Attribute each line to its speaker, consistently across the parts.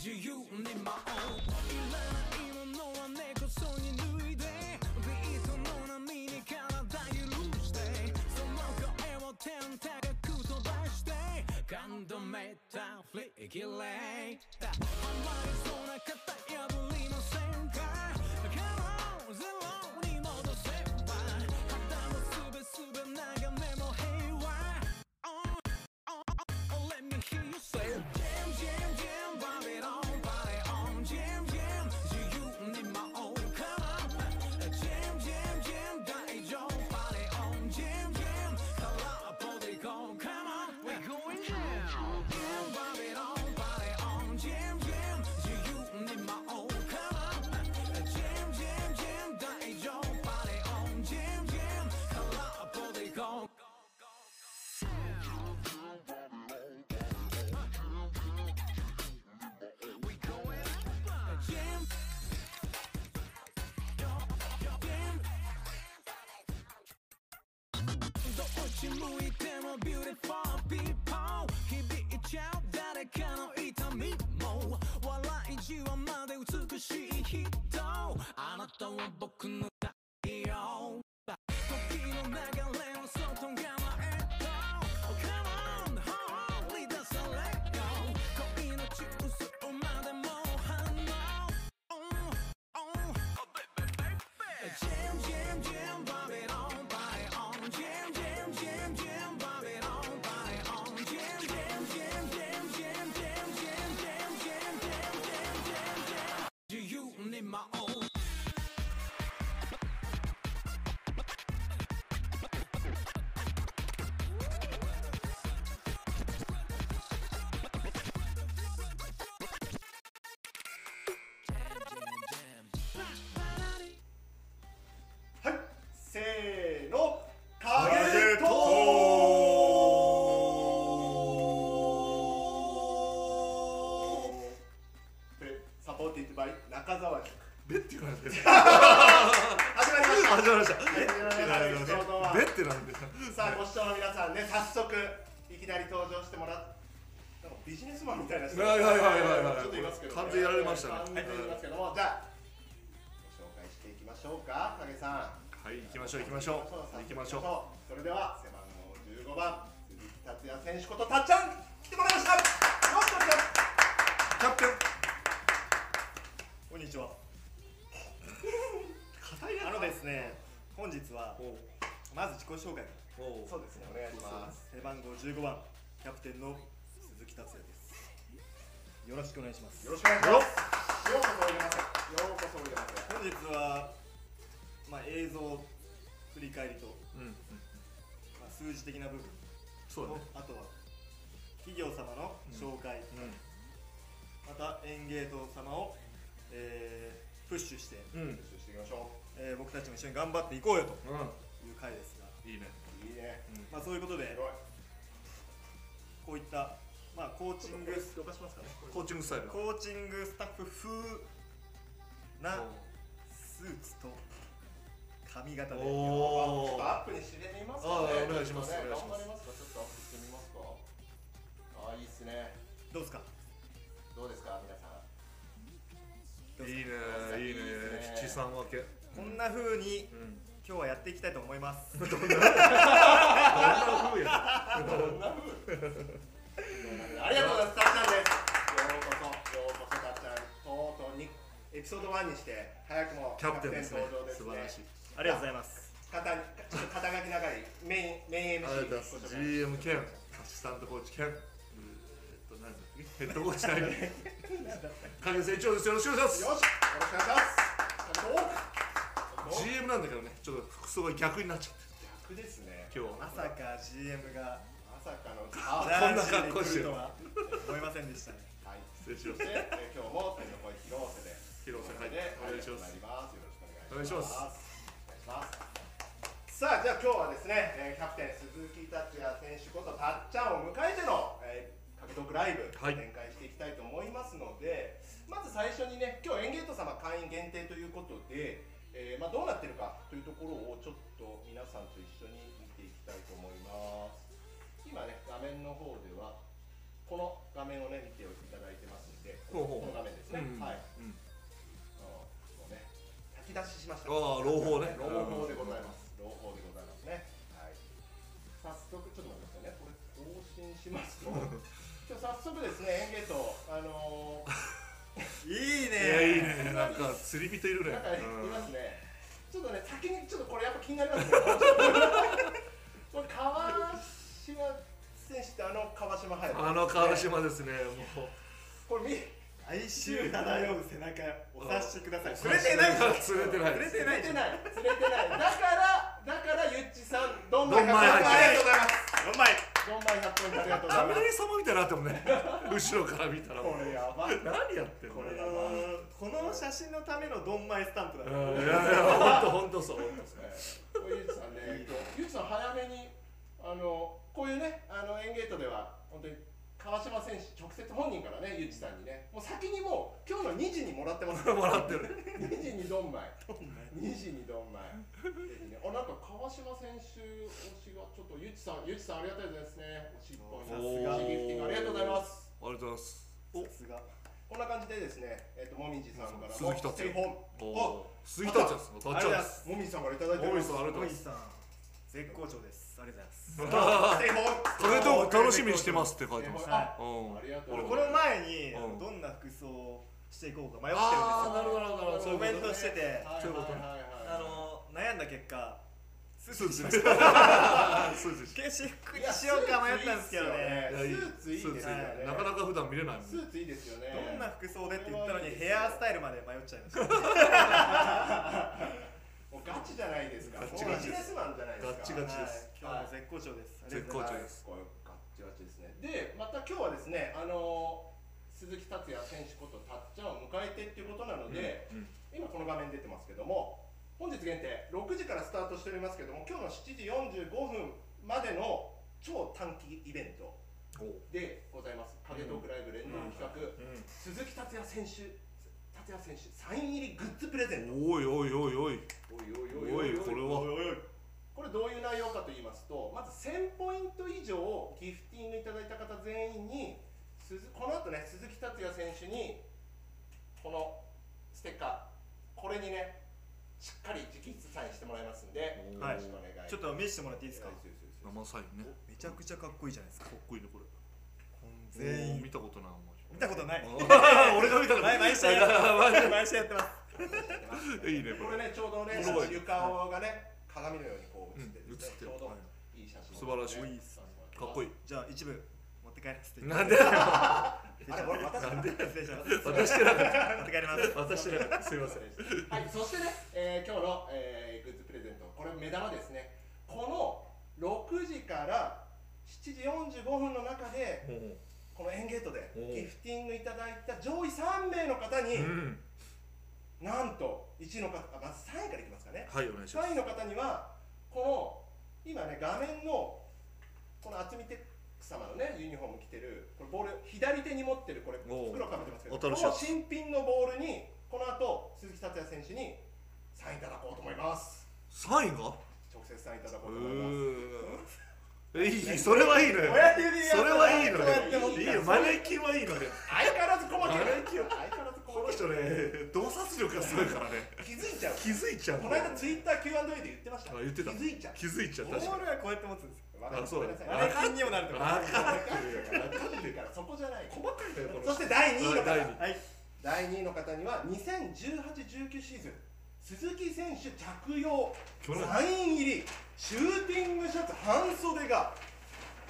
Speaker 1: You need my own いらないものは根こそぎ脱いでビートの波に体許してその声を天高く飛ばして感動めた振り切れた余りそうな型破りませんかカロンゼロに戻せば肌もすべすべ眺めも平和 Oh, oh, oh, let me hear you say Jam, jam, jam, bomb it on, body on Jam, jam, you, you need my own color Jam, jam, jam, 大丈夫 Body on, jam, jam, color ボディゴー Come on, we going jam Jam, bomb it on, body on Jam, jam, you, you need my own color Jam, jam, jam, 大丈夫 Body on, jam, jam, color ボディゴーどっち向いても beautiful people 響いちゃう誰かの痛みも笑いじわまで美しい人あなたは僕の太陽時の流れの外側へと Oh, Come on, hold on, 離脱され go 恋の中枢までも反応 Oh, oh, Jam, jam, jam, bomb it on, body on. Jam, jam, jam, jam, bomb it on, body on. Jam, jam, jam, jam, jam, jam, jam, jam, jam, jam, jam, jam, jam. Do you need my own? Ba-ba-da-dee.
Speaker 2: はい、せーの、タゲ
Speaker 3: ゲ
Speaker 2: ッ
Speaker 3: ッ
Speaker 2: ト
Speaker 3: ト
Speaker 2: でサポーティッドバイ中澤塾
Speaker 3: ベッて言われてる。
Speaker 2: 始まりました
Speaker 3: 始まりました。
Speaker 2: りました
Speaker 3: ベッてなんでし
Speaker 2: さあご視聴の皆さんね早速いきなり登場してもらうなんかビジネスマンみたいな人
Speaker 3: はいはいはいはいはい
Speaker 2: ちょっといますけど、
Speaker 3: 完全やられました
Speaker 2: 完全
Speaker 3: ね
Speaker 2: いますけども、じゃあご紹介していきましょうか影さん
Speaker 3: はい、行きましょう行きましょう行きましょう。
Speaker 2: それでは背番号15番鈴木達也選手ことたっちゃん来てもらいましたよろしくお願いします
Speaker 3: キャプテン。
Speaker 4: こんにち は。あのですね、本日はまず自己紹介から。
Speaker 3: お
Speaker 2: そうですねお願いします
Speaker 4: 背番号15番キャプテンの鈴木達也です。よろしくお願いします。
Speaker 2: よろしくお願いしますようこそおいでませようこそおいでませ
Speaker 4: 本日はまあ映像振り返りと
Speaker 3: うんうん。
Speaker 4: まあ数字的な部分
Speaker 3: そうだ
Speaker 4: と、
Speaker 3: ね。
Speaker 4: あとは企業様の紹介、またエンゲート様を、えープッシュして、
Speaker 3: うんうん
Speaker 2: 復習していきましょ
Speaker 4: えー僕たちも一緒に頑張っていこうよと
Speaker 3: う
Speaker 4: いう回ですが、
Speaker 3: ん。いいね。
Speaker 2: ういいね
Speaker 4: まあそういうことで。
Speaker 2: 広い
Speaker 4: こういった、まあ、コーチング
Speaker 2: どかしますかね
Speaker 3: コーチングスタイルだ。
Speaker 4: コーチングスタッフ風なスーツと髪型で
Speaker 2: ちょっ
Speaker 3: お
Speaker 2: と
Speaker 3: お。
Speaker 2: アップにしてみますか、ね、
Speaker 3: あーお願いします
Speaker 2: ちょっとね
Speaker 3: お願い
Speaker 2: 頑張
Speaker 3: します
Speaker 2: りますかちょっとアップしてみますかああいいっすね
Speaker 4: どうですか
Speaker 2: どうですか皆さん
Speaker 3: いいねいいね。七三分け。
Speaker 4: こんな風に
Speaker 3: うん。
Speaker 4: 今日はやっていきたいと思います
Speaker 2: どんな風ありがとうございますたっちゃんですようこそようこそたっちゃんとうとうにエピソード1にして早くも
Speaker 3: キャプテンですね
Speaker 2: 登場。です
Speaker 3: 素
Speaker 2: ね
Speaker 3: 晴らしい。
Speaker 4: ありがとうございます
Speaker 2: 肩にちょっと肩書きの中にメインメイン MC
Speaker 3: ありがとうございます。GM 兼アシスタントコーチ兼えーっと何だっけヘッドコーチ代理。影成長です。よろしくお願いし
Speaker 2: よ
Speaker 3: ま
Speaker 2: ろしくお願いしますどう
Speaker 3: す。GM なんだけどね、ちょっと服装が逆になっちゃっ
Speaker 2: 逆
Speaker 3: て
Speaker 2: ですね
Speaker 3: 今日
Speaker 4: ま
Speaker 3: は。
Speaker 4: さか GM が
Speaker 2: まさかの
Speaker 3: あこんな
Speaker 4: ジャージ
Speaker 3: 格好して
Speaker 4: で来
Speaker 3: る
Speaker 4: るとは思いませんでしたね
Speaker 2: はい
Speaker 3: 失礼し
Speaker 2: そ
Speaker 3: ま
Speaker 2: して
Speaker 3: す。
Speaker 2: え今日も天の声広瀬で
Speaker 3: 広瀬はい
Speaker 2: で
Speaker 3: お願いしま
Speaker 2: やっ
Speaker 3: す
Speaker 2: てまいりますよろしくお願いしますお願いし
Speaker 3: お願
Speaker 2: ますさあじゃあ今日はですね、えーキャプテン鈴木達也選手ことたっちゃんを迎えての、えー、格闘ライブ
Speaker 3: はい
Speaker 2: 展開していきたいと思いますので、まず最初にね今日エンゲート様会員限定ということで、えーまあ、どうなってる皆さんと一緒に見ていきたいと思います今ね画面の方ではこの画面をね見ていただいてますんで
Speaker 3: ほう
Speaker 2: こ
Speaker 3: ほう
Speaker 2: の画面ですね、
Speaker 3: うん
Speaker 2: はい
Speaker 3: うん
Speaker 2: あのもうね炊き出ししました
Speaker 3: ああ朗報ね
Speaker 2: 朗報でございます朗報でございますねはい早速ちょっと待ってくださいねこれ更新します と今日早速ですね園芸とあのー
Speaker 4: いい
Speaker 3: いやいい
Speaker 4: ね
Speaker 3: ねなんか釣り人いるね
Speaker 2: なんかね、いますね。ちょっとね、先にちょっとこれやっぱ気になりますね。 これ川島選手ってあの川島隼
Speaker 3: う
Speaker 2: 人
Speaker 3: んあの川島ですねもう
Speaker 2: これ見
Speaker 4: 哀愁漂う背中お察しくだ さい
Speaker 3: うん
Speaker 4: 触れてない
Speaker 3: お察しください
Speaker 4: 触れて
Speaker 2: 釣
Speaker 4: な
Speaker 2: れ
Speaker 4: い
Speaker 2: てない釣れてないだからだからゆっちさんどんまい
Speaker 3: どんまい
Speaker 2: 100本ありがとうございますどんまい100本あ
Speaker 4: 4枚
Speaker 2: りがとうございます
Speaker 3: 雷様みたいになってもね後ろから見たらもう
Speaker 2: これやばい
Speaker 3: 何やってんの
Speaker 2: これ
Speaker 3: い
Speaker 2: や
Speaker 3: や
Speaker 2: ばい
Speaker 4: この写真のためのドンマイスタンプだね
Speaker 3: いや本当本当そう本当そう
Speaker 2: これゆっちさんねゆっちさん早めにあのこういうねあのエンゲートでは本当に川島選手直接本人からねゆっちさんにねもう先にもう今日の2時にもらってます
Speaker 3: もらってる
Speaker 2: 2時にどんまい2時にどんまいぜひねあなんか川島選手推しがちょっとゆちさんゆちさんありがたいですねおしっこ
Speaker 4: さすが
Speaker 2: おしギフティングありがとうございます
Speaker 3: ありがとうございますお
Speaker 4: さすが
Speaker 2: こんな感じでですねえっ、ともみじさんからも
Speaker 3: 鈴木達
Speaker 2: ステイホーム
Speaker 3: お杉田ちゃんです
Speaker 2: あ
Speaker 3: た
Speaker 2: あ
Speaker 3: っち
Speaker 2: り
Speaker 3: ゃん
Speaker 2: が
Speaker 3: で
Speaker 2: とうございま
Speaker 3: す
Speaker 2: すもみじさんからいただいて
Speaker 3: 大
Speaker 2: ま
Speaker 3: 石
Speaker 2: す
Speaker 3: さんありがとうござい
Speaker 4: 森
Speaker 3: ます
Speaker 4: さん絶好調ですありがとうございま
Speaker 2: ス
Speaker 4: す
Speaker 2: テイホーム
Speaker 3: トレードオフ楽しみにしてますって書いてま
Speaker 2: ス
Speaker 3: す
Speaker 2: テイホームあ
Speaker 3: う
Speaker 4: は
Speaker 2: あ
Speaker 3: ん
Speaker 2: りがとう
Speaker 4: 俺
Speaker 2: ご
Speaker 4: こ
Speaker 2: ざい
Speaker 4: の前に
Speaker 3: うん
Speaker 4: どんな服装をしていこうか迷ってるんです
Speaker 3: ああ
Speaker 4: よ
Speaker 3: なるほどなるほど
Speaker 2: ます
Speaker 3: そういう
Speaker 4: コ
Speaker 3: こ
Speaker 4: メ
Speaker 3: と
Speaker 4: ントしてて
Speaker 2: はい
Speaker 3: そういうことね
Speaker 2: はいはいはい
Speaker 4: あの悩んだ結果スー
Speaker 3: ス
Speaker 4: ツ
Speaker 3: ー
Speaker 4: にし
Speaker 3: ツ
Speaker 4: ま
Speaker 3: で
Speaker 4: し
Speaker 3: す
Speaker 4: た
Speaker 3: スーツです
Speaker 4: 私服にしようか迷ったんですけどね
Speaker 2: ス
Speaker 3: いやいい
Speaker 2: ーツいいですよね
Speaker 3: なかなか普段見れないもん
Speaker 2: スーツいいですよね
Speaker 4: どんな服装でって言ったのにヘアスタイルまで迷っちゃいました
Speaker 2: もうガチじゃないですか
Speaker 3: ガッチガチ
Speaker 2: もうビジネスマンじゃないですか
Speaker 3: ガッチガチ
Speaker 4: はい今日も絶好調ですありがとうございます
Speaker 2: は
Speaker 3: 好調
Speaker 2: いこれ
Speaker 3: です
Speaker 2: ガッチガチですね。で、また今日はですね、あの鈴木達也選手ことたっちゃんを迎えてっていうことなので、
Speaker 3: うん
Speaker 2: 今この画面出てますけども、本日限定6時からスタートしておりますけども、今日の7時45分までの超短期イベント
Speaker 3: おう
Speaker 2: でございます。影トークライブ連動企画、鈴木達也選手、達也選手サイン入りグッズプレゼント。
Speaker 3: おいおいおいおい
Speaker 2: おい
Speaker 3: おいおいこれは
Speaker 4: おいおいおい
Speaker 2: これどういう内容かと言いますとまず1000ポイント以上ギフティングいただいた方全員に鈴この後ね鈴木達也選手にこのステッカーこれにねしっかり直筆サインしてもらいますんでよ
Speaker 4: はい
Speaker 2: ろしくお願いします
Speaker 4: ちょっと見せてもらっていいです
Speaker 2: は
Speaker 4: か
Speaker 2: いそうそうそう
Speaker 3: 生サインね
Speaker 4: めちゃくちゃかっこいいじゃないですか
Speaker 3: かっこいいねこれおー
Speaker 4: 全員
Speaker 3: 見たことない
Speaker 4: 見たことない
Speaker 3: お前俺が見たことない
Speaker 4: 毎毎試合やってます毎試合やってます
Speaker 3: いいね
Speaker 2: こ
Speaker 3: こ
Speaker 2: れね
Speaker 3: れ
Speaker 2: ちょうどね
Speaker 3: すごい
Speaker 2: 床がね鏡のようにこう映って
Speaker 3: うん映っ
Speaker 2: ですね
Speaker 3: て
Speaker 2: ち
Speaker 3: る
Speaker 2: ょうど
Speaker 3: はい
Speaker 2: いい写真
Speaker 3: 素晴らしい
Speaker 2: い
Speaker 3: かっこいい
Speaker 4: じゃあ一部持って帰らせて
Speaker 3: なんでだ よ
Speaker 2: あれ俺また
Speaker 4: なんで失礼します持っ
Speaker 3: 渡してなかった
Speaker 4: て帰ります
Speaker 3: 渡してなかったすいません
Speaker 2: はい、そしてね、えー今日の、えーグッズプレゼント、これ目玉ですね。この6時から7時45分の中で、このエンゲートで
Speaker 3: おう
Speaker 2: ギフティングいただいた上位3名の方に、
Speaker 3: うん
Speaker 2: なんと1位の方、あまず3位からいきますかね。
Speaker 3: はいお願いします
Speaker 2: 3位の方には、この今ね、画面のこの厚みテック様のね、ユニフォーム着てる、これボール、左手に持ってる、これ、
Speaker 3: おう
Speaker 2: 袋かぶってますけど、こ
Speaker 3: 新
Speaker 2: の
Speaker 3: しいやつ
Speaker 2: 新品のボールに、この後鈴木達也選手にサインいただこうと思います。
Speaker 3: サインが
Speaker 2: 直接サインいただこ
Speaker 3: う
Speaker 2: うと思います。
Speaker 3: ーんいいそれはいいのよ
Speaker 2: 親指で
Speaker 3: それはいいの
Speaker 2: こうやって持っ
Speaker 3: よ
Speaker 2: て
Speaker 3: いいよマネキンはいいのよ
Speaker 2: 相変わらず細け
Speaker 3: あ
Speaker 2: い
Speaker 3: れ
Speaker 2: 相変わらず
Speaker 3: この
Speaker 2: 細けい
Speaker 3: 人ね洞察力がすごいからね
Speaker 2: 気づいちゃう
Speaker 3: 気づいちゃう
Speaker 2: この間ツイッター Q&A で言ってました
Speaker 3: あ言ってた
Speaker 2: 気づいちゃう
Speaker 3: 気づいちゃう
Speaker 4: ボ
Speaker 3: 確か
Speaker 4: ールはこうやって持つんですよ
Speaker 2: わかる
Speaker 3: あそうだ
Speaker 2: ごめんな
Speaker 4: マ
Speaker 2: さい
Speaker 4: ネキンにもなると
Speaker 3: に
Speaker 4: 思
Speaker 3: わ
Speaker 4: う
Speaker 3: か
Speaker 2: わかるからわかるからそこじゃない
Speaker 3: 細かいのよこ
Speaker 2: そ
Speaker 3: の人
Speaker 2: して第2位の
Speaker 3: 第
Speaker 2: 方
Speaker 3: 二
Speaker 4: はい
Speaker 2: 第2位の方には2018-19シーズン鈴木選手着用
Speaker 3: 去年
Speaker 2: サイン入りシューティングシャツ半袖が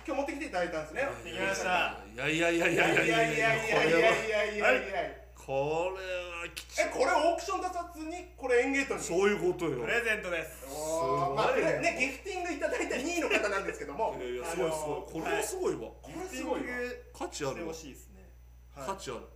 Speaker 2: 今日持ってきていただいたんですね
Speaker 4: できました
Speaker 3: いやいやいやい
Speaker 2: いや
Speaker 3: や
Speaker 2: いやいやいやいやいやいやいやいや
Speaker 3: これはきちい
Speaker 2: えこれオークション出さずにこれエンゲートに
Speaker 3: そういうことよ
Speaker 4: プレゼントです
Speaker 2: おーまあ
Speaker 3: すごいね
Speaker 2: ねギフティングいただいた2位の方なんですけども
Speaker 3: いやいやすごいすごいこれはすごいわ
Speaker 2: これすごいわ
Speaker 4: リフテ
Speaker 3: 価値
Speaker 4: ィング
Speaker 3: あるわ
Speaker 4: してほしいですね
Speaker 3: 価値ある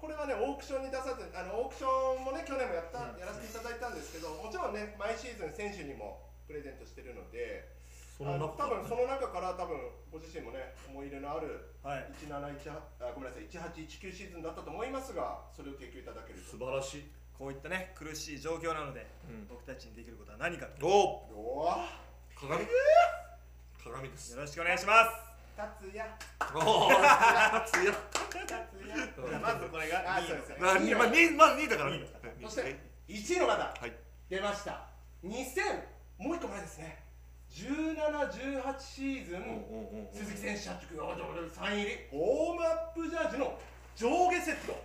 Speaker 2: これはねオークションに出さずあのオークションもね去年もやったやらせていただいたんですけどもちろんね毎シーズン選手にもプレゼントしてるので
Speaker 3: その
Speaker 2: あの
Speaker 3: 中
Speaker 2: 多
Speaker 3: から
Speaker 2: 分そ
Speaker 3: ね
Speaker 2: の中から多分ご自身もね思い入れのある
Speaker 4: はいはい
Speaker 2: 1718あごめんなさい1819シーズンだったと思いますがそれを提供いただけると
Speaker 3: 素晴らしい
Speaker 4: こういったね苦しい状況なので、
Speaker 3: うん
Speaker 4: 僕たちにできることは何かと
Speaker 3: お
Speaker 2: お
Speaker 3: お
Speaker 2: ぉ
Speaker 3: 鏡鏡です
Speaker 4: よろしくお願いします
Speaker 2: 達也
Speaker 3: おお達也
Speaker 2: 達也
Speaker 4: じゃあまずこれが
Speaker 2: あ
Speaker 4: 2位
Speaker 2: そう
Speaker 4: の
Speaker 2: ですね
Speaker 3: まあ2まあ二まあ二だから
Speaker 4: 二だ
Speaker 3: 二
Speaker 2: そし
Speaker 3: はい
Speaker 2: て1位の方
Speaker 3: はい
Speaker 2: 出ました2000もう一個前ですね1718シーズン
Speaker 3: おうおうおう
Speaker 2: 鈴木選手社長サイン入りウォームアップジャージの上下セット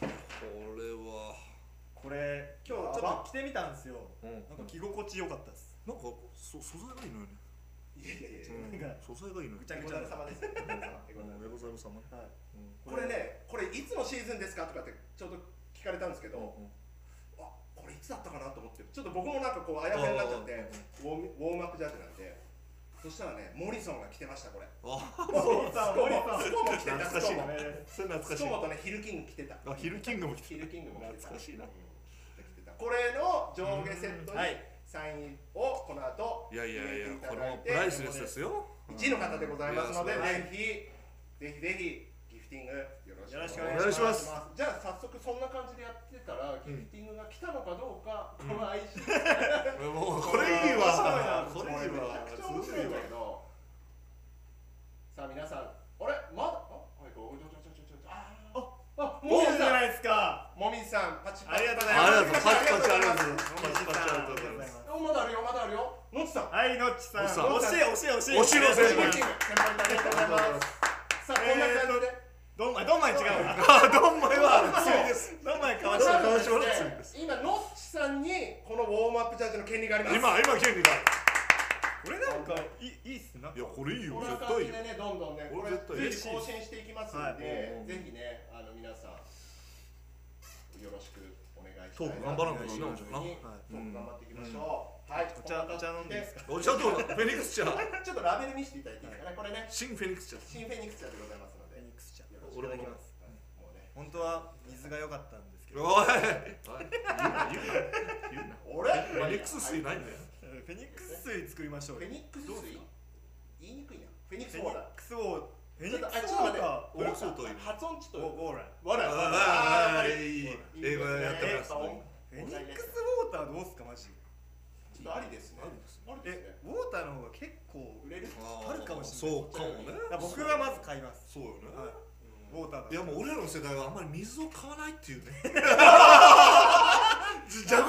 Speaker 3: これは
Speaker 4: これ今日ちょっと着てみたんですよ、
Speaker 3: うん
Speaker 4: なんか着心地良かったです、
Speaker 3: なんかそ素材がいいのよね
Speaker 2: いやいやいや
Speaker 4: なんか
Speaker 3: 素材がいいのよ
Speaker 4: ぐちゃ
Speaker 2: お
Speaker 4: ぐちゃ
Speaker 2: 疲
Speaker 4: で
Speaker 2: れ
Speaker 4: す、
Speaker 2: 様
Speaker 4: は
Speaker 2: ですお疲れ様
Speaker 3: エゴザイル様ねう
Speaker 4: い、
Speaker 3: ん
Speaker 2: これねこれいつのシーズンですかとかってちょうど聞かれたんですけど、
Speaker 3: うん
Speaker 2: あこれいつだったかなと思ってちょっと僕もなんかこうあやふやになっちゃって
Speaker 3: あ
Speaker 2: ウォームウォームアップジャージなんでそしたらねモリソンが着てましたこれ
Speaker 3: あ
Speaker 2: そう
Speaker 4: モリソン
Speaker 2: スコモ着てた
Speaker 3: 懐か
Speaker 2: ス
Speaker 3: し
Speaker 2: コ
Speaker 3: い
Speaker 2: モ
Speaker 3: ねそれ懐
Speaker 2: ス
Speaker 3: かし
Speaker 2: コ
Speaker 3: い
Speaker 2: モとねヒルキング着てた
Speaker 3: あヒルキングも来
Speaker 2: ヒ
Speaker 3: て
Speaker 2: ルキングも着てた
Speaker 3: 懐かしいな
Speaker 2: うん着てたこれの上下セットに
Speaker 4: うんはい
Speaker 2: サインをこの後
Speaker 3: いやいやいや
Speaker 2: 入れて
Speaker 3: こ
Speaker 2: た
Speaker 3: れ
Speaker 2: だ
Speaker 3: もプライスレスですよ
Speaker 2: 1位の方でございますので
Speaker 3: うん
Speaker 2: ぜひぜひぜひギフティングよろしくお願いします
Speaker 3: お願いします
Speaker 2: じゃあ早速そんな感じでやってたら
Speaker 3: う
Speaker 2: ギ
Speaker 3: ん
Speaker 2: フティングが来たのかどうか、この IC
Speaker 3: もうこれいいわ
Speaker 2: こ
Speaker 3: こ
Speaker 2: れめ
Speaker 3: れいい
Speaker 2: ち
Speaker 3: わ
Speaker 2: ゃくちゃ面白いんだけどさあ皆さんあれまだあはいこうちょちょちょちょちょあああも
Speaker 4: も
Speaker 2: み
Speaker 4: う
Speaker 2: じ
Speaker 4: じゃ
Speaker 2: さん
Speaker 4: ないですか
Speaker 2: もみじさんパチパチ
Speaker 4: ありがとうございます
Speaker 3: ありがとうパチパチありがとうございますパチパチありがとうござい
Speaker 4: もみじさん
Speaker 3: ます
Speaker 2: おまだあるよまだあるよのっちさん
Speaker 4: はい、ノッチさん。
Speaker 3: ノッチさん
Speaker 4: 惜しい、惜しい、惜し
Speaker 3: 惜しい
Speaker 4: い。
Speaker 3: で
Speaker 2: 先
Speaker 3: すね
Speaker 2: 輩キング先輩ありがとうございますさあこんな感じで
Speaker 4: どんまい、どんまい違うな。
Speaker 3: あどんまいは強いです
Speaker 4: どんまいかわ
Speaker 2: ド
Speaker 4: し
Speaker 2: ラ
Speaker 4: た。
Speaker 2: ムは
Speaker 4: はいう
Speaker 2: ですね今ノッチさんにこのウォームアップジャージの権利があります
Speaker 3: 今今権利が
Speaker 4: これなんか、いい、いいっすね。
Speaker 3: いやこれいいよ
Speaker 2: こんな
Speaker 3: 絶
Speaker 2: 感
Speaker 3: 対
Speaker 2: じ
Speaker 3: いい
Speaker 2: でね
Speaker 3: よ
Speaker 2: どんどんねこ
Speaker 3: こ
Speaker 2: れ
Speaker 3: れ
Speaker 2: 随時
Speaker 3: 絶対嬉しい
Speaker 2: 更新していきますの
Speaker 3: は
Speaker 2: で
Speaker 3: いうんうん
Speaker 2: ぜひねあの皆さんよろしくお願いし
Speaker 3: ト
Speaker 2: ま
Speaker 3: ー
Speaker 2: す
Speaker 3: ク頑張らんといけないんじゃない
Speaker 2: トーク頑張っていきましょうはい
Speaker 4: お茶、
Speaker 2: こん
Speaker 4: お
Speaker 2: な
Speaker 4: 茶
Speaker 2: 感
Speaker 4: 飲ん
Speaker 2: じ
Speaker 4: でいいですか。
Speaker 3: おじゃとフェニックス茶
Speaker 2: ちょっとラベル見せていただいていいですかねこれね
Speaker 3: 新フェニックス茶
Speaker 2: 新フェニックス茶でございますの
Speaker 4: フ
Speaker 2: で
Speaker 4: ェニックスちゃん。
Speaker 2: よろしく
Speaker 4: いただきます。
Speaker 2: はいもうね
Speaker 4: 本当は水が良かったんですけど。
Speaker 3: おい言うな言うな言うな
Speaker 2: 俺
Speaker 3: フェニックス水ないんだよ
Speaker 4: フェニックス水作りまし
Speaker 2: フ
Speaker 4: ょ
Speaker 2: ェ
Speaker 4: うよ。
Speaker 2: ニックス水言いにくいなフェニック
Speaker 4: フ
Speaker 2: ス
Speaker 4: ェ
Speaker 2: ウ
Speaker 4: ニ
Speaker 2: ォー
Speaker 4: ッ
Speaker 2: ラ
Speaker 4: クスウォー。
Speaker 2: ー
Speaker 4: フェニックスウ
Speaker 2: ちょっと
Speaker 4: ォー
Speaker 2: あ
Speaker 4: か。
Speaker 2: ちょっと待ってウォー
Speaker 3: フ
Speaker 2: ラー発音ちょっとわら
Speaker 3: ェニックスウォーというああいい英語
Speaker 4: ウォーラー。
Speaker 3: やってますね
Speaker 4: フェニックスウォーターどうっすか、マジ。
Speaker 2: ちょっとありですね。
Speaker 3: ありです
Speaker 2: ありですね
Speaker 4: え、。ウォーターの方が結構
Speaker 2: 売。れる。
Speaker 3: あー
Speaker 4: あるかもしれない
Speaker 3: そうかもね
Speaker 4: だから僕はまず買います。
Speaker 3: そうよね
Speaker 4: はい。ウォーター
Speaker 3: いや
Speaker 4: だ
Speaker 3: もう俺らの世代はあんまり水を買わないって いうね蛇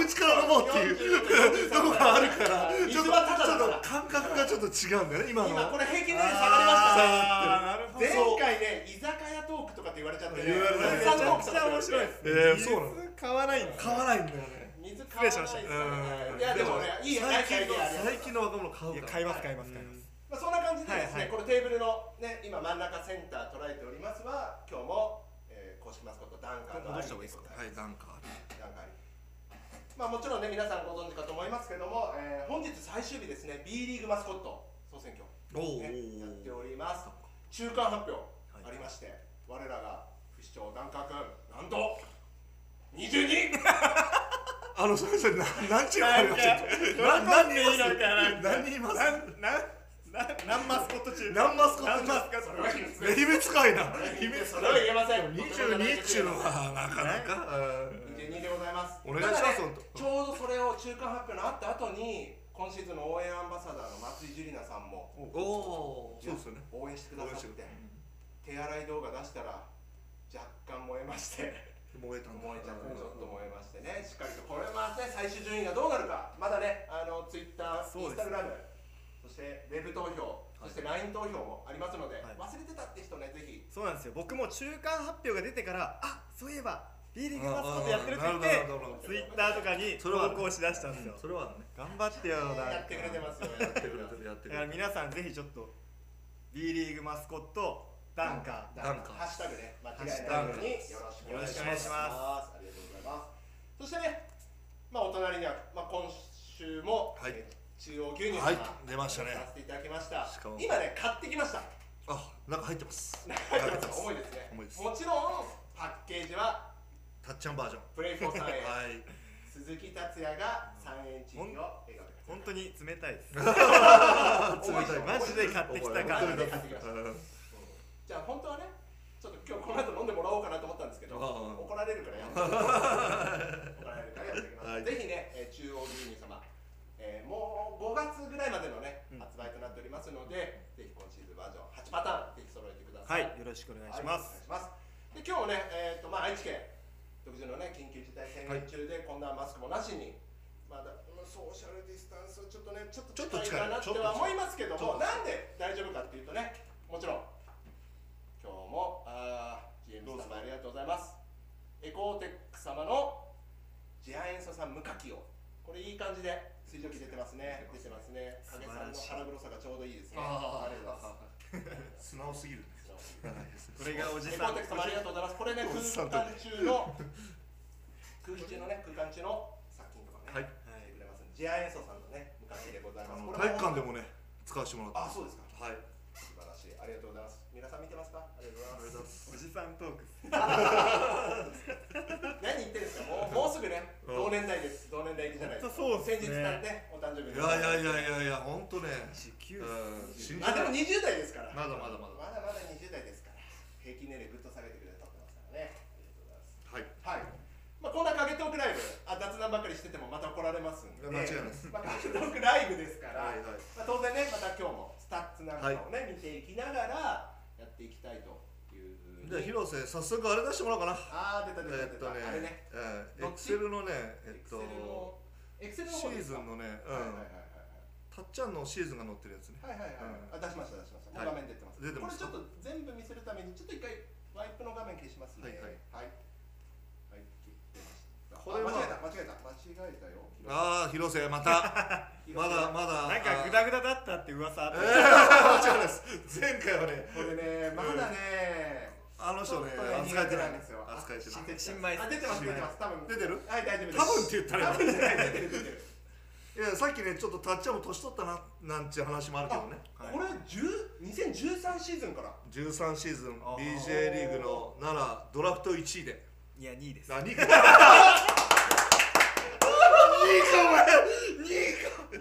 Speaker 3: 口から飲もうっていう とこがあるからち
Speaker 2: 水
Speaker 3: ょっとちょ
Speaker 2: はただだか
Speaker 3: っと感覚がちょっと違うんだよね今
Speaker 2: ら。
Speaker 3: の
Speaker 2: 今これ平均年齢下がりましたね。
Speaker 4: あーなる
Speaker 2: 前
Speaker 4: ほど。
Speaker 2: 回ね居酒屋トークとかって言われちゃってね。
Speaker 3: 言われたね
Speaker 2: お
Speaker 4: め
Speaker 2: じ
Speaker 4: ち
Speaker 2: さんの
Speaker 4: ゃ
Speaker 2: 奥
Speaker 4: く
Speaker 2: さん
Speaker 4: ちゃ面白いです。
Speaker 3: えーそうなの
Speaker 4: 水買わないんですね
Speaker 3: 買わないんだよね
Speaker 2: 水買わ
Speaker 4: 礼しまし
Speaker 2: な
Speaker 4: た
Speaker 2: い。
Speaker 3: うん
Speaker 2: いやでもねいい
Speaker 3: 最
Speaker 2: 最近
Speaker 3: 近の最近
Speaker 2: の。
Speaker 3: の若者買う
Speaker 4: いや
Speaker 3: から
Speaker 4: 買います買います買いま
Speaker 3: うん
Speaker 4: す
Speaker 2: まあそんな感じでですね
Speaker 4: はいはい
Speaker 2: このテーブルのね今真ん中センター捉えておりますは今日もえー公式マスコットダンカーの
Speaker 4: 戻した方がいいですか
Speaker 3: はいなんか
Speaker 2: なんかありまあもちろんね皆さんご存知かと思いますけども、えー本日最終日ですね B リーグマスコット総選挙、
Speaker 3: おお
Speaker 2: ね、やっております中間発表ありまして、我らが不死鳥ダンカー君なんと 22!
Speaker 3: あのそれそれな何チームあります
Speaker 4: なんか
Speaker 3: な何人います何人いま
Speaker 4: 喜んでいいのかな
Speaker 3: す
Speaker 4: な何マスコット中
Speaker 3: 何マスコット中
Speaker 4: 何マス
Speaker 2: そ
Speaker 4: コット
Speaker 2: れは秘密
Speaker 3: ね秘密会な秘
Speaker 2: 秘
Speaker 3: 密
Speaker 2: 密 それは言えません
Speaker 3: 22っちゅうのはなかなかうん
Speaker 2: 22でございます
Speaker 3: お願いしま
Speaker 2: た
Speaker 3: す
Speaker 2: だね
Speaker 3: 本当
Speaker 2: ちょうどそれを中間発表のあった後に今シーズンの応援アンバサダーの松井樹里奈さんも
Speaker 3: おおそうですよね
Speaker 2: 応援してくださっ
Speaker 3: 応援して
Speaker 2: て
Speaker 3: くれ
Speaker 2: 手洗い動画出したら若干燃えま して
Speaker 3: 燃えたんだ
Speaker 2: 燃えちゃってちょっと燃えましてねしっかりとこれはね最終順位がどうなるかまだねあのツイッター、
Speaker 4: そ
Speaker 2: イン
Speaker 4: う
Speaker 2: ス
Speaker 4: です
Speaker 2: タグラ
Speaker 4: ね
Speaker 2: ムそしてウェブ投票そして LINE 投票もありますので、
Speaker 4: はい
Speaker 2: 忘れてたって人ねぜひ
Speaker 4: そうなんですよ僕も中間発表が出てからあそういえば B リーグマスコットやってるって言っ
Speaker 3: あーなるほどなるほど
Speaker 4: てツイッターとかに
Speaker 3: それは
Speaker 4: 投稿しだしたんですよ
Speaker 3: それはね
Speaker 4: 頑張ってよなんか
Speaker 2: やってくれてますよやって
Speaker 3: やってく
Speaker 2: くれ
Speaker 3: れ
Speaker 2: て
Speaker 3: てるやって
Speaker 4: だ
Speaker 3: くれ
Speaker 4: から
Speaker 3: てる
Speaker 4: 皆さんぜひちょっと B リーグマスコットダンカー
Speaker 3: ダンカー
Speaker 2: ハッシュタグね間違いないようによろしくお願いし
Speaker 4: よろしくお願
Speaker 2: ま
Speaker 4: い
Speaker 2: す
Speaker 4: し
Speaker 2: ありがとうございますそしてねまあお隣には、まあ、今週も、
Speaker 3: はい
Speaker 2: えー中央牛乳さん
Speaker 3: はい出ましたね
Speaker 2: させていただきました
Speaker 3: しかも
Speaker 2: 今ね買ってきました
Speaker 3: あなんか入ってます
Speaker 2: 入ってます重いですね
Speaker 3: 重いです
Speaker 2: もちろんパッケージは
Speaker 3: たっちゃんバージョン
Speaker 2: プレイフォーさんへ
Speaker 3: はい
Speaker 2: 鈴木達也が3円チームを笑
Speaker 4: 本当に冷たいです
Speaker 2: 顔で買ってくれた
Speaker 4: マジで買ってきた
Speaker 2: マ
Speaker 4: か
Speaker 2: ジで買ってきました
Speaker 3: うん
Speaker 2: じゃあ本当はねちちょっと今日この後飲んでもらおうかなと思ったんですけど、
Speaker 3: ああ
Speaker 2: 怒られるからやめて怒られるからやめてきます、
Speaker 3: はい
Speaker 2: ぜひね、えー中央牛乳様、えーもう5月ぐらいまでのね、
Speaker 4: うん
Speaker 2: 発売となっておりますので、ぜひ今シーズンバージョン8パターン、ぜひ揃えてくださ。
Speaker 4: はいいよろしくお願いしま
Speaker 2: は
Speaker 4: す、
Speaker 2: いお願いしますで今日もね、えーとまあ、愛知県独自のね緊急事態宣言中で、こんなマスクもなしに。まだこのソーシャルディスタンスはちょっとねちょっと
Speaker 3: ちょっと近い
Speaker 2: かなって
Speaker 3: ちょっと
Speaker 2: は
Speaker 3: 近
Speaker 2: 思い
Speaker 3: い
Speaker 2: ますけど
Speaker 3: ち
Speaker 2: も
Speaker 3: ょっと
Speaker 2: なんで大丈夫かっていうとねもちろん今日もあー GM スタンバイありがとうございますエコーテック様の次亜塩素酸無火器をこれいい感じで水蒸気出てますね出てますね
Speaker 4: 素
Speaker 2: 影
Speaker 4: 晴
Speaker 2: さん
Speaker 4: ら
Speaker 2: の
Speaker 4: しい
Speaker 2: 腹黒さがちょうどいいですね
Speaker 3: あー
Speaker 2: ありがとうございます
Speaker 3: 素直すぎるね
Speaker 4: これがお
Speaker 2: エ
Speaker 4: じ
Speaker 2: コ
Speaker 4: さ
Speaker 2: ーテッ
Speaker 4: ん
Speaker 2: ク様ありがとうございます。これね、
Speaker 3: おっ
Speaker 2: 空
Speaker 3: さんと
Speaker 2: 間中の、空気中のね、空間中の殺菌とかね、
Speaker 3: はい
Speaker 2: やってくれますんで。次亜塩素さんのね、昔でございま
Speaker 3: あ
Speaker 2: す。こ
Speaker 3: の
Speaker 2: れ
Speaker 3: 体育館でもね使わせても
Speaker 2: あ、
Speaker 3: らって
Speaker 2: そうですか。
Speaker 3: はいあり
Speaker 2: 素晴らしい。ありがとうございます。皆さん見てますかありがとうござい
Speaker 3: がとうござい
Speaker 2: ま。
Speaker 3: ますす
Speaker 4: おじさんトーク
Speaker 2: 何言ってるんですかもうもうすぐね、
Speaker 3: うん
Speaker 2: 同年代です。同年代じゃないですか。
Speaker 4: 本当そうで
Speaker 2: 先
Speaker 4: すね
Speaker 2: 日だって、お誕生日
Speaker 3: いやいやい
Speaker 2: や。
Speaker 3: やいやいや本当ね
Speaker 4: 29
Speaker 3: うん信じ
Speaker 2: あ、
Speaker 3: ら
Speaker 2: でも
Speaker 3: れない
Speaker 2: 20代ですから。
Speaker 3: まだまだまだ
Speaker 2: まだまだ20代ですから。平均年齢ぐっと下げてくれたってますからね。ありがとうございます。は
Speaker 3: はい
Speaker 2: い。まあ、こんな影トークライブ、あ雑談ばっかりしててもまた怒られますんで、
Speaker 3: 間違いないです
Speaker 2: まあ、影トークライブですから、
Speaker 3: はいはい
Speaker 2: まあ、当然ね、また今日もスタッツなんかをね、見ていきながらやっていきたいという。
Speaker 3: じゃあ広瀬早速あれ出してもらおうかな
Speaker 2: あー、出た出た
Speaker 3: え
Speaker 2: 出、
Speaker 3: ったとね
Speaker 2: あれね、
Speaker 3: エ
Speaker 2: どっ
Speaker 3: ク
Speaker 2: ち
Speaker 3: セルのね
Speaker 2: エ
Speaker 3: え
Speaker 2: ク
Speaker 3: っ
Speaker 2: セルの
Speaker 3: と、
Speaker 2: エクセルの方
Speaker 3: シー
Speaker 2: です
Speaker 3: ズ
Speaker 2: か
Speaker 3: ンのねう
Speaker 2: はいはい
Speaker 3: んたっちゃんのシーズンが載ってるやつね
Speaker 2: はいはい。はいはいはい、あ出しました出しました、もう画面出てます
Speaker 3: 出てます
Speaker 2: これちょっと全部見せるためにちょっと一回ワイプの画面消しますね
Speaker 3: はいはい
Speaker 2: はい、はい、切ってました
Speaker 3: これは
Speaker 2: あ間違えた間違えた間違えたよ
Speaker 3: ああ広瀬またまだまだ
Speaker 4: なんかグ
Speaker 3: あ
Speaker 4: ダグダだったって噂あった、
Speaker 3: ー違います前回はね
Speaker 2: これね、まだね、
Speaker 3: あの人ね
Speaker 2: ちょっとね
Speaker 3: 扱えてない
Speaker 2: 苦手なんですよ
Speaker 3: 扱えてない
Speaker 4: 新新米
Speaker 2: あ出てます出てます多分
Speaker 3: 出てる
Speaker 2: はい大丈夫です
Speaker 3: 多分って言ったら
Speaker 2: 多分じゃない出てる出てる
Speaker 3: いやさっきねちょっとたっちゃんも年取ったななんちゅう話もあるけどね
Speaker 2: あこれ10 2013シーズンから
Speaker 3: 13シーズン
Speaker 4: あー
Speaker 3: BJ リーグの奈良ドラフト1位で
Speaker 4: いや2位です
Speaker 3: あ2位か2位かお前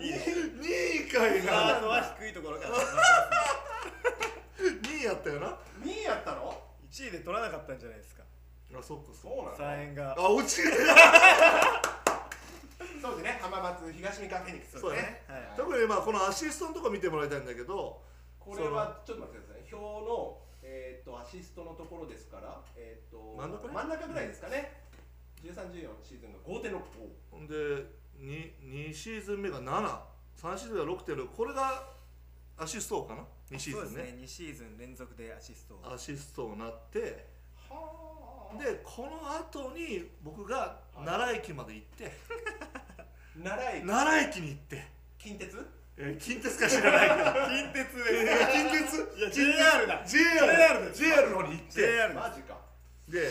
Speaker 3: 2位か2位かい
Speaker 4: スタート
Speaker 3: な
Speaker 4: は低いところから
Speaker 3: 2位やったよな
Speaker 2: 2位やったの
Speaker 4: 1位で取らなかったんじゃないですか
Speaker 3: あそっかそっか
Speaker 2: そうなの
Speaker 4: 3円が
Speaker 3: あ落ちる
Speaker 2: そうですね浜松東三河フェニックス
Speaker 3: そうだね
Speaker 4: はい
Speaker 3: 特にまあこのアシストのとこ見てもらいたいんだけど
Speaker 2: これはちょっと待ってくださいね表のえーっとアシストのところですからえーっと
Speaker 3: 真ん中ね
Speaker 2: 真ん中ぐらいですかね1314シーズンが5.6
Speaker 3: ほんで 2, 2シーズン目が73シーズン目が6.6これがアシスト王かな2シー
Speaker 4: そう
Speaker 3: ズ
Speaker 4: で
Speaker 3: ン
Speaker 4: す
Speaker 3: ね
Speaker 4: ね2シーズン連続でアシストを
Speaker 3: アシスト王になって
Speaker 2: はあ
Speaker 3: でこの後に僕が奈良駅まで行って、
Speaker 2: 奈良駅
Speaker 3: 奈良駅に行って、
Speaker 2: 近鉄
Speaker 3: えー近鉄か知らないけ ど
Speaker 4: 近鉄
Speaker 3: え
Speaker 4: で
Speaker 3: ー近鉄
Speaker 4: いや JR だ
Speaker 3: JR
Speaker 4: だ
Speaker 3: JR の方に行って、
Speaker 4: JR
Speaker 2: マジか
Speaker 3: で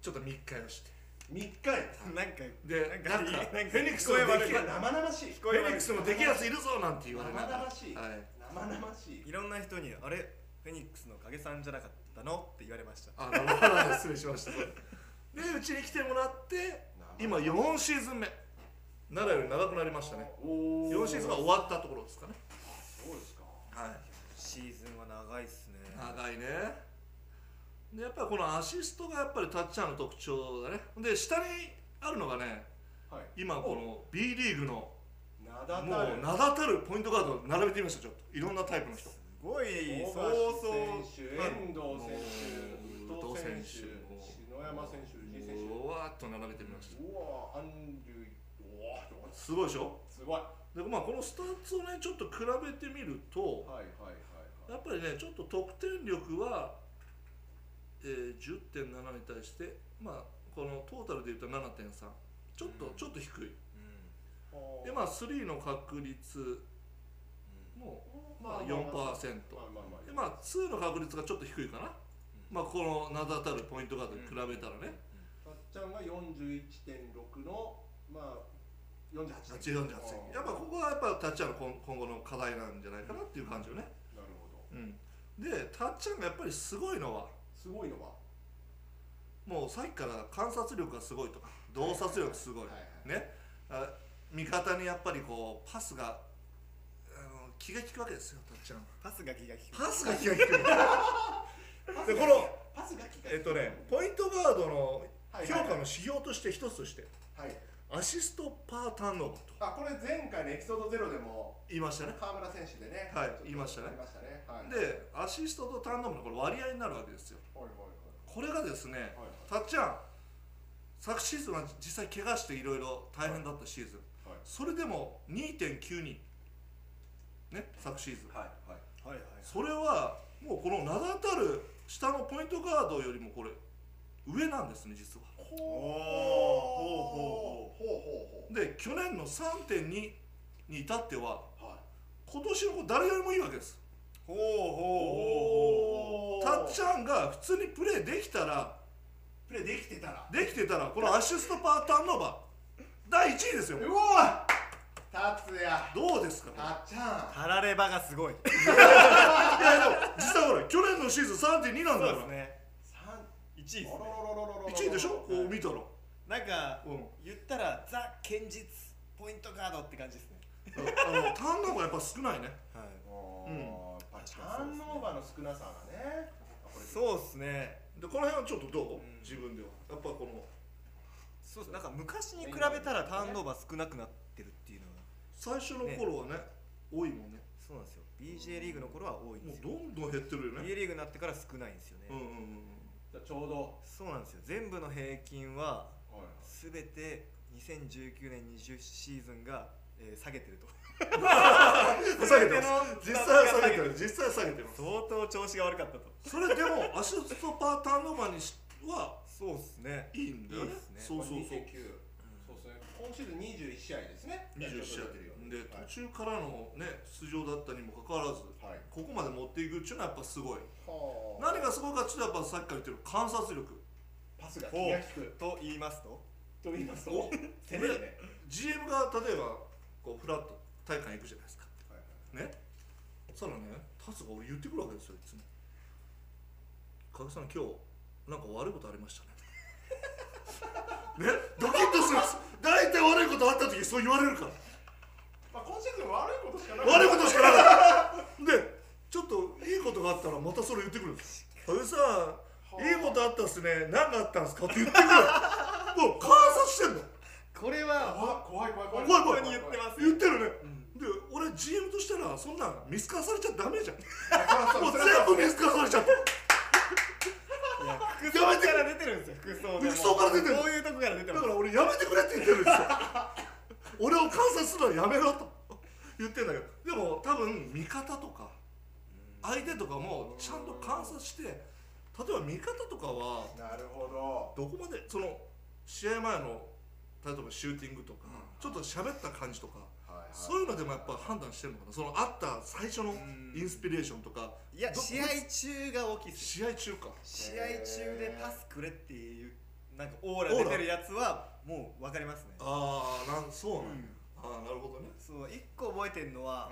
Speaker 3: ちょっと密会をして
Speaker 2: 3日や
Speaker 4: なんか
Speaker 3: で
Speaker 4: なん
Speaker 3: な
Speaker 4: か
Speaker 3: んか
Speaker 4: なんか
Speaker 3: フェニックスの
Speaker 4: 聞こえ悪
Speaker 3: で
Speaker 4: い
Speaker 3: きる
Speaker 2: 今生々しい
Speaker 4: 聞
Speaker 3: フ
Speaker 4: こえ
Speaker 3: ェニ
Speaker 4: は
Speaker 3: ックスのできるやついるぞなんて言われながら
Speaker 2: 生々しい
Speaker 3: はい、
Speaker 2: 生々しい
Speaker 4: いろんな人にあれフェニックスの影さんじゃなかったのって言われました
Speaker 3: あなるほど失礼しましたでうちに来てもらって今4シーズン目奈良より長くなりましたね
Speaker 2: お
Speaker 3: 4シーズンが終わったところですかね
Speaker 2: そうですか
Speaker 3: はい
Speaker 4: シーズンは長いっすね
Speaker 3: 長いねでやっぱりこのアシストがやっぱりタッチャーの特徴だねで下にあるのがね
Speaker 2: はい
Speaker 3: 今この B リーグのも
Speaker 2: 名だた
Speaker 3: う
Speaker 2: る
Speaker 3: 名だたるポイントガードを並べてみましたちょっといろんなタイプの人
Speaker 4: すごい
Speaker 2: 大
Speaker 4: そう
Speaker 2: 橋
Speaker 4: そう
Speaker 2: 選手
Speaker 3: はい
Speaker 2: 遠藤選
Speaker 3: もう
Speaker 2: 手
Speaker 3: 宇
Speaker 2: 宇
Speaker 3: 藤
Speaker 2: 藤選
Speaker 3: 選手も
Speaker 2: 手篠山選手藤井選
Speaker 3: うわーっと並べてみました
Speaker 2: 手うわアンドゥうわ
Speaker 3: すごいでしょ
Speaker 2: すごいは
Speaker 3: でまあこのスタッツをねちょっと比べてみると
Speaker 2: いはいはい
Speaker 3: やっぱりねちょっと得点力は、えー、10.7に対してまあこのトータルでいうと7.3ちょっと、
Speaker 4: うん
Speaker 3: ちょっと低い
Speaker 4: うん
Speaker 2: はい
Speaker 3: でまあ3の確率もまあ4%
Speaker 2: まあまあまあまあ
Speaker 3: でまあ2の確率がちょっと低いかな、まあこの名だたるポイントガードに比べたらね、
Speaker 2: たっちゃんが41.6のまあ48
Speaker 3: 8 4 8やっぱここはやっぱタッチャーの今今後の課題なんじゃないかなっていう感じよね、
Speaker 2: なるほど
Speaker 3: うん、でタッチャーがやっぱりすごいのは
Speaker 2: すごいのは
Speaker 3: もうさっきから観察力がすごいとか洞察力すごい、
Speaker 2: はいはい
Speaker 3: ねあ味方にやっぱりこうパスがあの気が利くわけですよたっちゃんは
Speaker 4: パスが気が利く
Speaker 3: パスが気が利く
Speaker 2: パス
Speaker 3: で
Speaker 2: が
Speaker 3: この
Speaker 2: パスが来た
Speaker 3: えっとね、ポイントガードの
Speaker 2: はい
Speaker 3: 評価の指標として一つとして、
Speaker 2: はい
Speaker 3: アシストパーターンオーバーと
Speaker 2: あこれ前回のエピソードゼロでも
Speaker 3: 言いましたね。
Speaker 2: 河村選手でね
Speaker 3: はい
Speaker 2: ちょっと
Speaker 3: 言いましたね
Speaker 2: 言いましたねはいはい
Speaker 3: で、アシストとターンオーバーのこれ割合になるわけですよ。
Speaker 2: はい
Speaker 3: これがですね、
Speaker 2: はい
Speaker 3: たっちゃん、昨シーズンは実際怪我していろいろ大変だったシーズン、
Speaker 2: はい
Speaker 3: それでも2.9人、ね、昨シーズン。
Speaker 2: はいはい
Speaker 4: はいはい
Speaker 3: それはもうこの名だたる下のポイントガードよりもこれ上なんですね実は
Speaker 2: ほう
Speaker 4: ほ
Speaker 2: ほうほうほ
Speaker 3: で去年の3.2に至っては
Speaker 2: うはい
Speaker 3: 今年の子誰よりもいいわけです
Speaker 4: ほうほうほうほ
Speaker 2: おー
Speaker 4: う
Speaker 3: たっちゃんが普通にプレーできたら
Speaker 4: プレーできてたら
Speaker 3: できてたらこのアシストパーターンオーバー第1位ですよ
Speaker 2: うおい達也
Speaker 3: どうですか
Speaker 2: たっちゃ
Speaker 4: タラレバがすごい
Speaker 3: いやでも実はほら去年のシーズン3.2なんだから、
Speaker 4: ね
Speaker 2: ん
Speaker 4: 1位です
Speaker 2: 3
Speaker 4: ね
Speaker 2: ロロロロロロロ
Speaker 3: 1位でしょこう見たら、
Speaker 4: なんか、
Speaker 3: うん
Speaker 4: 言ったらザ堅実ポイントガードって感じですね
Speaker 3: あのターンオーバーやっぱ少ないね
Speaker 4: はい
Speaker 2: おー
Speaker 3: うん
Speaker 2: やっぱりターンオーバーの少なさがねこれ
Speaker 4: そうですね
Speaker 3: でこの辺はちょっとどう、
Speaker 4: ん
Speaker 3: 自分ではやっぱこの
Speaker 4: そうっすなんか昔に比べたらターンオーバー少なくなってるっていうのは
Speaker 3: 最初の頃はね多いもんね
Speaker 4: そうなんですよ BJ リーグの頃は多いん
Speaker 3: もう
Speaker 4: ですよ
Speaker 3: どんどん減ってるよね
Speaker 4: BJ リーグになってから少ないんですよね、
Speaker 3: うんうん
Speaker 2: じゃあちょうど
Speaker 4: そうなんですよ全部の平均は
Speaker 2: はい
Speaker 4: 全て2019年20シーズンが、えー下げてると
Speaker 3: うん下げてます実
Speaker 4: 全て
Speaker 3: 際
Speaker 4: の
Speaker 3: は下げてる実際は下げてます
Speaker 4: 相当調子が悪かったと
Speaker 3: それでもアシストパーターンオーバーにしは
Speaker 4: そうっすね
Speaker 3: いいんだよね
Speaker 4: いいっすね
Speaker 3: そうそうそう
Speaker 2: 29そうですね今シーズン21試合ですね
Speaker 3: 21試合
Speaker 2: 出てるよね
Speaker 3: で
Speaker 2: はい
Speaker 3: 途中からのね出場だったにもかかわらず
Speaker 2: はい
Speaker 3: ここまで持っていくっていうのはやっぱすご
Speaker 2: は
Speaker 3: い
Speaker 2: あ
Speaker 3: 何がすごいかっていうとやっぱさっきから言ってる観察力
Speaker 2: パスが
Speaker 4: ほ
Speaker 2: 気が利
Speaker 4: う
Speaker 2: く
Speaker 4: と言いますと
Speaker 2: と言いますと
Speaker 3: お
Speaker 2: 攻めるね
Speaker 3: GM が例えばこうフラッと体育館行くじゃないですか
Speaker 2: はいはい
Speaker 3: ねそしたらね達が俺言ってくるわけですよいつも「加賀さん今日なんか悪いことありましたね」ねドキッとするんです大体悪いことあった時そう言われるから
Speaker 2: まあ今シーズン悪いことしかない
Speaker 3: 悪いことしかなかったでちょっといいことがあったらまたそれ言ってくるんです「加賀さんいいことあったっすね何があったんすか?」って言ってくるもう観察してんの
Speaker 4: これは
Speaker 2: 怖い怖い怖い怖い
Speaker 3: 怖い怖
Speaker 4: 本当に言ってますよ
Speaker 3: 言ってるね、で俺 GM としたらそんなん見透かされちゃダメじゃん もう
Speaker 2: そりゃそう
Speaker 3: 全部見透かされちゃった
Speaker 4: いや服装から出てるんですよ服装でも
Speaker 3: 服装から出てる
Speaker 4: こういうとこから出て
Speaker 3: だ
Speaker 4: ます
Speaker 3: から俺やめてくれって言ってるんですよ俺を観察するのはやめろと言ってんだけどでも多分味方とか相手とかもちゃんと観察して例えば味方とかは
Speaker 2: なるほど
Speaker 3: どこまでその試合前の例えばシューティングとか、
Speaker 2: うん
Speaker 3: ちょっと喋った感じとか、
Speaker 2: はいはい
Speaker 3: そういうのでもやっぱ判断してるのかなそのあった最初のインスピレーションとか
Speaker 4: いや
Speaker 3: ど
Speaker 4: 試合中が大きいですよ
Speaker 3: 試合中か
Speaker 4: 試合中でパスくれっていうなんかオーラ出てるやつはもう分かりますね
Speaker 3: ああなんそうなんや、ああ
Speaker 4: うん
Speaker 3: なるほどね、
Speaker 4: そう一個覚えてるのは、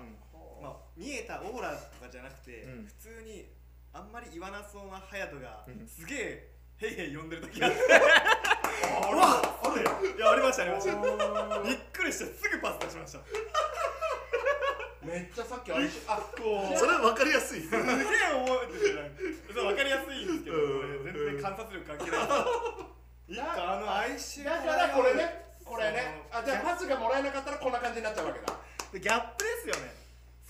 Speaker 4: まあ、見えたオーラとかじゃなくて、
Speaker 3: うん
Speaker 4: 普通にあんまり言わなそうな隼人が、
Speaker 3: うん
Speaker 4: すげえヘイヘイ呼んでる時があって
Speaker 2: あ
Speaker 4: う
Speaker 2: れ
Speaker 4: わ
Speaker 2: あれ
Speaker 4: いやありましたありました
Speaker 2: お
Speaker 4: びっくりしてすぐパス出しましたす
Speaker 2: ーめっちゃさっきあれしあこ
Speaker 3: それは分かりや すい
Speaker 4: げえ覚えてるなんかそう分かりやすいんですけど、
Speaker 3: うん
Speaker 4: これ全然観察力関係ない
Speaker 2: うん
Speaker 4: 一個あの哀愁
Speaker 2: だからこれねこれねあじゃあパスがもらえなかったらこんな感じになっちゃうわけだ
Speaker 4: でギャップですよね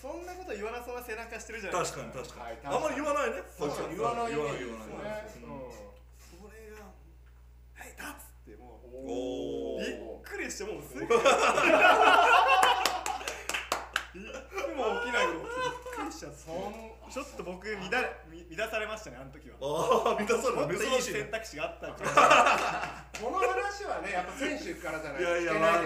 Speaker 4: そんなこと言わなそうな背中してるじゃない
Speaker 3: 確かに確かに、
Speaker 2: はい
Speaker 3: あんまり言わないね
Speaker 2: そう
Speaker 3: こっちは
Speaker 2: 言わない
Speaker 3: 言
Speaker 2: よ
Speaker 3: わな
Speaker 2: う
Speaker 3: い
Speaker 2: に
Speaker 3: 言わ
Speaker 2: そう
Speaker 3: ない
Speaker 2: ね
Speaker 4: それが「はい立つ!」っても
Speaker 2: う
Speaker 4: うん
Speaker 3: お
Speaker 2: お
Speaker 4: びっ
Speaker 2: ー
Speaker 4: くりしてもうすぐいつも起きないのびっくりしちゃって
Speaker 2: そん
Speaker 4: ちょっと僕乱れみ乱されましたねあの時はも
Speaker 3: ああ満たさ
Speaker 4: っ
Speaker 3: れる
Speaker 4: とい
Speaker 3: 珍
Speaker 4: い
Speaker 3: しいね
Speaker 4: 選択肢があったんじゃない
Speaker 2: この話はねやっぱ選手からじゃない
Speaker 3: い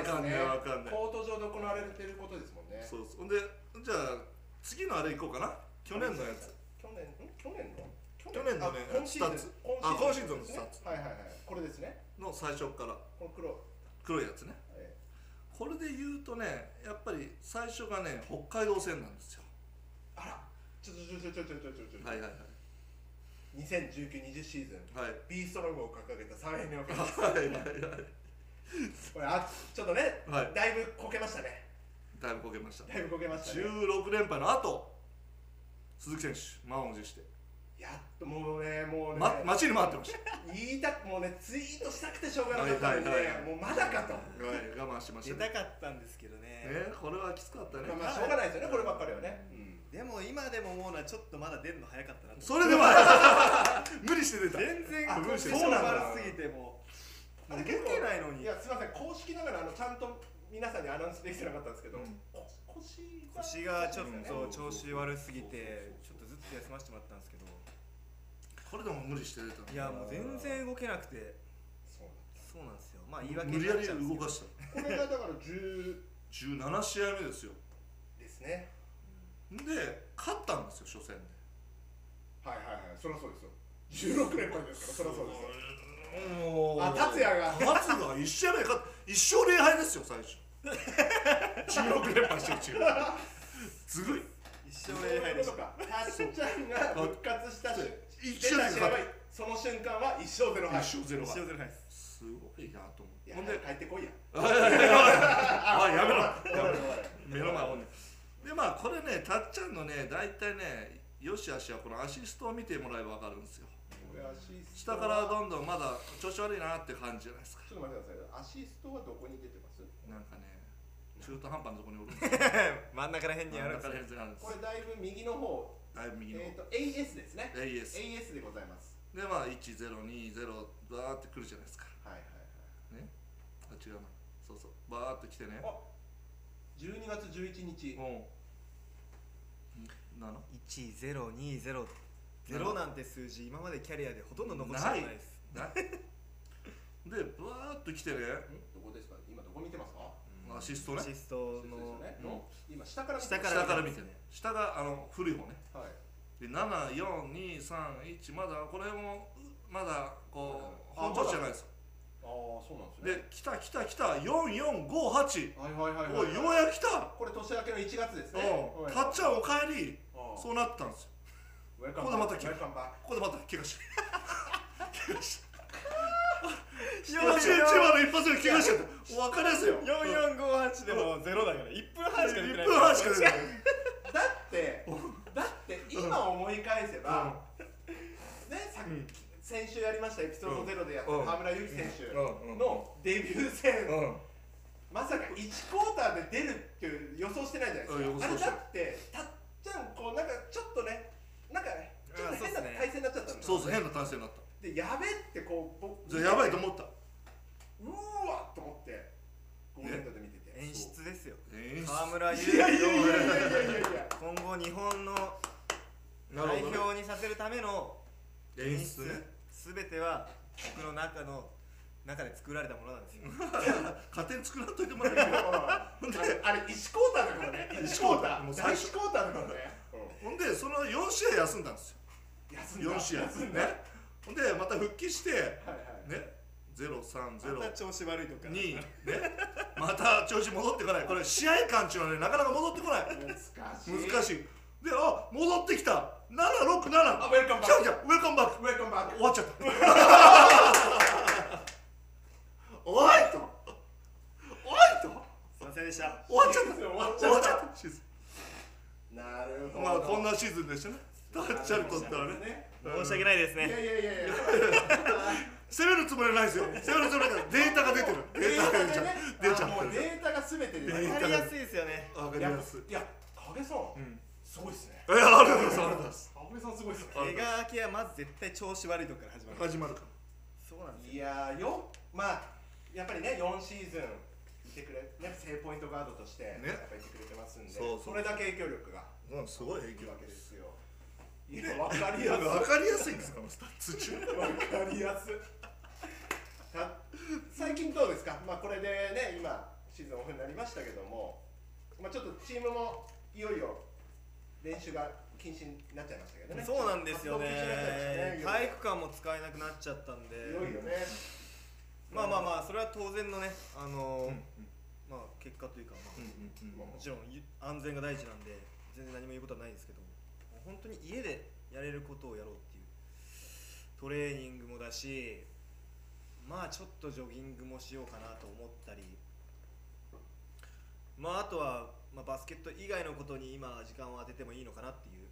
Speaker 2: と
Speaker 3: やい
Speaker 2: い
Speaker 3: や
Speaker 2: けないですね
Speaker 3: わかんないわかんない
Speaker 2: コート上で行われてることですもんね
Speaker 3: そうそうほんでじゃあ次のあれいこうかな去年のやつ
Speaker 2: 去年ん去年の去
Speaker 3: 去年のね
Speaker 2: あ今シーズン
Speaker 3: あ今シーズン
Speaker 2: ですね
Speaker 3: のス
Speaker 2: はいはいはいこれですね
Speaker 3: の最初から
Speaker 2: この黒
Speaker 3: 黒いやつね
Speaker 2: え
Speaker 3: これで言うとねやっぱり最初がね北海道戦なんですよ
Speaker 2: ーあらちょちょちょちょちょちょちょちょ、
Speaker 3: はいはいはい
Speaker 2: 2019-20シーズン
Speaker 3: はい
Speaker 2: ビーストロングを掲げた3連目をかけた
Speaker 3: はいはいはい
Speaker 2: これあちょっとね、
Speaker 3: はい
Speaker 2: だいぶこけましたね
Speaker 3: だいぶこけました
Speaker 2: だいぶこけましたね
Speaker 3: 16連敗の後鈴木選手満を持して
Speaker 2: やっともうねもうね、
Speaker 3: ま、待ちに回ってました
Speaker 2: 言いたくもうねツイートしたくてしょうがなかったんで、
Speaker 3: はいはいはい
Speaker 2: もうまだかと、
Speaker 3: はい我慢しまし
Speaker 4: 出
Speaker 3: たね
Speaker 4: たかったんですけどね
Speaker 3: ねこれはきつかったね
Speaker 2: まあ、まあしょうがないですよねこればっかりはね、うん
Speaker 4: でも今でも思うのはちょっとまだ出るの早かったなと
Speaker 3: それでは 無理して出た
Speaker 4: 全然
Speaker 3: あ
Speaker 4: こう
Speaker 3: そう
Speaker 4: そう
Speaker 3: なんだ
Speaker 4: 悪すぎてもう
Speaker 2: あれ
Speaker 4: 受けないの
Speaker 2: い
Speaker 4: に
Speaker 2: やすいません公式ながらあのちゃんと皆さんにアナウンスできてなかったんですけど、
Speaker 3: うん
Speaker 2: こ腰が
Speaker 4: 腰がちょっ
Speaker 3: うん
Speaker 4: と調子悪すぎてちょっとずっと休ませてもらったんですけど
Speaker 3: これでも無理して出たね
Speaker 4: いやもう全然動けなくて
Speaker 2: そう
Speaker 4: そうなんですよまあ言い訳
Speaker 3: 無
Speaker 4: に
Speaker 3: 理
Speaker 4: な
Speaker 3: や
Speaker 4: っ
Speaker 3: り
Speaker 4: ちゃうん
Speaker 3: 動
Speaker 4: で
Speaker 3: か
Speaker 4: す
Speaker 3: した
Speaker 2: これがだから10
Speaker 3: 17試合目ですよ
Speaker 2: ですね
Speaker 3: で勝ったんですよ初戦で
Speaker 2: はいはいはいそりゃそうですよ16連敗ですからそりゃそうですよ
Speaker 3: もう
Speaker 2: あ達也が
Speaker 3: 達也が一試合目勝っ一勝0敗ですよ最初16連敗してるチームずるい
Speaker 4: けど一生礼拝でし
Speaker 2: そ
Speaker 4: た
Speaker 2: ういうことかたっちゃんが復活したし
Speaker 3: 一
Speaker 2: 出
Speaker 3: 試合
Speaker 2: た
Speaker 3: 目
Speaker 2: 試合は
Speaker 3: 勝っ
Speaker 2: その瞬間は1勝0
Speaker 3: た
Speaker 2: 敗
Speaker 3: 一勝0
Speaker 4: 一生
Speaker 3: 敗
Speaker 4: 礼拝で す
Speaker 3: すごいなと思
Speaker 2: い
Speaker 3: って
Speaker 2: や
Speaker 3: ほん
Speaker 2: 早
Speaker 3: で
Speaker 2: く帰ってこいや
Speaker 3: あやめろ
Speaker 2: 終わる終わる
Speaker 3: 目の前をねでまあこれねたっちゃんのね大体ねよしあしはこのアシストを見てもらえば分かるんですよ
Speaker 2: これアシスト
Speaker 3: 下からどんどんまだ調子悪いなって感じじゃないですか
Speaker 2: ちょっと待ってくださいアシストはどこに出てます
Speaker 3: なんかね中途半端なとこにおるんですよ
Speaker 4: 真ん中ら辺に
Speaker 3: 真
Speaker 4: あ
Speaker 3: ん
Speaker 4: るんです
Speaker 3: 中ら
Speaker 4: よ
Speaker 3: 辺にあるんです
Speaker 2: こ
Speaker 3: よ
Speaker 2: れだいぶ右の方
Speaker 3: だいぶ右の
Speaker 2: えっと AS ですね
Speaker 3: AS
Speaker 2: AS でございます
Speaker 3: でまあ1020バーってくるじゃないですか
Speaker 2: はいはいは
Speaker 3: ねあ違うなそうそうバーって来てね
Speaker 2: いあ12月11日
Speaker 3: うんなの
Speaker 4: 1020ゼロなんて数字今までキャリアでほとんど残してないです
Speaker 3: なでバーっと来てね
Speaker 2: んどこですか今どこ見てますか
Speaker 3: アシストね
Speaker 4: アシスト
Speaker 2: そう
Speaker 4: の
Speaker 2: ですよね
Speaker 3: うん
Speaker 2: 今下から
Speaker 4: 下
Speaker 3: 下から見
Speaker 4: 見
Speaker 3: て
Speaker 4: て
Speaker 3: ね下があの古い方ね
Speaker 2: はい
Speaker 3: で74231まだこれもうまだこう
Speaker 2: あ
Speaker 3: 本調子じゃないです
Speaker 2: ああそうなんですね
Speaker 3: で来た来た来た4458
Speaker 2: はいはいはい
Speaker 3: おいようやく来た
Speaker 2: これ年明けの1月ですね
Speaker 3: おう
Speaker 2: はい
Speaker 3: たっちゃんおかえり
Speaker 2: ああ
Speaker 3: そうなったんですよ
Speaker 2: ウェルカム
Speaker 3: ここでまた
Speaker 2: ウ
Speaker 3: 来
Speaker 2: ェ
Speaker 3: る
Speaker 2: ルカムバ
Speaker 3: ここでまた怪我して怪我して
Speaker 4: よ
Speaker 3: 千葉の一発で怪我しちゃった分かりやすいよ
Speaker 4: 4458でもゼロだから1分半しか出てな
Speaker 3: 1
Speaker 4: い
Speaker 3: 分半しか出ない
Speaker 2: ックだ ってだって今思い返せばねさっき先週やりましたエピソードゼロでやった
Speaker 3: うん
Speaker 2: 河村勇輝選
Speaker 3: うんう
Speaker 2: 手
Speaker 3: ん
Speaker 2: のデビュー戦
Speaker 3: うん
Speaker 2: まさか1クォーターで出るっていう予想してないじゃない
Speaker 3: うん
Speaker 2: で
Speaker 3: 予
Speaker 2: すかあれ
Speaker 3: 想して
Speaker 2: だっ
Speaker 3: ない
Speaker 2: てたっちゃんこうなんかちょっとねなんかねちょっと変な
Speaker 4: あそうっすね
Speaker 2: 体勢になっちゃったんだ
Speaker 3: そうそう変な体勢になっ
Speaker 2: でやべってこう僕
Speaker 3: た じゃあやばいと思った
Speaker 2: うーわっと思ってゴールデンで見てて
Speaker 4: 演出ですよ
Speaker 3: 演出
Speaker 4: 河村
Speaker 2: い
Speaker 4: 優
Speaker 2: やい
Speaker 4: 輝
Speaker 2: やいやいや
Speaker 4: を
Speaker 2: いやいやいや
Speaker 4: 今後日本の
Speaker 3: なる
Speaker 4: 代
Speaker 3: ほどね
Speaker 4: 表にさせるための
Speaker 3: 演出ね
Speaker 4: すべては僕の中の中で作られたものなんですよ
Speaker 3: 勝手に作らんといてもらえ る
Speaker 2: あれあれ1クォーターだからね1クォーター
Speaker 3: もう
Speaker 2: 第
Speaker 3: 最
Speaker 2: 1
Speaker 3: 初
Speaker 2: クォーターだからね
Speaker 3: ほんでその4試合休んだんですよ
Speaker 2: 休んだ
Speaker 3: 4試合
Speaker 2: 休んだ
Speaker 3: ねほんでまた復帰して
Speaker 2: はいはい
Speaker 3: ね
Speaker 4: また
Speaker 3: 0302
Speaker 4: 調子悪いとか
Speaker 3: ねまた調子戻ってこないこれ試合間中はねなかなか戻ってこない
Speaker 2: 難しい
Speaker 3: 難しいであ戻ってきた767
Speaker 2: あウェルカムバ
Speaker 3: 来
Speaker 2: ッ
Speaker 3: た
Speaker 2: ク
Speaker 3: 来たウェルカムバック
Speaker 2: ウェルカムバック
Speaker 3: 終わ っちゃったおいとおいと
Speaker 4: すいませんでした
Speaker 3: 終わっちゃった
Speaker 2: 終わっち
Speaker 3: 終
Speaker 2: ゃ
Speaker 3: わ
Speaker 2: っ
Speaker 3: っちゃ
Speaker 2: た
Speaker 3: ったシーズ
Speaker 2: なる
Speaker 3: ン
Speaker 2: ほど
Speaker 3: まあこんなシーズンでしたねタッチャルとったらね
Speaker 2: ね
Speaker 4: 申し訳ないです
Speaker 2: いや
Speaker 4: ね
Speaker 2: いやいやいや
Speaker 3: 攻めるつもりはないですよ攻めるつもりはないデータが出てる データが出ちゃう出ちゃ
Speaker 2: あもう
Speaker 3: ってる
Speaker 2: データが全てで
Speaker 3: デー
Speaker 4: わ
Speaker 3: タ
Speaker 4: かりやすいですよね
Speaker 3: わかりやすい
Speaker 2: いや影さん
Speaker 3: ん
Speaker 2: すごいですね
Speaker 3: えありがとうございますありがとうございます
Speaker 2: 影さんすごいですね
Speaker 3: あ
Speaker 4: 怪我明けはまず絶対調子悪いとこから始まる
Speaker 3: 始まるか
Speaker 4: そうなんです
Speaker 2: い
Speaker 4: よ
Speaker 2: やーよまあやっぱりね4シーズンいてくれね正ポイントガードとして、
Speaker 3: ね
Speaker 2: やっぱいてくれてますんで
Speaker 3: そうそう
Speaker 2: れだけ影響力が
Speaker 3: らうんすごい影
Speaker 2: いる
Speaker 3: 響
Speaker 2: わけですよいやわかりやすい
Speaker 3: わかりやすいんですかスタッツ中
Speaker 2: わかりやすいた最近どうですかまあこれでね今シーズンオフになりましたけどもまあちょっとチームもいよいよ練習が禁止になっちゃいましたけどね
Speaker 4: そうなんですよね
Speaker 2: 活動禁止になっちゃいましたね
Speaker 4: 体育館も使えなくなっちゃったんで
Speaker 2: いよいよね
Speaker 4: まあまあまあそれは当然のねあのー
Speaker 3: うん
Speaker 4: まあ結果というかまあ
Speaker 3: うん
Speaker 4: もちろんゆ安全が大事なんで全然何も言うことはないんですけど本当に家でやれることをやろうっていうトレーニングもだしまあちょっとジョギングもしようかなと思ったりまああとは、まあ、バスケット以外のことに今時間を当ててもいいのかなっていう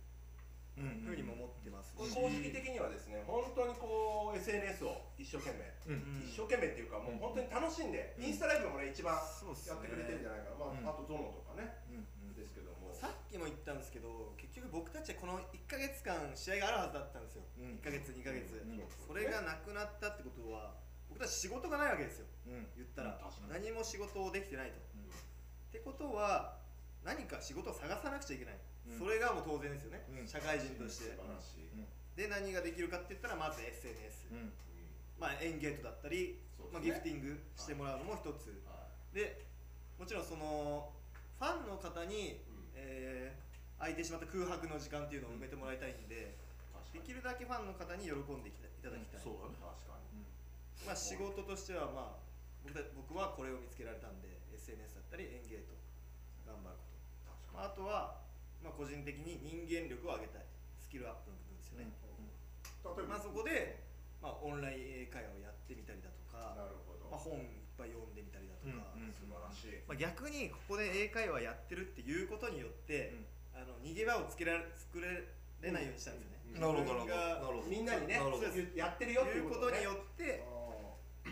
Speaker 3: うん
Speaker 4: ふうにも思ってますし、
Speaker 2: これ公式的にはですね本当にこう SNS を一生懸命、
Speaker 3: うん
Speaker 4: うん
Speaker 2: 一生懸命っていうかもう本当に楽しんで、
Speaker 3: うん
Speaker 2: インスタライブもね一番
Speaker 4: そうっす
Speaker 2: や
Speaker 4: ね
Speaker 2: ってくれてるんじゃないかな、まああとゾノとかね
Speaker 3: うん
Speaker 2: ですけども
Speaker 4: さっきも言ったんですけど結局僕たちはこの1か月間試合があるはずだったんですよ、
Speaker 3: うん
Speaker 4: 1か月2か月、
Speaker 3: うん
Speaker 4: それがなくなったってことは僕たち仕事がないわけですよ
Speaker 3: うんうん
Speaker 4: 言ったら、
Speaker 2: うん確か
Speaker 4: 何も仕事をできてないと
Speaker 3: うん
Speaker 4: ってことは何か仕事を探さなくちゃいけな
Speaker 3: うん
Speaker 4: い、それがもう当然ですよね、
Speaker 3: うん
Speaker 4: 社会人とし
Speaker 2: 素
Speaker 4: て、
Speaker 2: 晴らしい、
Speaker 3: うん
Speaker 4: で何ができるかって言ったらまず SNS、
Speaker 3: うん
Speaker 4: まあ、エンゲートだったり、
Speaker 2: そう
Speaker 4: まあ、
Speaker 2: で
Speaker 4: ギ
Speaker 2: すね
Speaker 4: フティングしてもらうのも一つ、
Speaker 2: は
Speaker 4: でもちろんそのファンの方に、
Speaker 2: うん
Speaker 4: えー空いてしまった空白の時間っていうのを埋めてもらいたいんで、
Speaker 2: い、
Speaker 4: できるだけファンの方に喜んでいたいただきたい、
Speaker 3: そうだね
Speaker 2: 確かに
Speaker 4: まあ、仕事としては、まあ、僕た僕はこれを見つけられたんで SNS だったりエンゲート頑張ること、まあ、あとは、まあ、個人的に人間力を上げたいスキルアップの部分ですよね、
Speaker 2: 例えば、
Speaker 4: まあ、そこで、まあ、オンライン英会話をやってみたりだとか
Speaker 2: な、るほど、
Speaker 4: まあ、本いっぱい読んでみたりだとか、
Speaker 3: うんうん
Speaker 2: 素晴らしい、
Speaker 4: まあ、逆にここで英会話やってるっていうことによって、あの逃げ場をつけられ作れれないようにしたんですよね。
Speaker 3: なるほどなるほど
Speaker 4: 自分
Speaker 2: みんなに
Speaker 3: なるほど
Speaker 4: が
Speaker 2: ね
Speaker 3: なるほど
Speaker 2: そうやってるよっていう
Speaker 4: 言
Speaker 2: こ
Speaker 4: う
Speaker 2: を
Speaker 4: こと
Speaker 2: ね
Speaker 4: とによって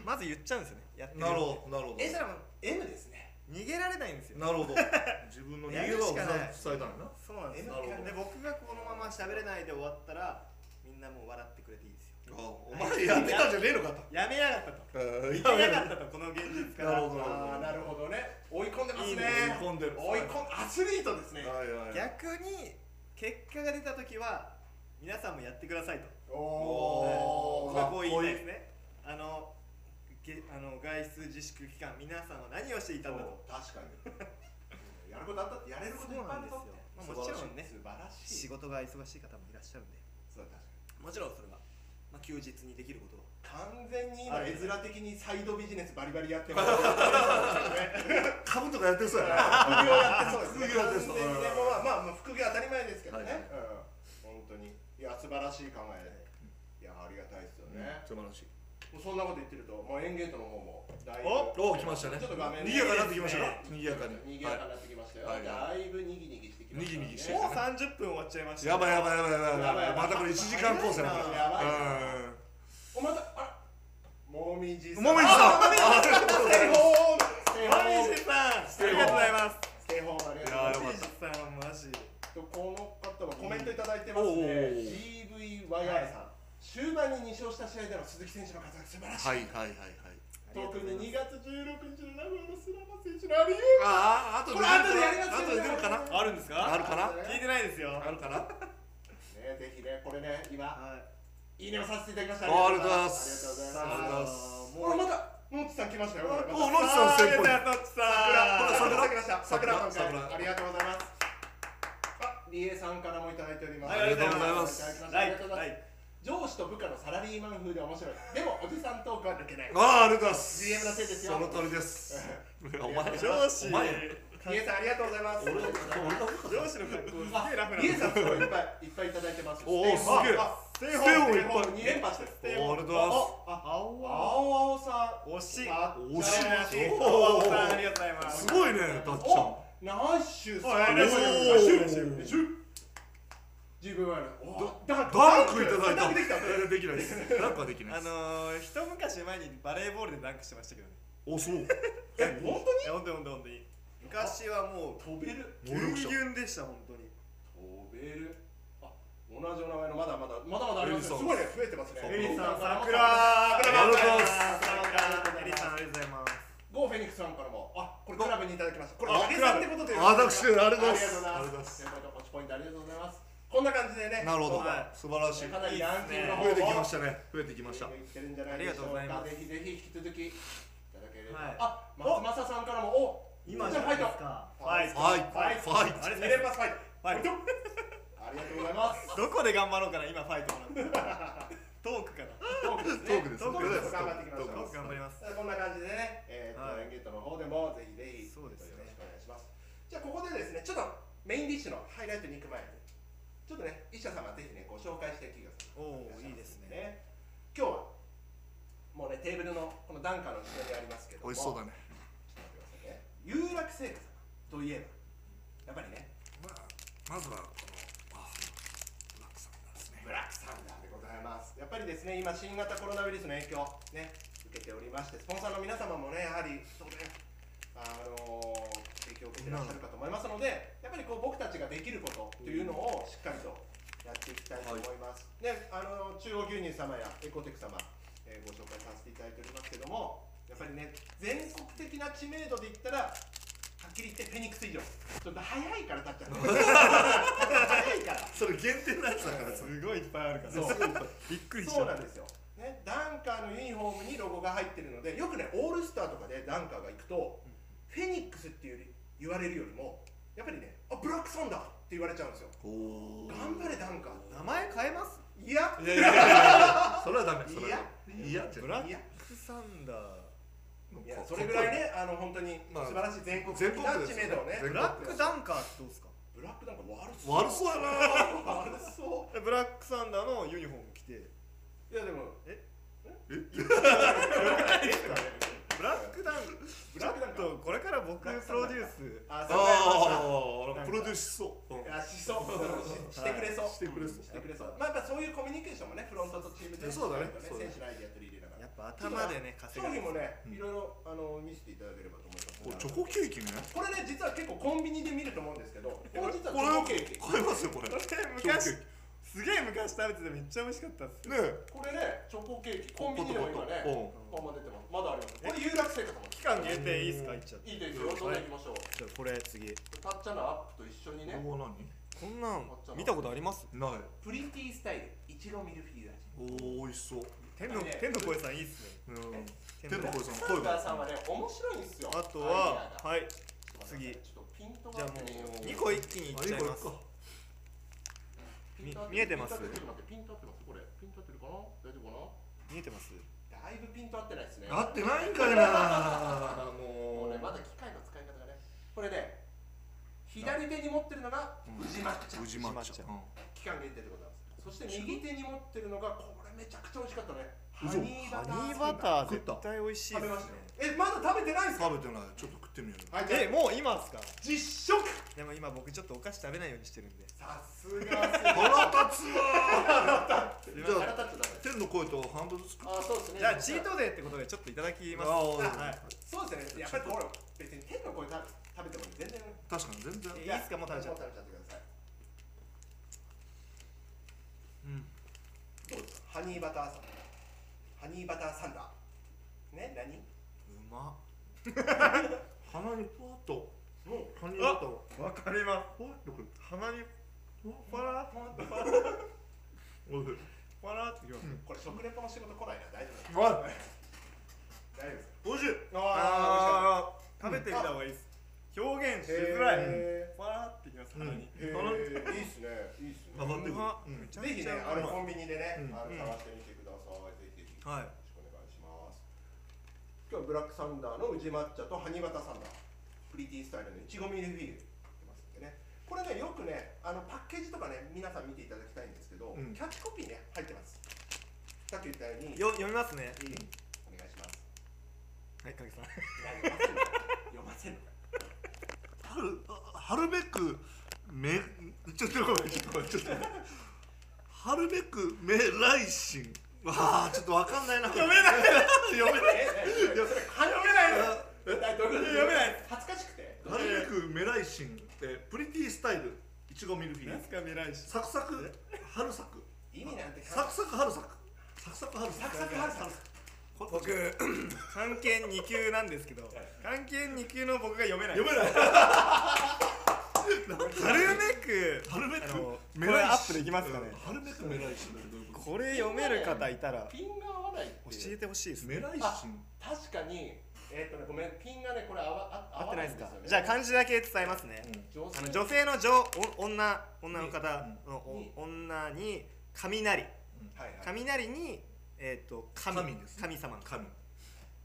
Speaker 4: まず言っちゃうんですよねやって
Speaker 3: なるほどなるほど
Speaker 4: えしたらもう
Speaker 2: M ですね
Speaker 4: 逃げられないんですよ
Speaker 3: なるほど自分の逃げ場を塞いだんだな
Speaker 4: そうなんですよ
Speaker 3: なるほど
Speaker 4: で僕がこのまま喋れないで終わったらみんなもう笑ってくれていいですよ
Speaker 3: あお前やってたんじゃねえのかと
Speaker 4: やめやがったと
Speaker 3: あー
Speaker 4: やめやがったとこの現実か
Speaker 3: な
Speaker 4: ら
Speaker 3: るほど
Speaker 2: ああなるほどね追い込んでますね
Speaker 3: いいね追い込んでる
Speaker 2: 追い込んアスリートですね
Speaker 3: はいはいはい
Speaker 4: 逆に結果が出た時は皆さんもやってくださいと
Speaker 2: お
Speaker 3: お
Speaker 2: お
Speaker 3: ー
Speaker 4: これ
Speaker 2: ー
Speaker 4: はこう言いたいですねあのげあの外出自粛期間皆さんは何をしていたんだと
Speaker 2: 確かにやることあったってやれることいっぱいあるぞって
Speaker 4: そうなんですよまあもちろんね
Speaker 2: 素晴らしい
Speaker 4: 仕事が忙しい方もいらっしゃるんで
Speaker 2: そう確かに
Speaker 4: もちろんそれは、まあ、休日にできることは
Speaker 2: 完全に今
Speaker 4: ある
Speaker 2: 絵
Speaker 4: よね
Speaker 2: 面的にサイドビジネスバリバリや ってます
Speaker 3: 株とかやってそうやな
Speaker 2: 副業やってそうですね完
Speaker 3: 副業やってそう
Speaker 2: 全にねもうまあまあまあ副業当たり前ですけどね、
Speaker 3: はいはい
Speaker 2: うん本当にいや素晴らしい考えでいやありがたいですよね、
Speaker 3: 素晴らしい
Speaker 2: もうそんなこと言ってると、もうエンゲートの方もだいぶ
Speaker 3: おお来ましたね
Speaker 2: ちょっと画面ね
Speaker 3: 賑やかになってきました
Speaker 2: いい
Speaker 3: ね
Speaker 2: ですね
Speaker 3: 賑やかに
Speaker 2: 賑やかになってきましたよ、
Speaker 3: はい
Speaker 2: だいぶにぎにぎしてきましたね
Speaker 3: にぎにぎしてき
Speaker 4: も
Speaker 3: た
Speaker 4: う30分終わっちゃいました
Speaker 3: やばいやばいやばいやばい
Speaker 2: やばいやばい
Speaker 3: またこれ1時間コースやな
Speaker 2: やばいやばい
Speaker 3: うん
Speaker 2: おまたあもみじさん
Speaker 3: もみじさん
Speaker 2: あもみじさんステイホー
Speaker 4: マ
Speaker 2: ム
Speaker 4: ミ
Speaker 2: ステイホーム
Speaker 4: シさんありがとうございます
Speaker 2: ステイホームありがとうございます
Speaker 3: いやーよかっ
Speaker 4: マミシさんマジ
Speaker 2: とこの方はコメントいただいてますね
Speaker 3: お
Speaker 2: GVYR さん終盤に2勝した試合での鈴木選手の活躍素晴らしい、
Speaker 3: はいはいはいはい
Speaker 2: 特に2月16日の名古屋のスラマ選手のあり
Speaker 3: あああと
Speaker 2: これ後でやりますよ
Speaker 3: 後で出るかな
Speaker 2: ね
Speaker 4: あるんですか
Speaker 3: あるかな
Speaker 4: 聞いてないですよ
Speaker 3: あるかな
Speaker 2: ねぜひねこれね今
Speaker 4: はい
Speaker 2: いいねをさせていただきました
Speaker 3: ありがとうございます
Speaker 2: ありがとうございますほらまたノ
Speaker 3: ありがとうございます
Speaker 2: ッチさん来ましたよ。ほら
Speaker 3: お
Speaker 2: また
Speaker 3: ロッチさん先
Speaker 4: あ
Speaker 3: 輩
Speaker 4: りがとうございます
Speaker 2: 桜
Speaker 4: ロッチさん
Speaker 2: ほら桜来ました。桜今回
Speaker 3: 桜桜
Speaker 2: ありがとうございます。あ、リエさんからもいただいております。
Speaker 4: はいありがとうございま
Speaker 2: い
Speaker 4: す
Speaker 2: ただきましたあ
Speaker 4: ラ
Speaker 2: りがとう
Speaker 4: イク
Speaker 2: ござ
Speaker 4: ラ
Speaker 2: います
Speaker 4: イ
Speaker 2: 上司と部下のサラリーマン風で面白い。でもおじさんトークは抜けない。
Speaker 3: ああありがとうございます
Speaker 2: GM のせいですよ
Speaker 3: その通りですお前
Speaker 4: ク上司
Speaker 3: お前
Speaker 2: リエさんありがとうございます。
Speaker 4: 上司の格好すげえラフな
Speaker 2: リエさんすごいいっぱいいっぱいいただいてます。
Speaker 3: おーすげえ
Speaker 2: あステイホ
Speaker 3: ステイホ
Speaker 2: ー
Speaker 3: ーム
Speaker 2: ム2
Speaker 3: いっぱい
Speaker 2: 連覇してる。ステイホーム
Speaker 3: おあり
Speaker 2: あ、
Speaker 3: がとうございます
Speaker 4: 青青
Speaker 2: 青青さん。あ
Speaker 3: 惜
Speaker 4: 惜しい
Speaker 3: しい
Speaker 2: あ
Speaker 4: 青青さんありがとうございます
Speaker 3: すごいねたっちゃ
Speaker 2: お
Speaker 3: ん
Speaker 2: ナイスシューズ
Speaker 4: おいナイスシ
Speaker 2: ナ
Speaker 3: ーズ
Speaker 4: ュ
Speaker 2: イスシューズシューズシューズ十分前のダンク
Speaker 3: ダンクいただいた
Speaker 2: ダンクできた
Speaker 3: いやできないですダンクはできない
Speaker 4: あ
Speaker 3: です
Speaker 4: のー一昔前にバレーボールでダンクしてましたけどね
Speaker 3: おそう
Speaker 2: え本
Speaker 4: いやほんとにほんとにほんとに昔はもう
Speaker 2: 当に飛べる
Speaker 4: ギュンギュンでした本当に
Speaker 2: 飛べるあ同じお名前のまだまだまだまだありますねす
Speaker 3: エリさん
Speaker 2: ごいね増えてますね
Speaker 3: エリさん
Speaker 2: 桜
Speaker 4: あり
Speaker 3: がとうございます
Speaker 4: 桜エリさんありがとうございます
Speaker 2: ゴーフェニックスさんからもあこれクラブにいただきましたこれ
Speaker 3: あ
Speaker 2: あげさんってことで
Speaker 3: あ私ありがとうございま
Speaker 2: ありが
Speaker 3: す
Speaker 2: とうございます先輩とポチポイントありがとうございますこんな感じでね
Speaker 3: なるほど
Speaker 2: 今回
Speaker 3: 素晴らしい
Speaker 2: かなりランキングの方
Speaker 3: 増えてき
Speaker 2: も
Speaker 3: ましたね増えてきました
Speaker 2: いってるんじゃないでしょう
Speaker 4: ありが
Speaker 2: か。
Speaker 4: とうございます
Speaker 2: ぜひぜひ引き続きいただければ。
Speaker 4: はい
Speaker 2: あ、松正さんからもお、
Speaker 4: 今じゃないですか
Speaker 2: ファイト。
Speaker 3: はい
Speaker 2: ファイト。
Speaker 3: ファイト
Speaker 2: あれ、二連発ファイト。
Speaker 4: ファイト
Speaker 2: ありがとうございます。
Speaker 4: どこで頑張ろうかな今ファイトもらってトークかな
Speaker 2: トークですね。
Speaker 3: トークです
Speaker 2: トークです頑張っていきまし
Speaker 3: トー
Speaker 2: ょ
Speaker 3: ク
Speaker 2: う
Speaker 4: トーク。頑張ります
Speaker 2: さあこんな感じでね、えーと、
Speaker 4: は
Speaker 2: エン
Speaker 4: い
Speaker 2: ゲートの方でもぜひぜひ
Speaker 4: そうですね
Speaker 2: よろしくお願いします。じゃあここでですね、ちょっとメインディッシュのハイライトに行く前に、ちょっとね、一社様ぜひねご紹介して企業さん。
Speaker 4: おおいいです
Speaker 2: ね。
Speaker 4: ね
Speaker 2: 今日はもうねテーブルのこのダンカーの後ろにありますけども。
Speaker 3: 美味しそうだね
Speaker 2: ちょっと待ってくださいね有楽製菓様といえばやっぱりね
Speaker 3: まあまずはこのあラック
Speaker 2: ますやっぱりですね今新型コロナウイルスの影響ね受けておりましてスポンサーの皆様もねやはり当然あの影響を受けてらっしゃるかと思いますのでやっぱりこう僕たちができることというのをしっかりとやっていきたいと思います、であの中央牛乳様やエコテック様、えーご紹介させていただいておりますけどもやっぱりね全国的な知名度で言ったらはっきり言ってフェニックス以上ちょっと早いからたっちゃん 早いから
Speaker 3: それ限定のやつだからそれ
Speaker 4: すごいいっぱいあるから
Speaker 2: そう
Speaker 4: びっくりしち
Speaker 2: そう
Speaker 4: ゃっ
Speaker 2: な
Speaker 4: た
Speaker 2: んですよ、ね、ダンカーのユニフォームにロゴが入ってるのでよくねオールスターとかでダンカーが行くと、フェニックスっていうより言われるよりもやっぱりねあブラックサンダーって言われちゃうんですよ
Speaker 3: おお
Speaker 2: 頑張れダンカー
Speaker 4: 名前変えます
Speaker 2: いや
Speaker 3: いやいやいやそれはダメそれはい
Speaker 2: や
Speaker 3: いやじゃ
Speaker 4: ブ
Speaker 3: ない
Speaker 4: ラ
Speaker 2: い
Speaker 4: ッ
Speaker 2: や
Speaker 4: クサンダー
Speaker 2: いやそれぐらいねあの本当に
Speaker 3: まあ
Speaker 2: 素晴らしい全国的
Speaker 3: 全
Speaker 2: な
Speaker 3: 国
Speaker 2: 知
Speaker 3: です
Speaker 2: 名度をね
Speaker 3: 全
Speaker 4: ブ
Speaker 3: 国
Speaker 4: ラックダンカーってどうですか
Speaker 2: ブラックダンカー悪そう
Speaker 3: 悪そうやな
Speaker 2: 悪そ
Speaker 4: ブラックサンダーのユニフォーム着て
Speaker 2: ういやでも ブラッ
Speaker 4: ブラックダン
Speaker 2: クダン
Speaker 4: ち
Speaker 2: カ
Speaker 4: ょっ
Speaker 2: ー
Speaker 4: とこれから僕プ
Speaker 2: ブラックサン
Speaker 4: ロ
Speaker 2: ダー
Speaker 4: デュース
Speaker 2: あそうあ
Speaker 3: ああプロデュースしそう、うん
Speaker 2: いやしそうししてくれそう、
Speaker 3: してくれそう
Speaker 2: してくれそうまあやっぱそういうコミュニケーションもねフロントとチームで
Speaker 3: そうだねそうだ
Speaker 2: 選
Speaker 3: ね
Speaker 2: 手のアイデア取り入れながら
Speaker 4: やっぱ頭でね
Speaker 2: 商
Speaker 4: 稼ぐ
Speaker 2: 品もね
Speaker 3: うん
Speaker 2: いろいろあの見せていただければと思い
Speaker 3: これ
Speaker 2: ます
Speaker 3: チョコケーキね
Speaker 2: これね実は結構コンビニで見ると思うんですけどこれ
Speaker 3: これ
Speaker 2: 実はチョコ
Speaker 3: こ
Speaker 2: ケ
Speaker 3: れ
Speaker 2: ーキ
Speaker 3: 買えますよこれ
Speaker 4: それ
Speaker 3: チョコケ
Speaker 4: 昔
Speaker 3: ー
Speaker 4: すげえ昔食べててめっちゃ美味しかったっす
Speaker 3: キ
Speaker 4: よ
Speaker 3: ね
Speaker 2: これねチョコケーキコンビニでも今ねあんま出てますまだありますこれ有楽生活も
Speaker 4: 期間限定いいっすか言っちゃって
Speaker 2: いいですよどんどん行きましょう
Speaker 4: じゃあこれ次
Speaker 2: タッチャのアップと一緒に
Speaker 3: うん
Speaker 2: ね
Speaker 3: ここは
Speaker 4: こんなん見たことあります
Speaker 3: 何ない
Speaker 2: プリティスタイルいちごミルフィーユ味
Speaker 3: おお美味しそう
Speaker 4: 天の天の声さんいいっす
Speaker 3: う
Speaker 4: ね
Speaker 3: ん
Speaker 4: 天
Speaker 3: 天の声さん
Speaker 2: サ
Speaker 3: 声
Speaker 2: ンダーさん
Speaker 3: が
Speaker 2: はね面白いんですよ
Speaker 4: あと
Speaker 2: アイデ
Speaker 4: は
Speaker 2: アが
Speaker 4: はい
Speaker 2: ち
Speaker 4: 次
Speaker 2: ょっとピント
Speaker 4: じゃ
Speaker 2: が
Speaker 4: あ
Speaker 2: 合
Speaker 4: も
Speaker 2: ってねえよ
Speaker 4: う2個一気にいっちゃいます
Speaker 2: ピント合っ
Speaker 4: 見えてます
Speaker 2: ピント合ってるピント合ってますこれピント合ってるかな大丈夫か
Speaker 4: 見えてます
Speaker 2: なだいぶピント合ってないですね
Speaker 3: 合ってないんかいな
Speaker 2: もう
Speaker 3: もう
Speaker 2: ねまだ機械の使い方がねこれね左手に持ってるのが
Speaker 3: う
Speaker 2: 宇
Speaker 3: ん
Speaker 2: 治抹茶
Speaker 3: 宇治抹
Speaker 4: 宇治
Speaker 3: 茶う
Speaker 4: 抹茶
Speaker 2: 期間限定でございますそして右手に持ってるのがこれめちゃくちゃ美味しかったねハ
Speaker 3: 嘘
Speaker 2: ニーバ
Speaker 4: ハ
Speaker 2: ター
Speaker 4: ニーバター絶対美味しいっ
Speaker 2: 食
Speaker 4: す
Speaker 2: べ
Speaker 4: ね
Speaker 2: ましたよえまだ食べてないんですか
Speaker 3: ん食べてないちょっと食ってみよう
Speaker 2: はいじゃあ
Speaker 4: えもう今っすか
Speaker 2: 実食
Speaker 4: でも今僕ちょっとお菓子食べないようにしてるんで
Speaker 2: さすが
Speaker 3: 腹立つわ
Speaker 4: すいま
Speaker 3: じ
Speaker 4: せん
Speaker 3: ゃ
Speaker 2: 腹
Speaker 3: あ
Speaker 2: 立っちゃダメ
Speaker 3: 天の声とハンドル作っ
Speaker 2: あそうですね
Speaker 4: じゃあチートデーってことでちょっといただきます
Speaker 3: あー
Speaker 4: はい
Speaker 2: そうですねやっぱりこれ別に天の声食べても全然
Speaker 3: 確かに全然
Speaker 4: えいいっすかもう食べちゃ
Speaker 2: も
Speaker 4: っ
Speaker 2: う食べちゃってください
Speaker 3: うん
Speaker 2: どうですかハニーバターサンダーハニーバターサンダーね何
Speaker 3: うまっ鼻にふわっと
Speaker 2: もう
Speaker 3: ハニーバターを
Speaker 4: たわかりま
Speaker 3: ふわっとくる
Speaker 4: す鼻にパラ
Speaker 3: おいしい
Speaker 4: パラってきます
Speaker 2: これ食レポの仕事来ないな大丈夫
Speaker 3: うまい
Speaker 2: 大丈夫です
Speaker 3: おいしい
Speaker 2: あ
Speaker 4: あー食べてみた方がいいっす表現しづらい
Speaker 2: へ
Speaker 4: パラってきます鼻に
Speaker 2: 美味しかったへーいいっすねいいっすね
Speaker 3: あま
Speaker 4: うま
Speaker 3: う
Speaker 4: っ
Speaker 3: ん
Speaker 4: めちゃ
Speaker 2: ぜひ
Speaker 4: めち
Speaker 2: ね
Speaker 4: ゃ
Speaker 2: あの
Speaker 4: う
Speaker 2: コ
Speaker 4: まい
Speaker 2: ンビニでね
Speaker 3: うん
Speaker 2: あの
Speaker 4: うん
Speaker 2: 探してみてくださいぜひぜひよろ
Speaker 4: はい
Speaker 2: しくお願いします今日はブラックサンダーの宇治抹茶とハニバタサンダープリティスタイルのいちごミルフィーユ出ますんでねこれねよくねあのパッケージとかね皆さん見ていただきたいんですけど、
Speaker 3: うん
Speaker 2: キャッチコピーね入ってますさっき言ったように
Speaker 4: よ読みますね
Speaker 2: いいお願いします
Speaker 4: はい影さん
Speaker 2: 読ませんのか
Speaker 3: 春あ春めくめちょっとごめんちょっとごめんちょっとごめん春めくめ来心わあちょっとわかんないな読めない読めない
Speaker 2: 読めないの読めない恥ずかしくて
Speaker 3: 春めくめ来心ってプリティスタイルいちごミルフィーユ
Speaker 4: 何すか未来史
Speaker 3: サクサク春作
Speaker 2: 意味なんて
Speaker 3: サクサク春作サクサク春作
Speaker 2: サクサク春作
Speaker 3: これ
Speaker 4: 僕 漢検2級なんですけど漢検2級の僕が読めない
Speaker 3: 読めない
Speaker 4: 春めく
Speaker 3: 春めく
Speaker 4: あの
Speaker 3: め
Speaker 4: これ
Speaker 3: 来心
Speaker 4: アップできますかね
Speaker 3: うん春めくめ来心ってどういうこと
Speaker 4: これ読める方いたら教
Speaker 2: ピンが合わないって
Speaker 4: えてほしいです
Speaker 3: め
Speaker 4: ね
Speaker 3: 来心
Speaker 2: 確かにえっとねごめんピンがねこれ合わ
Speaker 4: 合
Speaker 2: 合
Speaker 4: って
Speaker 2: わ
Speaker 4: ない
Speaker 2: ない
Speaker 4: で
Speaker 2: ん
Speaker 4: す
Speaker 2: です
Speaker 4: か
Speaker 2: よね
Speaker 4: じゃあ漢字だけ伝えますね
Speaker 2: 女
Speaker 4: あ
Speaker 2: 性
Speaker 4: の女性の女お女女の方
Speaker 3: う
Speaker 2: に
Speaker 3: ん
Speaker 4: のお女に雷
Speaker 2: はいはい
Speaker 4: 雷にえっと神
Speaker 3: 神です
Speaker 4: 神様の神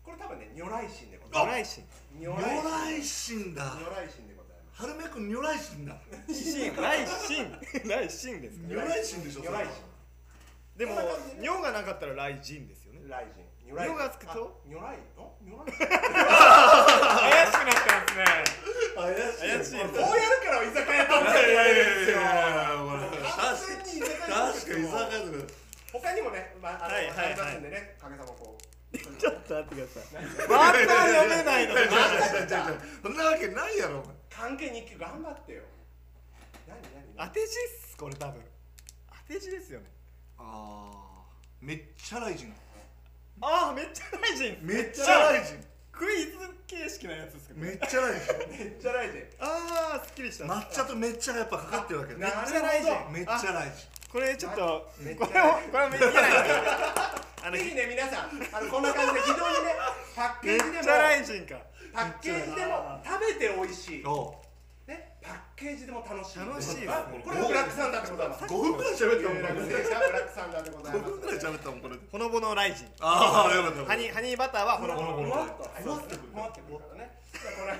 Speaker 2: これ多分ね如来神でございま
Speaker 4: 如来
Speaker 2: す
Speaker 4: 神
Speaker 2: 如
Speaker 3: 如
Speaker 2: 来神
Speaker 3: 来神だ
Speaker 2: 如来神でございます
Speaker 3: 春めく如来神だ
Speaker 4: 神来 神来神ですか
Speaker 3: 如来神でしょ
Speaker 2: 如来神
Speaker 4: でも
Speaker 2: こんな感じで
Speaker 4: 尿がなかったら来神ですよね
Speaker 2: 如来神如
Speaker 4: 如がつくと
Speaker 2: あ如来お如来
Speaker 4: 怪しくなってますね
Speaker 3: 怪しい
Speaker 2: こ
Speaker 4: 怪しい
Speaker 2: うやるから居酒屋とか
Speaker 3: いやいやいやいやいや
Speaker 2: 完全に居酒屋
Speaker 3: 確か
Speaker 2: と
Speaker 3: に居酒
Speaker 2: か
Speaker 3: 屋とか
Speaker 2: 他にもね、ま
Speaker 3: やろお前
Speaker 2: 関係日記頑張ってよ何何
Speaker 4: 当
Speaker 2: 何
Speaker 4: て字っすこれ多分当て字ですよね
Speaker 3: あーめっちゃライジン
Speaker 4: ああめっちゃ大事
Speaker 3: めっちゃライジ
Speaker 4: クイズ形式なやつですけ
Speaker 3: ン
Speaker 4: ど
Speaker 3: めっちゃライジ
Speaker 2: めっちゃ大事
Speaker 4: ああすっきりした
Speaker 3: ン抹茶とめっちゃがやっぱかかってるわけ
Speaker 2: な
Speaker 3: ね
Speaker 2: るほど
Speaker 4: めっちゃライジン
Speaker 3: めっちゃライジン
Speaker 4: これちょっと
Speaker 2: めっち
Speaker 4: こ
Speaker 2: ゃ
Speaker 4: れもこれも見えないあの
Speaker 2: ぜひね皆さんあのこんな感じで非常にねパッケ
Speaker 4: め
Speaker 2: ー
Speaker 4: っ
Speaker 2: ジでも
Speaker 4: ちゃライジンか
Speaker 2: パッケージでも食べて美味しい
Speaker 3: おう
Speaker 2: ねパッケージでも楽しい
Speaker 4: 楽しいですね
Speaker 2: あこれブラックサンダーってことだ
Speaker 3: 5分くらい喋ったも
Speaker 2: ブ
Speaker 3: ん
Speaker 2: ラック
Speaker 3: これ
Speaker 2: サンダーでござい
Speaker 3: 5
Speaker 2: ます
Speaker 3: 分くらい喋ったもんこれ
Speaker 4: ほのぼのライジン
Speaker 3: ああよかった
Speaker 4: ハニーハニーバターはほのぼの
Speaker 2: ふわっと
Speaker 3: ふわっとくる
Speaker 2: ふわっとくるからねじゃあこれ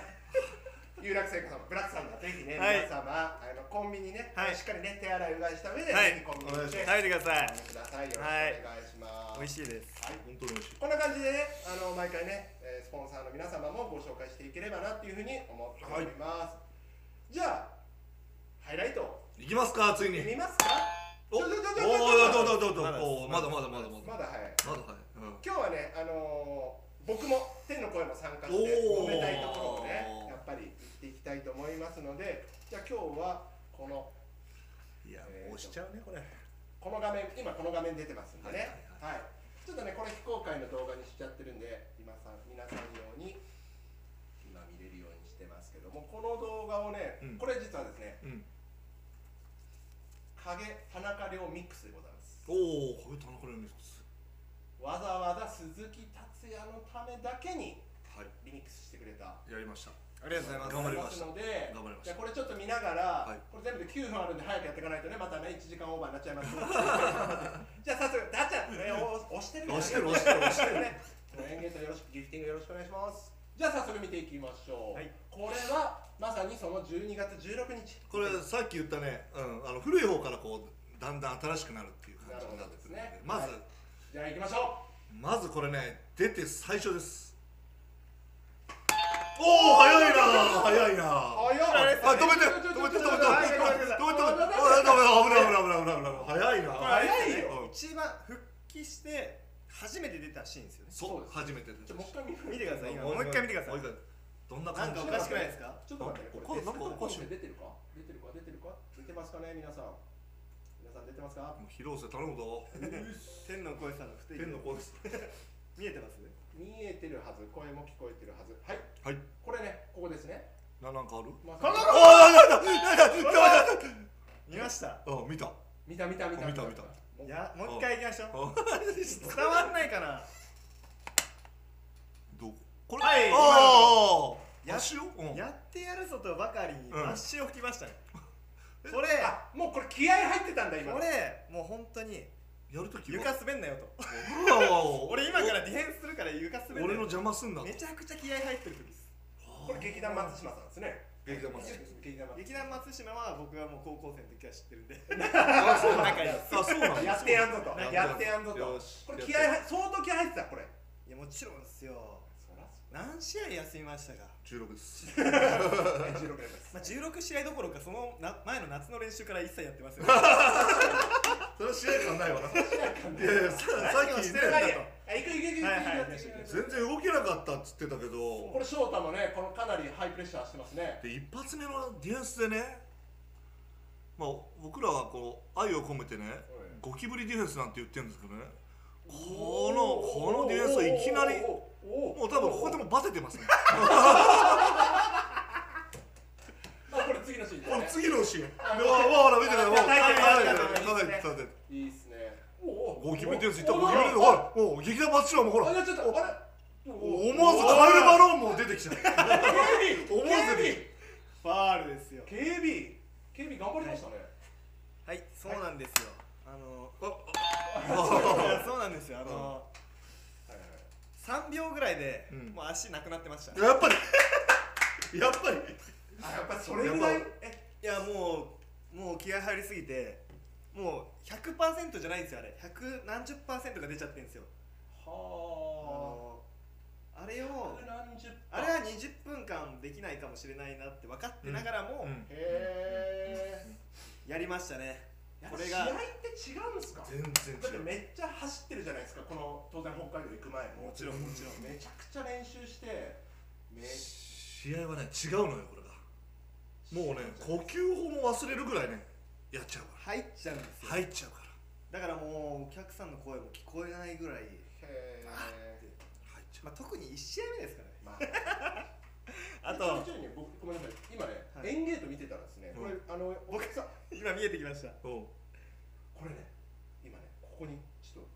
Speaker 2: 有楽製菓さんブラックサンダーぜひね
Speaker 4: はい
Speaker 2: 皆様あのコンビニね
Speaker 4: はい
Speaker 2: しっかりね手洗いうがいした上で
Speaker 4: はい
Speaker 2: ぜひコンビニで
Speaker 4: 食べてください
Speaker 2: くださいよろしくお願いします
Speaker 4: 美味しいです
Speaker 3: 本当に美味しい
Speaker 2: こんな感じでね、あの毎回ね、えースポンサーの皆様もご紹介していければなっていうふうに思っております。じゃあ、ハイライト、
Speaker 3: いきますかついに
Speaker 2: 見ますか
Speaker 3: おお
Speaker 2: ち
Speaker 3: お
Speaker 2: ょちょちょちょ
Speaker 3: どうどうどうどう
Speaker 4: まだです
Speaker 3: おうま
Speaker 2: まだ
Speaker 3: だまだまだまだ
Speaker 2: 早い。
Speaker 3: まだはいうん
Speaker 2: 今日はね、あのー僕も天の声も参加して、揉
Speaker 3: お
Speaker 2: め
Speaker 3: ー
Speaker 2: たいところをね、やっぱり行っていきたいと思いますので、じゃあ今日はこの、
Speaker 3: いや
Speaker 2: えー
Speaker 3: もう押しちゃうねこれ
Speaker 2: この画面、今この画面出てますんでね、
Speaker 3: は
Speaker 2: はいちょっとね、これ非公開の動画にしちゃってるんで、今さん皆さん用に今見れるようにしてますけども、この動画をね、
Speaker 3: うん
Speaker 2: これ実はですね、
Speaker 3: うん
Speaker 2: 影田中亮ミックスでございます。
Speaker 3: おおこういう田中亮ミックス
Speaker 2: わざわざ鈴木達也のためだけに
Speaker 3: はい
Speaker 2: リミックスしてくれた。
Speaker 3: やりました
Speaker 4: ありがとうご
Speaker 3: 頑張
Speaker 4: ざい
Speaker 3: りま
Speaker 2: ます
Speaker 3: した
Speaker 2: ので
Speaker 3: 頑張りま
Speaker 2: じ
Speaker 3: した
Speaker 2: ゃあこれちょっと見ながら、
Speaker 3: はい
Speaker 2: これ全部で9分あるんで早くやっていかないとねまたね1時間オーバーになっちゃいます じゃあ早速ダッチャン、ね、お押してるね
Speaker 3: 押してる押してる押してる
Speaker 2: ね、エンゲートよろしくギフティングよろしくお願いします。じゃあ早速見ていきましょう。
Speaker 4: はい
Speaker 2: これはまさにその12月16日。
Speaker 3: これさっき言ったね、うん、あの古い方からこうだんだん新しくなるっていう感じになってくるんで
Speaker 2: なるほどですね
Speaker 3: まず、
Speaker 2: はいじゃあ行きましょ
Speaker 3: まずこれね出て最初ですおお早いな早いな
Speaker 2: う。早
Speaker 3: あ
Speaker 2: い。
Speaker 3: 止めて止めて止めて止めて止めて止めて止めて危ない危ない危ない危ない危ない危ない早いな
Speaker 2: 早いよ
Speaker 3: うん
Speaker 4: 一番復帰して初めて出たシーンですよね
Speaker 3: そう初めて出
Speaker 2: ち
Speaker 3: て
Speaker 2: ょもう一回見る。
Speaker 4: 見てください今
Speaker 3: もう
Speaker 4: もう
Speaker 3: 一回
Speaker 4: 一回見てください
Speaker 3: どんな
Speaker 4: な
Speaker 3: 感
Speaker 4: ん
Speaker 3: じ
Speaker 4: かおかしくないですか
Speaker 2: ちょっと待ってね。
Speaker 3: これ
Speaker 2: デスク
Speaker 3: なんかおかしい
Speaker 2: これ出てるか？出てるか？出てるか？出てますかね皆さん。皆さん出てますか？
Speaker 3: もう広瀬頼む ぞ
Speaker 4: 天の声さんの不定期
Speaker 3: 天の声です
Speaker 4: 見えて ます
Speaker 2: 見えてるはず。声も聞こえてるはず。はい。
Speaker 3: はい
Speaker 2: これね。ここですね。
Speaker 3: ななんかある
Speaker 2: まさ
Speaker 4: こ
Speaker 2: に
Speaker 4: の
Speaker 3: ああなんだなんだなんだ
Speaker 4: 見ました
Speaker 3: あ見た
Speaker 2: 見た見た見た
Speaker 3: 見た見た
Speaker 2: もう
Speaker 4: いやもう一回行きましょう
Speaker 3: あ
Speaker 4: 伝わんないかな
Speaker 3: どここれ
Speaker 4: はい
Speaker 3: ああ足をうん
Speaker 4: やってやるぞとばかりに
Speaker 3: うん
Speaker 4: 抹消を吹きました ね、これ
Speaker 2: あもうこれ気合入ってたんだ今。
Speaker 4: これもう本当に
Speaker 3: やるときは
Speaker 4: 床滑んなよと
Speaker 3: うわお
Speaker 4: 俺今からディフェンスするから床滑んな
Speaker 3: 俺の
Speaker 4: よ
Speaker 3: 邪魔すんな
Speaker 4: めちゃくちゃ気合入ってる時です
Speaker 2: これ劇団松島さんですね。
Speaker 3: 劇団松島
Speaker 2: 劇団松
Speaker 4: 劇団松島は僕はもう高校生の時から知って るんで
Speaker 3: あそうなん
Speaker 4: 仲いいです
Speaker 3: あそうなんだ
Speaker 2: やってやんぞと。
Speaker 3: そう
Speaker 2: やってやんぞ
Speaker 3: よ
Speaker 2: と。
Speaker 3: し
Speaker 2: これ気合入相当気合入ってたこれ。
Speaker 4: いやもちろんですよ
Speaker 2: そらそ
Speaker 4: 何試合休みましたか、
Speaker 3: 16です
Speaker 2: うだね。16年です。
Speaker 4: まあ、16試合どころかそのな前の夏の練習から一切やってますよ
Speaker 3: それは試合感ないわなないやいやささっきね
Speaker 2: はいあ行く行く行く行く行く
Speaker 4: はいはい
Speaker 2: 行く行く
Speaker 3: 全然動けなかったっつってたけど
Speaker 2: これ翔太もね、このかなりハイプレッシャーしてますね。
Speaker 3: で一発目のディフェンスでねまあ僕らはこう愛を込めてねゴキブリディフェンスなんて言ってるんですけどねこのこのディフェンスをいきなりも
Speaker 2: も
Speaker 3: う多分ここでもバテてますね
Speaker 2: あこれ次のシーン
Speaker 3: この
Speaker 2: ですね。
Speaker 3: 次のシーンうわうわほら見 てないわほら叩いて
Speaker 2: いいっすね。お
Speaker 3: ゴキブリディフェンスいった
Speaker 2: お
Speaker 3: ゴキブリディフェンスほらもう劇団松島もほ
Speaker 2: あ
Speaker 3: ら
Speaker 2: いやちょっとあれ。
Speaker 3: 思わずカエルバロンも出てきた
Speaker 2: 警備
Speaker 3: 思わず
Speaker 2: 警
Speaker 4: ファールですよ
Speaker 2: 備警備警備頑張りましたね。
Speaker 4: はいそうなんですよ、あのいや そうなんですよあの、
Speaker 2: はいはい
Speaker 4: 3秒ぐらいで、
Speaker 3: うん
Speaker 4: もう足なくなってました
Speaker 3: やっぱりやっぱり
Speaker 2: あやっぱりそれぐらい
Speaker 3: やっぱ
Speaker 2: え
Speaker 4: いやもうもう気合入りすぎてもう100%じゃないんですよあれ100何十パーセントが出ちゃってるんですよあ
Speaker 2: は
Speaker 4: のあれ
Speaker 2: あ
Speaker 4: を
Speaker 2: 何十
Speaker 4: あれは20分間できないかもしれないなって分かってながらも
Speaker 2: へ
Speaker 4: やりましたね、
Speaker 2: え
Speaker 4: これが
Speaker 2: 試合って違うんですか
Speaker 3: 全
Speaker 2: だって
Speaker 3: 然違う
Speaker 2: めっちゃ走ってるじゃないですかこの当然北海道行く前も
Speaker 4: もちろんもちろん
Speaker 2: めちゃくちゃ練習してめ
Speaker 3: 試合はね違うのよこれがもうね呼吸法も忘れるぐらいねやっちゃうか
Speaker 4: 入っちゃうんです
Speaker 3: ら入
Speaker 4: よ、
Speaker 3: っちゃうから
Speaker 4: だからもうお客さんの声も聞こえないぐらい、
Speaker 2: へえ
Speaker 3: 入っちゃう
Speaker 4: まあ、特に1試合目ですからね
Speaker 2: まあ
Speaker 4: あ
Speaker 2: ちょい
Speaker 4: と
Speaker 2: ちょいね僕ごめんなさい今ね、
Speaker 4: はい
Speaker 2: エンゲート見てたらですね、これ
Speaker 3: う
Speaker 2: あの僕さん
Speaker 4: 今見えてきました
Speaker 3: おう
Speaker 2: これね今ねここにちょっと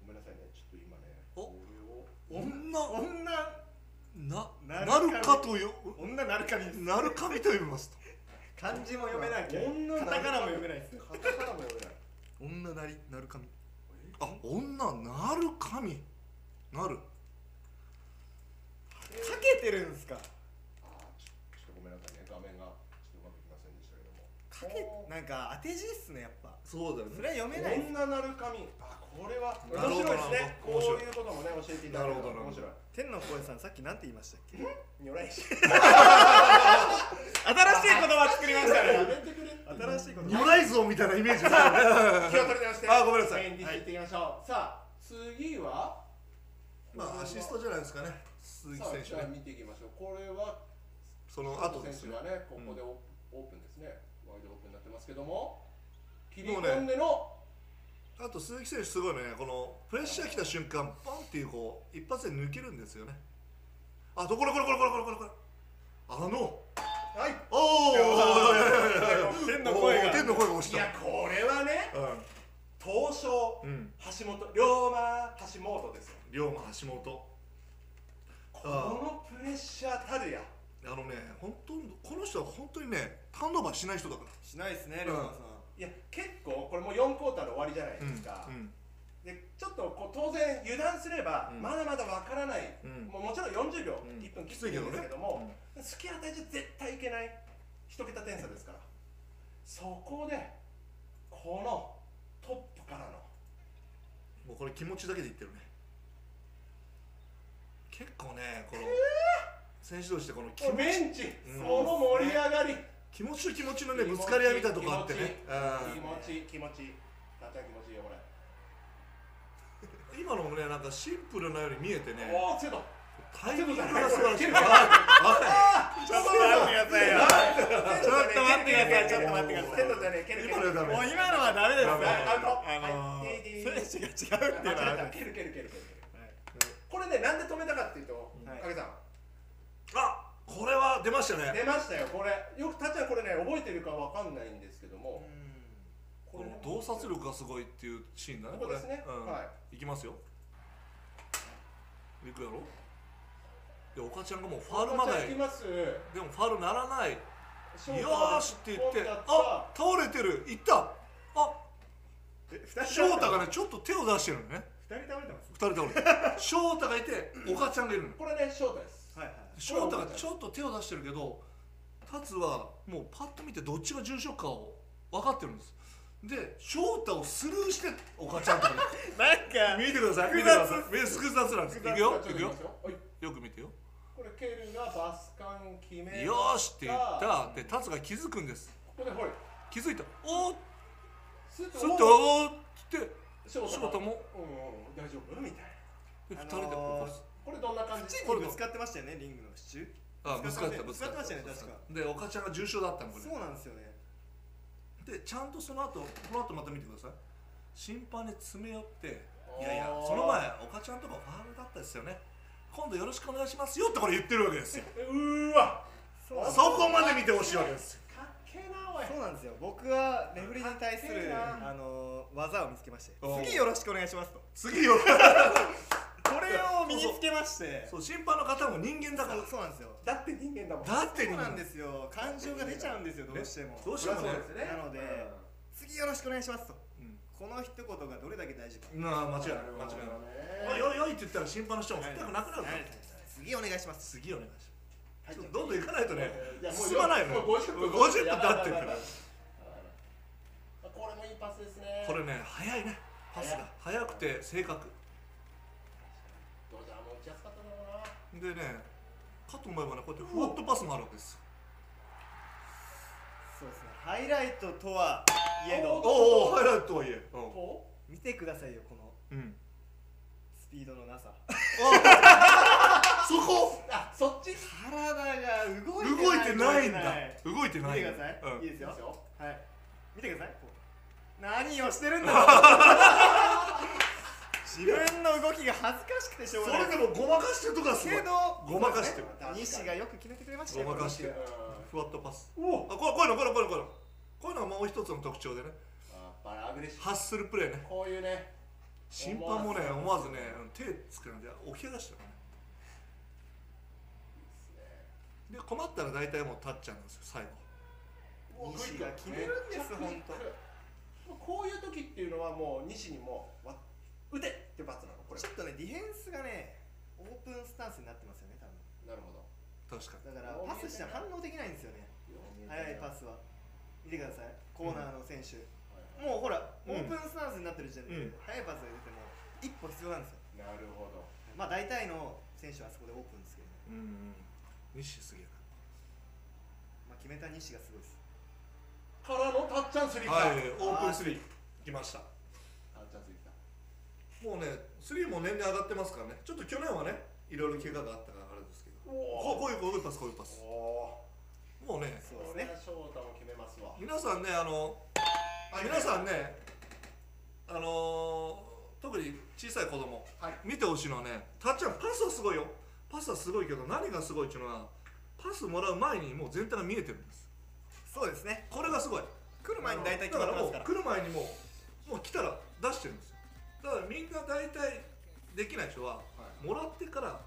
Speaker 2: ごめんなさいねちょっと今ね
Speaker 3: お
Speaker 2: これを
Speaker 3: 女
Speaker 4: 女
Speaker 3: な
Speaker 4: なる
Speaker 3: な
Speaker 4: か
Speaker 3: るかとよ
Speaker 4: 女なるかみです
Speaker 3: なるかみと言いますと
Speaker 4: 漢字も読めなきゃ
Speaker 2: 女
Speaker 4: カタカナも読めないですよ
Speaker 2: カタカナも読めない
Speaker 3: 女なりなるかみあ女なるかみなる
Speaker 4: かけてるんすか
Speaker 2: あーちょちょっとごめんなさいね画面がちょっとうまくいきませんでしたけども
Speaker 4: かけなんか当て字っすねやっぱ
Speaker 3: そうだよ
Speaker 4: それは読めないです
Speaker 2: 女なる髪あこれは
Speaker 3: なる
Speaker 2: 面
Speaker 3: ほど
Speaker 2: 白いですねこ
Speaker 3: 面白いう
Speaker 2: いうこともね教えていただければ
Speaker 3: なるほ
Speaker 2: 面
Speaker 3: どなるほ
Speaker 2: 白
Speaker 3: ど
Speaker 2: い
Speaker 4: 天の声さんさっきなんて言いましたっ け
Speaker 2: 如来神
Speaker 4: 新しい言葉作りました
Speaker 2: や
Speaker 4: ね
Speaker 2: めてくれって
Speaker 4: 新しい
Speaker 3: 如
Speaker 4: 言葉
Speaker 3: 来像みたいなイメージだ
Speaker 2: 気を取り直して
Speaker 3: あごめんなさい
Speaker 2: メインディッシュいっていきましょう、さあ次は
Speaker 3: まあアシストじゃないですかね鈴木
Speaker 2: さあ
Speaker 3: 選
Speaker 2: じ
Speaker 3: 手
Speaker 2: ゃあ
Speaker 3: ね
Speaker 2: 見ていきましょうこれは
Speaker 3: その後です
Speaker 2: 選
Speaker 3: ね
Speaker 2: 手がね、ここでオ,、オープンですね、ワイドオープンになってますけども、切り
Speaker 3: もうね
Speaker 2: 込んでの、
Speaker 3: あと鈴木選手すごいねこのプレッシャー来た瞬間バンっていうこう一発で抜けるんですよねあどこれこれこれこれこれこれこれあの
Speaker 2: はい、
Speaker 3: おお
Speaker 4: 天の声が
Speaker 3: 天の声が押し
Speaker 2: いや
Speaker 3: た、
Speaker 2: これはね、東証、
Speaker 3: うん
Speaker 2: 橋本、龍馬、橋本ですよ、
Speaker 3: 龍馬橋本
Speaker 2: こ
Speaker 3: あー
Speaker 2: のプレッシャーたるや、
Speaker 3: あのね本当にこの人は本当にねターンオーバーしない人だか
Speaker 4: しないですね龍馬さん
Speaker 2: いや、結構、これもう4クォーターの終わりじゃない
Speaker 3: ら
Speaker 2: ですか、
Speaker 3: うんうん
Speaker 2: でちょっとこう当然、油断すれば、
Speaker 3: うん
Speaker 2: まだまだわからない、
Speaker 3: うん
Speaker 2: もうもちろん40秒、
Speaker 3: うん
Speaker 2: 1分切
Speaker 3: き
Speaker 2: って
Speaker 3: ついけ
Speaker 2: る
Speaker 3: ど
Speaker 2: ん
Speaker 3: ね
Speaker 2: ですけども、突き当たりじゃ絶対いけない一桁点差ですからそこでこのトップからの
Speaker 3: もうこれ気持ちだけで言ってるね結構ねこの選手同士でこの気
Speaker 2: この
Speaker 3: 持ち
Speaker 2: ベンチ、そ
Speaker 3: うん
Speaker 2: の盛り上がり
Speaker 3: 気持ちと気持ちのねぶつかり合いみたいなとこあってね
Speaker 2: 気持ち気持ち気持ちたっちゃん気持ちいいよこれ、
Speaker 3: うん今のもねなんかシンプルなように見えてね
Speaker 2: おおセド
Speaker 3: タイミングが素晴ら
Speaker 2: ち
Speaker 3: しい
Speaker 2: ょっと待って
Speaker 4: ちょっと待ってくださいよ
Speaker 2: ち
Speaker 4: ょっと待ってくださいちょっと待ってください
Speaker 2: セドじゃねえ蹴る蹴る
Speaker 3: 今のはダメ
Speaker 4: もう今のはダメで
Speaker 3: ダ
Speaker 4: すね
Speaker 3: メ
Speaker 2: アウトは
Speaker 4: あの
Speaker 2: い
Speaker 4: ー選手が違うっていうの
Speaker 2: 間
Speaker 4: は
Speaker 2: 違えた蹴る蹴る蹴る蹴るこれねなんで止めたかっていうと
Speaker 4: はい
Speaker 2: 影さん
Speaker 3: あこれは出ましたね
Speaker 2: 出ましたよこれよくたっちゃんこれね覚えてるかわかんないんですけども、
Speaker 3: この洞察力がすごいっていうシーンだね
Speaker 2: ここですね
Speaker 3: れうん、
Speaker 2: はい
Speaker 3: きますよいくやろいや岡ちゃんがもうファールま
Speaker 2: じゃあ
Speaker 3: で
Speaker 2: 行きます
Speaker 3: でもファールならない
Speaker 2: 翔太
Speaker 3: よ
Speaker 2: が
Speaker 3: ーしって言って
Speaker 2: 今度
Speaker 3: あ
Speaker 2: は
Speaker 3: 倒れてるいったあ
Speaker 4: 2
Speaker 3: 翔太がねちょっと手を出してるのね
Speaker 4: 2人倒れてます
Speaker 3: 二人倒れて翔太がいて岡ちゃんがいるの
Speaker 2: これね翔太です
Speaker 4: はいはい
Speaker 3: 翔太がちょっと手を出してるけど達はもうパッと見てどっちが重症かを分かってるんですで翔太をスルーして岡ちゃんとかね
Speaker 4: なん か
Speaker 3: 見てください
Speaker 4: 複雑
Speaker 3: 見てください見て複雑なんですい
Speaker 2: 複雑
Speaker 3: くよ
Speaker 2: なちょっ
Speaker 3: い
Speaker 2: と
Speaker 3: くよ
Speaker 2: はい
Speaker 3: よく見てよ
Speaker 2: これケルがバスカン決めました
Speaker 3: よーしって言ったで達が気づくんです
Speaker 2: ここでほい
Speaker 3: 気づいたおーっ
Speaker 2: すっ
Speaker 3: つっておーっつって
Speaker 2: 翔
Speaker 3: 翔太
Speaker 2: 太
Speaker 3: も
Speaker 2: うんうんうん大丈夫みたいな
Speaker 3: で
Speaker 4: あ
Speaker 3: 二
Speaker 4: のー
Speaker 3: 人で起こす
Speaker 2: これどんな感じ
Speaker 4: チームにぶつかってましたよねリングの支柱
Speaker 3: あぶつかったぶ
Speaker 4: ぶ
Speaker 3: つ
Speaker 4: つ
Speaker 3: か
Speaker 4: か
Speaker 3: っ
Speaker 4: ったてましたね確か
Speaker 3: で岡ちゃんが重症だったのこれ
Speaker 4: そうなんですよね
Speaker 3: でちゃんとその後この後また見てください審判に詰め寄っていやいやその前岡ちゃんとかファールだったですよね今度よろしくお願いしますよってこれ言ってるわけですよ
Speaker 2: うーわ
Speaker 4: そ
Speaker 3: そこまで見てほしいわけですよ
Speaker 2: かっけえなおい
Speaker 4: そうなんですよ僕はレフェリーに対す
Speaker 2: かっけえ
Speaker 4: る
Speaker 2: な
Speaker 4: あのー技を見つけまして
Speaker 3: おう
Speaker 4: 次よろしくお願いしますと
Speaker 3: 次よ
Speaker 4: これを身につけまして
Speaker 3: そう審判の方も人間だから
Speaker 4: そうそうなんですよ
Speaker 2: だって人間だもん
Speaker 3: だって
Speaker 4: そう
Speaker 3: 人
Speaker 4: な
Speaker 3: 間
Speaker 4: んですよ感情が出ちゃうんですよどうしても
Speaker 3: どうして
Speaker 2: そりゃそう
Speaker 3: もね
Speaker 2: ですね
Speaker 4: なので次よろしくお願いしますとこの一言がどれだけ大事か
Speaker 3: うんなあ間違いない間違いない
Speaker 2: い
Speaker 3: おいおいおいって言ったら審判の人も振ったくなくなるから
Speaker 4: 次お願いします
Speaker 3: 次お願いしますちょっとどんどん行かないとね
Speaker 2: いやもう
Speaker 3: 進まないのよ
Speaker 2: もう50分
Speaker 3: 50分経ってるか
Speaker 2: やばいやばいやば
Speaker 3: ら
Speaker 2: いこれもいいパスですね
Speaker 3: これね早いねパスが早くて正確
Speaker 2: ドジャーも打ちやすかっただろうな
Speaker 3: でねかと思えばねこうやってフワットパスもあるわけですよ
Speaker 4: そうですねハイライトとは言え
Speaker 2: お
Speaker 4: ど
Speaker 3: おおハイライトとはいえ
Speaker 2: こ
Speaker 4: 見てくださいよこの
Speaker 3: うん
Speaker 4: スピードのなさ
Speaker 3: そこ
Speaker 2: あそっちいい
Speaker 4: 体が動いて
Speaker 3: 動いてな
Speaker 4: ない
Speaker 3: いんだ動いて
Speaker 4: 見
Speaker 3: ない
Speaker 4: てください、
Speaker 3: うん
Speaker 4: いいです
Speaker 2: です
Speaker 4: よ
Speaker 2: よ
Speaker 4: はい見てくださいこう何をしてる んだ自分の動きが恥ずかしくてしょう
Speaker 3: そ
Speaker 4: がない
Speaker 3: れでもごまかしてるとかすごい
Speaker 4: けど
Speaker 3: ごまかしてる
Speaker 4: そうですね西がよく決めてくれました
Speaker 3: ごまか
Speaker 4: こ
Speaker 3: してるふわっとパス
Speaker 2: うんお
Speaker 3: あこれこういうのこういうのこういうのこういうのこういうのはもう一つの特徴でね
Speaker 2: あバラアグレッシブ
Speaker 3: ハッスルプレーね
Speaker 2: こういうね
Speaker 3: 審判もね思わずねうん手つくんで起き上がしてるねで困ったら大体もうタッチャーなんですよ最後
Speaker 4: の西が決めるんです
Speaker 2: めっち
Speaker 4: 本
Speaker 2: ゃ
Speaker 4: 当
Speaker 2: こういう時っていうのはもう西にもうわ打てって罰なのこれ
Speaker 4: ちょっとねディフェンスがねオープンスタンスになってますよね多分
Speaker 2: なるほど
Speaker 3: 確か
Speaker 4: だからパスしたら反応できないんですよね速いパスは見てくださいコーナーの選手、
Speaker 2: ス
Speaker 4: もうほら、
Speaker 3: うん
Speaker 4: オープンスタンスになってる時点
Speaker 3: うん
Speaker 4: で、速いパスが出ても一歩必要なんですよ
Speaker 2: なるほど
Speaker 4: まあ大体の選手はあそこでオープンですけどね、
Speaker 3: にうん西すげえ
Speaker 4: まあ、決めた西がすごいです
Speaker 2: からのタッチャンスリーか
Speaker 3: なはいオープンスリー来ました
Speaker 2: タッチャンスリーか
Speaker 3: もうねスリーも年々上がってますからねちょっと去年はねいろいろ怪我があったからあれですけどこうこういうこういうパスこういうパス
Speaker 2: おお
Speaker 3: もうね
Speaker 4: そう
Speaker 2: こ
Speaker 4: で
Speaker 2: れ
Speaker 4: す
Speaker 2: は翔
Speaker 4: ね
Speaker 2: 太も決めますわ
Speaker 3: 皆さんねあの
Speaker 2: はい
Speaker 3: 皆さんねあのー特に小さい子供
Speaker 2: はい
Speaker 3: 見てほしいのはねたっちゃんパスはすごいよパスはすごいけど何がすごいっていうのはパスもらう前にもう全体が見えてるんです
Speaker 4: そうですね
Speaker 3: これがすごい
Speaker 4: 来る前に大体
Speaker 3: だか
Speaker 4: 決まっ
Speaker 3: ら
Speaker 4: てま
Speaker 3: も
Speaker 4: す
Speaker 3: う
Speaker 4: から
Speaker 3: 来る前にもうもう来たら出してるんですよだからみんな大体できない人はもらってから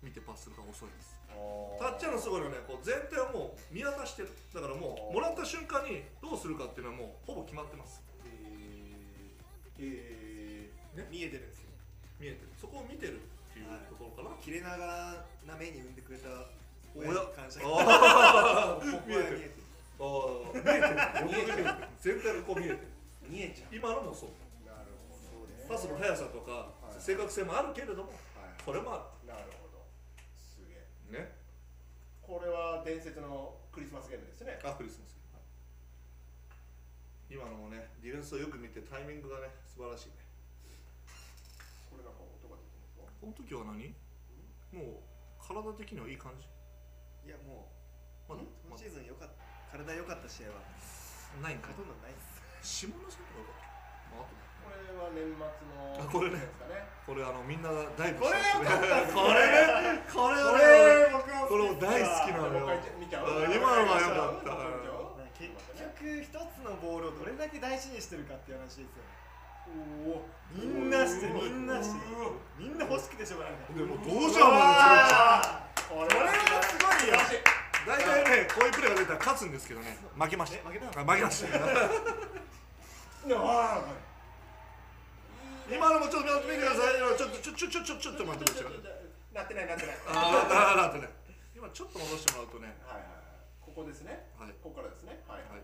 Speaker 3: 見てパスするのが遅いですたっちゃんのすごいのはねこう全体をもう見渡してるだからもうもらった瞬間にどうするかっていうのはもうほぼ決まってます
Speaker 2: えーえ
Speaker 4: 見えてるんですよ
Speaker 3: 見えてるそこを見てるっていうところかな、
Speaker 4: 切れ長な目に産んでくれた
Speaker 3: おや
Speaker 4: 親に感謝
Speaker 3: あ
Speaker 4: 僕 は見えてる
Speaker 3: ーあー見えてる見えてる全体がこう見えてる
Speaker 2: ー見えちゃう
Speaker 3: 今のもそう
Speaker 2: なるほどね
Speaker 3: パスの速さとか
Speaker 2: い
Speaker 3: 正確性もあるけれども
Speaker 2: はい
Speaker 3: これもあ
Speaker 2: なるほどすげえ
Speaker 3: るね
Speaker 2: これは伝説のクリスマスゲームですね
Speaker 3: あクリスマス今のもねディフェンスをよく見てタイミングがね素晴らしいね
Speaker 2: これなんか音が出てるんですか
Speaker 3: この時は何もう体的にはいい感じ
Speaker 4: いやもう
Speaker 3: まだま
Speaker 4: 今
Speaker 3: だ
Speaker 4: シーズン良かった体良かった試合は
Speaker 3: ないんか
Speaker 4: ほとんどないっす
Speaker 3: 下野さんとかよかったまああとね
Speaker 2: これは年末の
Speaker 3: あこれね
Speaker 2: ですかね
Speaker 3: これあのみんなダイブ
Speaker 4: これ
Speaker 3: して
Speaker 4: 良かったっす
Speaker 3: これねこれはね
Speaker 4: 僕
Speaker 3: これも
Speaker 4: も
Speaker 3: 大好きな
Speaker 2: も
Speaker 3: の
Speaker 2: う一回見
Speaker 3: よ
Speaker 2: ちゃう
Speaker 3: あー今のは良かった
Speaker 2: もう一回見ちゃう
Speaker 4: 結局一つのボールをどれだけ大事にしてるかっていう話ですよ
Speaker 2: お
Speaker 4: みんなしてみんなして
Speaker 2: うわ
Speaker 4: みんな欲しくてしょうがない
Speaker 3: でもどう
Speaker 2: お
Speaker 3: じゃんも
Speaker 2: こ
Speaker 3: う
Speaker 4: これはすごいよ
Speaker 2: しい
Speaker 3: 大体ねこういうプレーが出たら勝つんですけどね負けました
Speaker 4: え負けたの
Speaker 3: あ負けました
Speaker 2: なあ
Speaker 3: 今のもちょっと見てください今ちょっとちょちょちょちょちょっと待ってください
Speaker 2: なってないなってないはい
Speaker 3: あーだーだーってね今ちょっと戻してもらうとね
Speaker 2: はいはいここですね
Speaker 3: はい
Speaker 2: ここからですねはい
Speaker 3: はい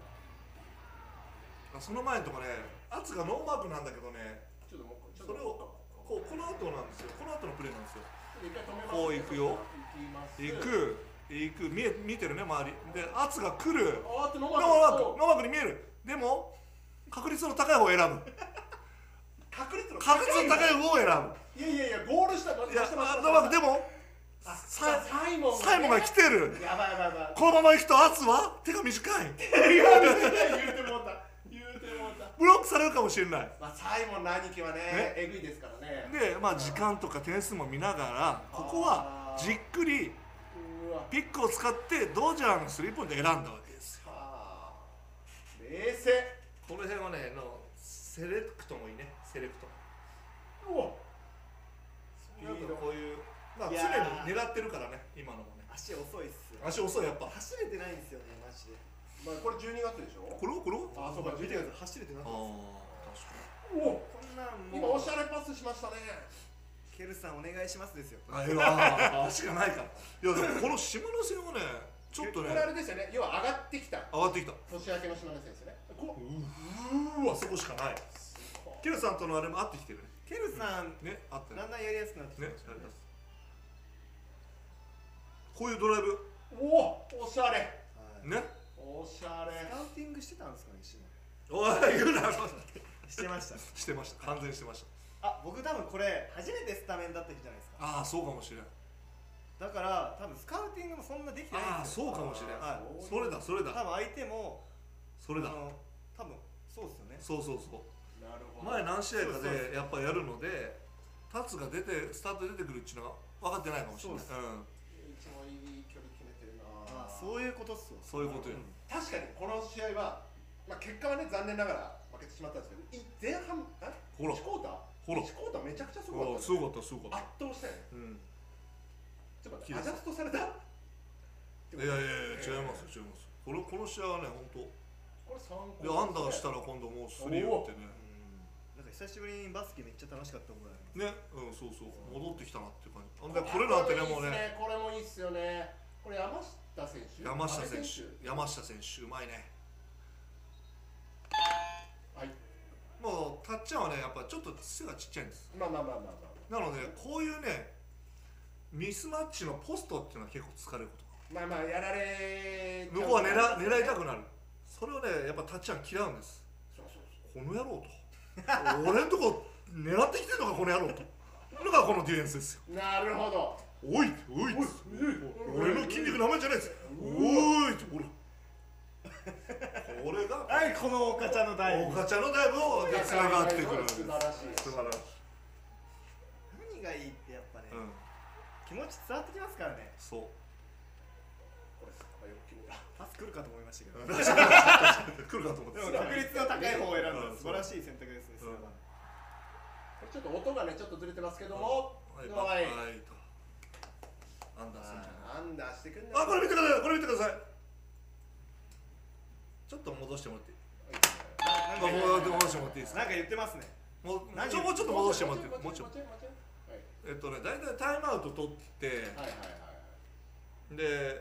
Speaker 3: あその前のとこね圧がノーマークなんだけどね
Speaker 2: ちょっともうちょっ
Speaker 3: そ
Speaker 2: と
Speaker 3: れをこうこの後なんですよこの後のプレーなんですよ
Speaker 2: 一回止めます
Speaker 3: こう行くよ
Speaker 2: 行きます
Speaker 3: 行く行く見え見てるね周りで圧が来る
Speaker 2: あーってノー
Speaker 3: ノー
Speaker 2: マーク
Speaker 3: マークノーマークに見えるでも確率の高い方を選ぶ
Speaker 2: 確率の
Speaker 3: 確率の高い方を選
Speaker 2: いやいやいやゴールした
Speaker 3: ぶ
Speaker 2: い
Speaker 3: いやあノーマークでも
Speaker 2: ササイモンね
Speaker 3: サイモンが来てる
Speaker 2: やばいやばいやばい
Speaker 3: このまま行くと圧は手が短い
Speaker 2: 言うてもうた言うてもうた
Speaker 3: ブロックされるかもしれない
Speaker 2: まあサイモンの兄貴はね
Speaker 3: ね
Speaker 2: えぐいですからね
Speaker 3: でまあ時間とか点数も見ながらここはじっくり
Speaker 2: うわ
Speaker 3: ピックを使ってドジャーのスリーポイントを選んだわけですよ
Speaker 2: はあ冷静
Speaker 3: この辺はねのセレクトもいいねセレクト
Speaker 2: うわス
Speaker 3: なんかこういう、まあ、
Speaker 4: い
Speaker 3: 常
Speaker 4: やー
Speaker 3: に狙ってるからね今のもね
Speaker 4: 足遅いっすよ
Speaker 3: 足遅いやっぱ
Speaker 4: 走れてないんですよねマジで
Speaker 2: まあ、これ12月でしょ
Speaker 3: これこれ
Speaker 2: あそうか
Speaker 4: 見てください走れてな
Speaker 3: あ
Speaker 4: かったこ
Speaker 2: お
Speaker 4: んなん
Speaker 2: 今
Speaker 4: も
Speaker 2: お
Speaker 4: う
Speaker 2: しゃれパスしましたね
Speaker 4: ケルさんお願いしますですよ
Speaker 3: あええわ足がないからいやでもこの島の線はねちょっとね
Speaker 2: これあれですよね要は上がってきた
Speaker 3: 上がってきた
Speaker 2: 年明けの島根選手ねこ
Speaker 3: うわそこしかないケルさんとのあれも合ってきてる
Speaker 4: ケルさん
Speaker 3: ねね合ってね
Speaker 4: だんだんやりやすくなってき
Speaker 3: ね
Speaker 4: ましたね
Speaker 3: こういうドライブ
Speaker 2: おおおしゃれ
Speaker 4: はい
Speaker 3: ね
Speaker 2: おしゃ
Speaker 4: ス
Speaker 2: れ
Speaker 4: カウティングしてたんですかね島
Speaker 3: おい言うな
Speaker 4: してました
Speaker 3: してました完全にしてました
Speaker 4: あ僕多分これ初めてスタメンだった日じゃないですか
Speaker 3: ああそうかもしれん
Speaker 4: だから多分スカウティングもそんなできてな
Speaker 3: あ
Speaker 4: いん
Speaker 3: あ
Speaker 4: です
Speaker 3: そ
Speaker 4: よ
Speaker 3: うかもしれない、
Speaker 4: は
Speaker 3: それだそれ
Speaker 4: 多
Speaker 3: だ
Speaker 4: 分相手も
Speaker 3: それだ
Speaker 4: あの多分そうです
Speaker 3: そう
Speaker 4: よね
Speaker 3: そうそう
Speaker 2: なるほど
Speaker 3: 前何試合か
Speaker 4: そうそうそ
Speaker 3: でやっぱやるのでタツが出てスタート出てくるっていうのが分かってないかもしれない、
Speaker 4: そう
Speaker 3: ん、
Speaker 2: 一番いい距離決めてるな
Speaker 4: ああそういうことっすよ
Speaker 3: そういうことよ、
Speaker 2: 確かにこの試合は、まあ、結果はね残念ながら負けてしまったんですけどい前半あ
Speaker 3: ほ
Speaker 2: 1
Speaker 3: ら
Speaker 2: クォーター
Speaker 3: ほら
Speaker 2: 1クォーターめちゃくちゃすごか
Speaker 3: う
Speaker 2: った
Speaker 3: んすごかったすごかっ
Speaker 2: 圧倒したよね
Speaker 3: た、うん、
Speaker 2: ちょっと待
Speaker 3: 綺
Speaker 2: ってア
Speaker 3: 麗
Speaker 2: ジャストされたって
Speaker 3: い
Speaker 2: こ
Speaker 3: や
Speaker 2: と
Speaker 3: いやいや違いますよ違いますこれこの試合はね本
Speaker 2: これ参考
Speaker 3: 当でアンダーがしたら今度もうスリー打ってね
Speaker 4: うんなんか久しぶりにバスケめっちゃ楽しかった覚えあります
Speaker 3: ねうんそうそう戻ってきたなっていう感じあんでこれなんてねもうね
Speaker 2: これもいいっすよねこれ山下選手
Speaker 3: 山下選
Speaker 2: 阿部
Speaker 3: 手山下選手うまいね
Speaker 2: はい
Speaker 3: もうたっちゃんはねやっぱちょっと背がちっちゃいんです
Speaker 2: まあまあまあまあま
Speaker 3: なのでこういうねミスマッチのポストっていうのは結構疲れること
Speaker 2: あまあまあやられ
Speaker 3: 向こうは狙狙いた
Speaker 2: く
Speaker 3: くなるそれをねやっぱたっちゃん嫌うんです
Speaker 2: そうそうそう
Speaker 3: この野郎と俺んとこ狙ってきてんのかこの野郎とこれがこのディフェンスですよ
Speaker 2: なるほど
Speaker 3: おいおいっつって
Speaker 2: おい
Speaker 3: 俺の筋肉なめんじゃないっすおいってほらこれが
Speaker 4: はいこのおかちゃ
Speaker 3: お
Speaker 4: んの
Speaker 3: かちゃんのダイブをつながってくる
Speaker 2: 素晴らしい
Speaker 3: 素晴らしい、
Speaker 4: 何がいいってやっぱね、
Speaker 3: うん、
Speaker 4: 気持ち伝わってきますからね
Speaker 3: そう
Speaker 2: これさあよく決めた
Speaker 4: パス来るかと思いましたけど、
Speaker 3: 来るかと思って
Speaker 4: で
Speaker 3: た
Speaker 4: も確率の高い方を選んだ
Speaker 3: うん
Speaker 4: 素晴らしい選択ですね、
Speaker 3: うん
Speaker 4: それは
Speaker 2: これちょっと音がねちょっとずれてますけども
Speaker 3: はい
Speaker 2: まあは
Speaker 3: バッ
Speaker 2: い
Speaker 3: クライトアンダースンじゃ
Speaker 2: ア
Speaker 3: ない
Speaker 2: ンダーしてくんな
Speaker 3: あこれ見てくださいこれ見てくださいちょっと戻してもらっていい
Speaker 4: あなん
Speaker 3: あ
Speaker 4: か
Speaker 3: 戻戻してもらっていいですか
Speaker 4: なんか言ってますね
Speaker 3: もう
Speaker 4: 何
Speaker 3: ちょもうちょっと戻してもらっていい
Speaker 2: も
Speaker 3: もう
Speaker 2: うち
Speaker 3: ち
Speaker 2: ょ
Speaker 3: ょっ
Speaker 2: い
Speaker 3: と
Speaker 2: もうちょいもうちょいはい
Speaker 3: えっとね大体タイムアウト取って
Speaker 2: はいはいはいはい
Speaker 3: で、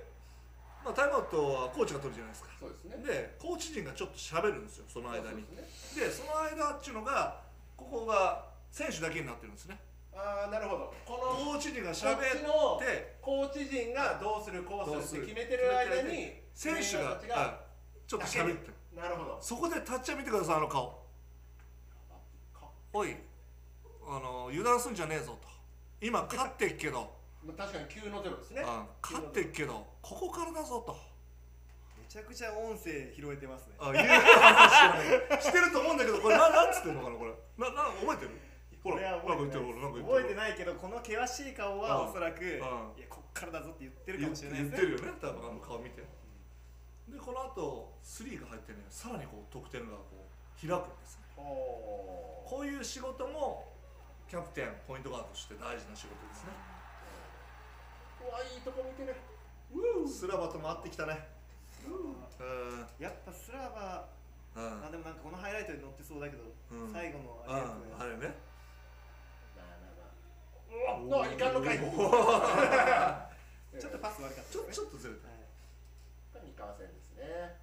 Speaker 3: まあ、タイムアウトはコーチが取るじゃないですか
Speaker 2: そうですね
Speaker 3: でコーチ陣がちょっと喋るんですよその間に
Speaker 2: そうですね
Speaker 3: でその間っていうのがここが選手だけになってるんですね
Speaker 2: ああなるほどこ
Speaker 3: コ
Speaker 2: の
Speaker 3: ーチ陣が喋っ
Speaker 2: こっちの
Speaker 3: て
Speaker 2: コーチ陣がどうするこ
Speaker 3: ど
Speaker 2: う
Speaker 3: う
Speaker 2: す
Speaker 3: す
Speaker 2: る
Speaker 3: る
Speaker 2: って決めてる間に
Speaker 3: 選手
Speaker 2: メンバーた
Speaker 3: が
Speaker 2: ち
Speaker 3: あちょっと喋ってる
Speaker 2: なるほど
Speaker 3: そこでタッチャー見てくださいあの顔
Speaker 2: か
Speaker 3: おいあの油断すんじゃねえぞと今勝ってっけど、
Speaker 2: まあ確かに急のゼロです
Speaker 3: う
Speaker 2: ね
Speaker 3: ん勝ってっけどここからだぞと
Speaker 4: めちゃくちゃ音声拾えてますね
Speaker 3: あいう話をねしてると思うんだけどこれななんつってんのかなこれなな覚えてるほ
Speaker 4: これ
Speaker 3: らなん
Speaker 4: は
Speaker 3: か
Speaker 4: 覚
Speaker 3: 言
Speaker 4: え
Speaker 3: ってて
Speaker 4: な
Speaker 3: るほらなんか言ってる
Speaker 4: い覚えてないけどこの険しい顔
Speaker 3: うん
Speaker 4: はおそらく、
Speaker 3: ん
Speaker 4: いやこっからだぞって言ってるか
Speaker 3: 言っ
Speaker 4: もしてれないですね
Speaker 3: 言ってるよね多分あの顔見てでこの後スリーが入ってねさらにこう得点がこう開くんですね
Speaker 2: おお
Speaker 3: こういう仕事もキャプテンポイントガードとして大事な仕事ですね
Speaker 2: うわいいとこ見てる
Speaker 3: スラバと回ってきたねうん
Speaker 4: やっぱスラバ
Speaker 3: うん
Speaker 4: ー、まあでもなんかこのハイライトに載ってそうだけど、
Speaker 3: うん
Speaker 4: 最後のあれですね
Speaker 3: ああれね
Speaker 2: まあまあまあうわっ遺憾の回避
Speaker 4: ちょっとパス悪かったです
Speaker 3: ちょ
Speaker 4: ね
Speaker 3: ちょっとずれた
Speaker 4: はい
Speaker 2: 三河戦ですね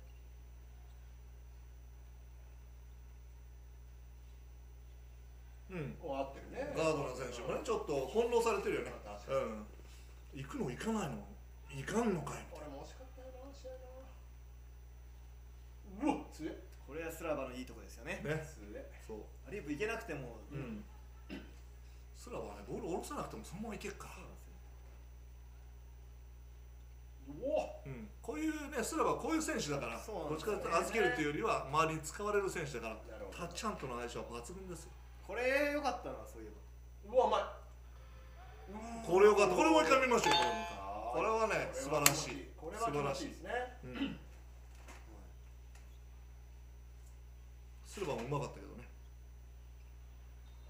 Speaker 3: うん
Speaker 2: 終わってるね
Speaker 3: ガードの選手もねちょっと翻弄されてるよね
Speaker 2: 確か
Speaker 3: うん行くの行かないの行かんのかい
Speaker 2: 俺も惜しかったよな試合なうわ強え
Speaker 4: これはスラバのいいとこですよね
Speaker 3: みたいなね
Speaker 2: 強え
Speaker 3: そう
Speaker 4: アリウープいけなくても、
Speaker 3: うんスラバはねボール下ろさなくてもそのままいけるから
Speaker 4: そうなんですよ
Speaker 2: うわ
Speaker 3: うん、こういうねスラバはこういう選手だから
Speaker 4: そうなん
Speaker 3: どっち
Speaker 4: です
Speaker 3: か
Speaker 4: よ
Speaker 3: と
Speaker 4: ね
Speaker 3: いうと預けるというよりは周りに使われる選手だか
Speaker 2: な
Speaker 3: ら
Speaker 2: るほど
Speaker 3: タッチャンとの相性は抜群ですよ
Speaker 4: これ良かったなそういえば
Speaker 2: うわうまい
Speaker 3: これよかったこれもう一回見ましょう
Speaker 2: あー
Speaker 3: これはね素晴らしい
Speaker 2: これは
Speaker 3: 素
Speaker 2: 気持
Speaker 3: 晴ら
Speaker 2: ち
Speaker 3: し
Speaker 2: いい
Speaker 3: い
Speaker 2: ですね
Speaker 3: うんスルバもうまかったけどね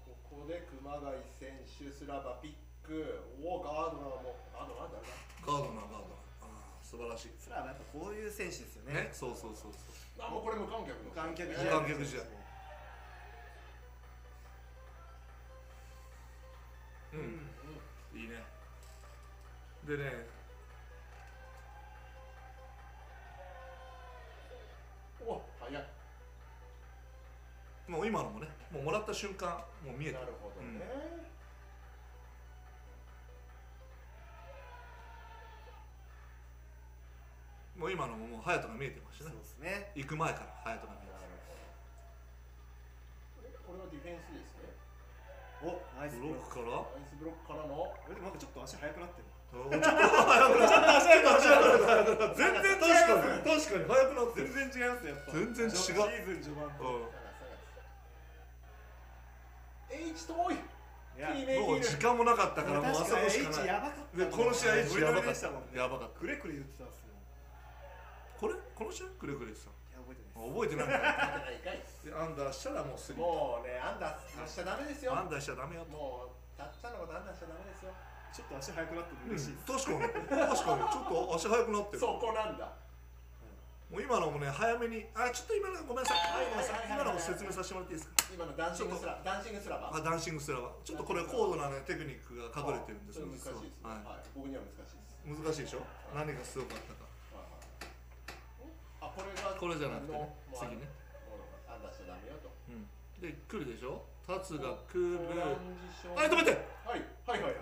Speaker 2: ここで熊谷選手スラバピックおおガードナーもガードナーだよ
Speaker 3: ガードナーガードナーあー素晴らしい
Speaker 4: スラバやっぱこういう選手ですよね
Speaker 3: ねそうそうそうそ
Speaker 2: なあもうこれ無観客
Speaker 4: 無観客
Speaker 2: じ
Speaker 4: 試
Speaker 2: ゃ
Speaker 4: 合
Speaker 3: 無観客試合ううんいいねでね
Speaker 2: おお早いな
Speaker 3: もう今のもねもうもらった瞬間もう見え
Speaker 2: る
Speaker 3: た
Speaker 2: ほどね、
Speaker 3: もう今のももう隼人が見えてまし
Speaker 4: そう
Speaker 3: たね
Speaker 4: ですね
Speaker 3: 行く前から隼人が見えて
Speaker 2: なる
Speaker 3: た
Speaker 2: ほどえこれはディフェンスですね
Speaker 4: おナイス
Speaker 3: ブロックから
Speaker 2: アイスブロックからの
Speaker 4: あれでもなんかちょっと足速くなってる
Speaker 3: ちょっと早くなった全然違う確かに早くなってる
Speaker 4: 全然違いますねやっ
Speaker 3: 全
Speaker 4: ぱ
Speaker 3: 然違う
Speaker 4: シーズン序盤と
Speaker 3: う
Speaker 2: 月 H 遠い T
Speaker 4: いや
Speaker 3: んもう時間もなかったからもうあそこしか
Speaker 4: 確か
Speaker 3: な
Speaker 4: に
Speaker 3: い
Speaker 4: H やばかった
Speaker 3: で
Speaker 4: もんね
Speaker 3: この試合 H やばか
Speaker 4: ノリノリで
Speaker 3: っ
Speaker 4: し
Speaker 3: やばかった
Speaker 4: たもんねくれくれ言ってたんですよい
Speaker 3: これこの試合くれくれですよ
Speaker 4: や覚えてない
Speaker 3: 覚え てないか
Speaker 2: 勝てないかい
Speaker 3: らアンダーしたらもうスリー
Speaker 2: もうねアンダー達しちゃダメですよ
Speaker 3: アン
Speaker 2: もう
Speaker 3: ダーし
Speaker 2: たっち
Speaker 3: ちゃダメよ
Speaker 2: ゃんのことアンダーしちゃダメですよ
Speaker 4: ですちょっと足速くなってて
Speaker 3: うん
Speaker 4: 嬉しいです
Speaker 3: 確かに確かにちょっと足速くなってる
Speaker 2: そこなんだ
Speaker 3: もう今のもね早めにあちょっと今のごめんなさい
Speaker 2: はい
Speaker 3: ごめんなさ
Speaker 2: は
Speaker 3: い
Speaker 2: い
Speaker 3: 今のも説明させてもらっていいですか
Speaker 2: 今のダンシングスラダンシングスラバ
Speaker 3: あダンシングスラはちょっとこれ高度なねテクニックが隠れてるんです
Speaker 2: ちょ
Speaker 3: よ
Speaker 2: っと難しいですね
Speaker 3: 実は
Speaker 2: はい僕には難しいです
Speaker 3: はい難しいでしょ何がすごかったか
Speaker 2: あこれが
Speaker 3: これじゃなくてね
Speaker 2: もう
Speaker 3: 次ね
Speaker 2: もうアンダーしちゃダメよと
Speaker 3: うんで来るでしょタツが来る
Speaker 2: トランジション
Speaker 3: あ止めて
Speaker 2: はいはいはいはい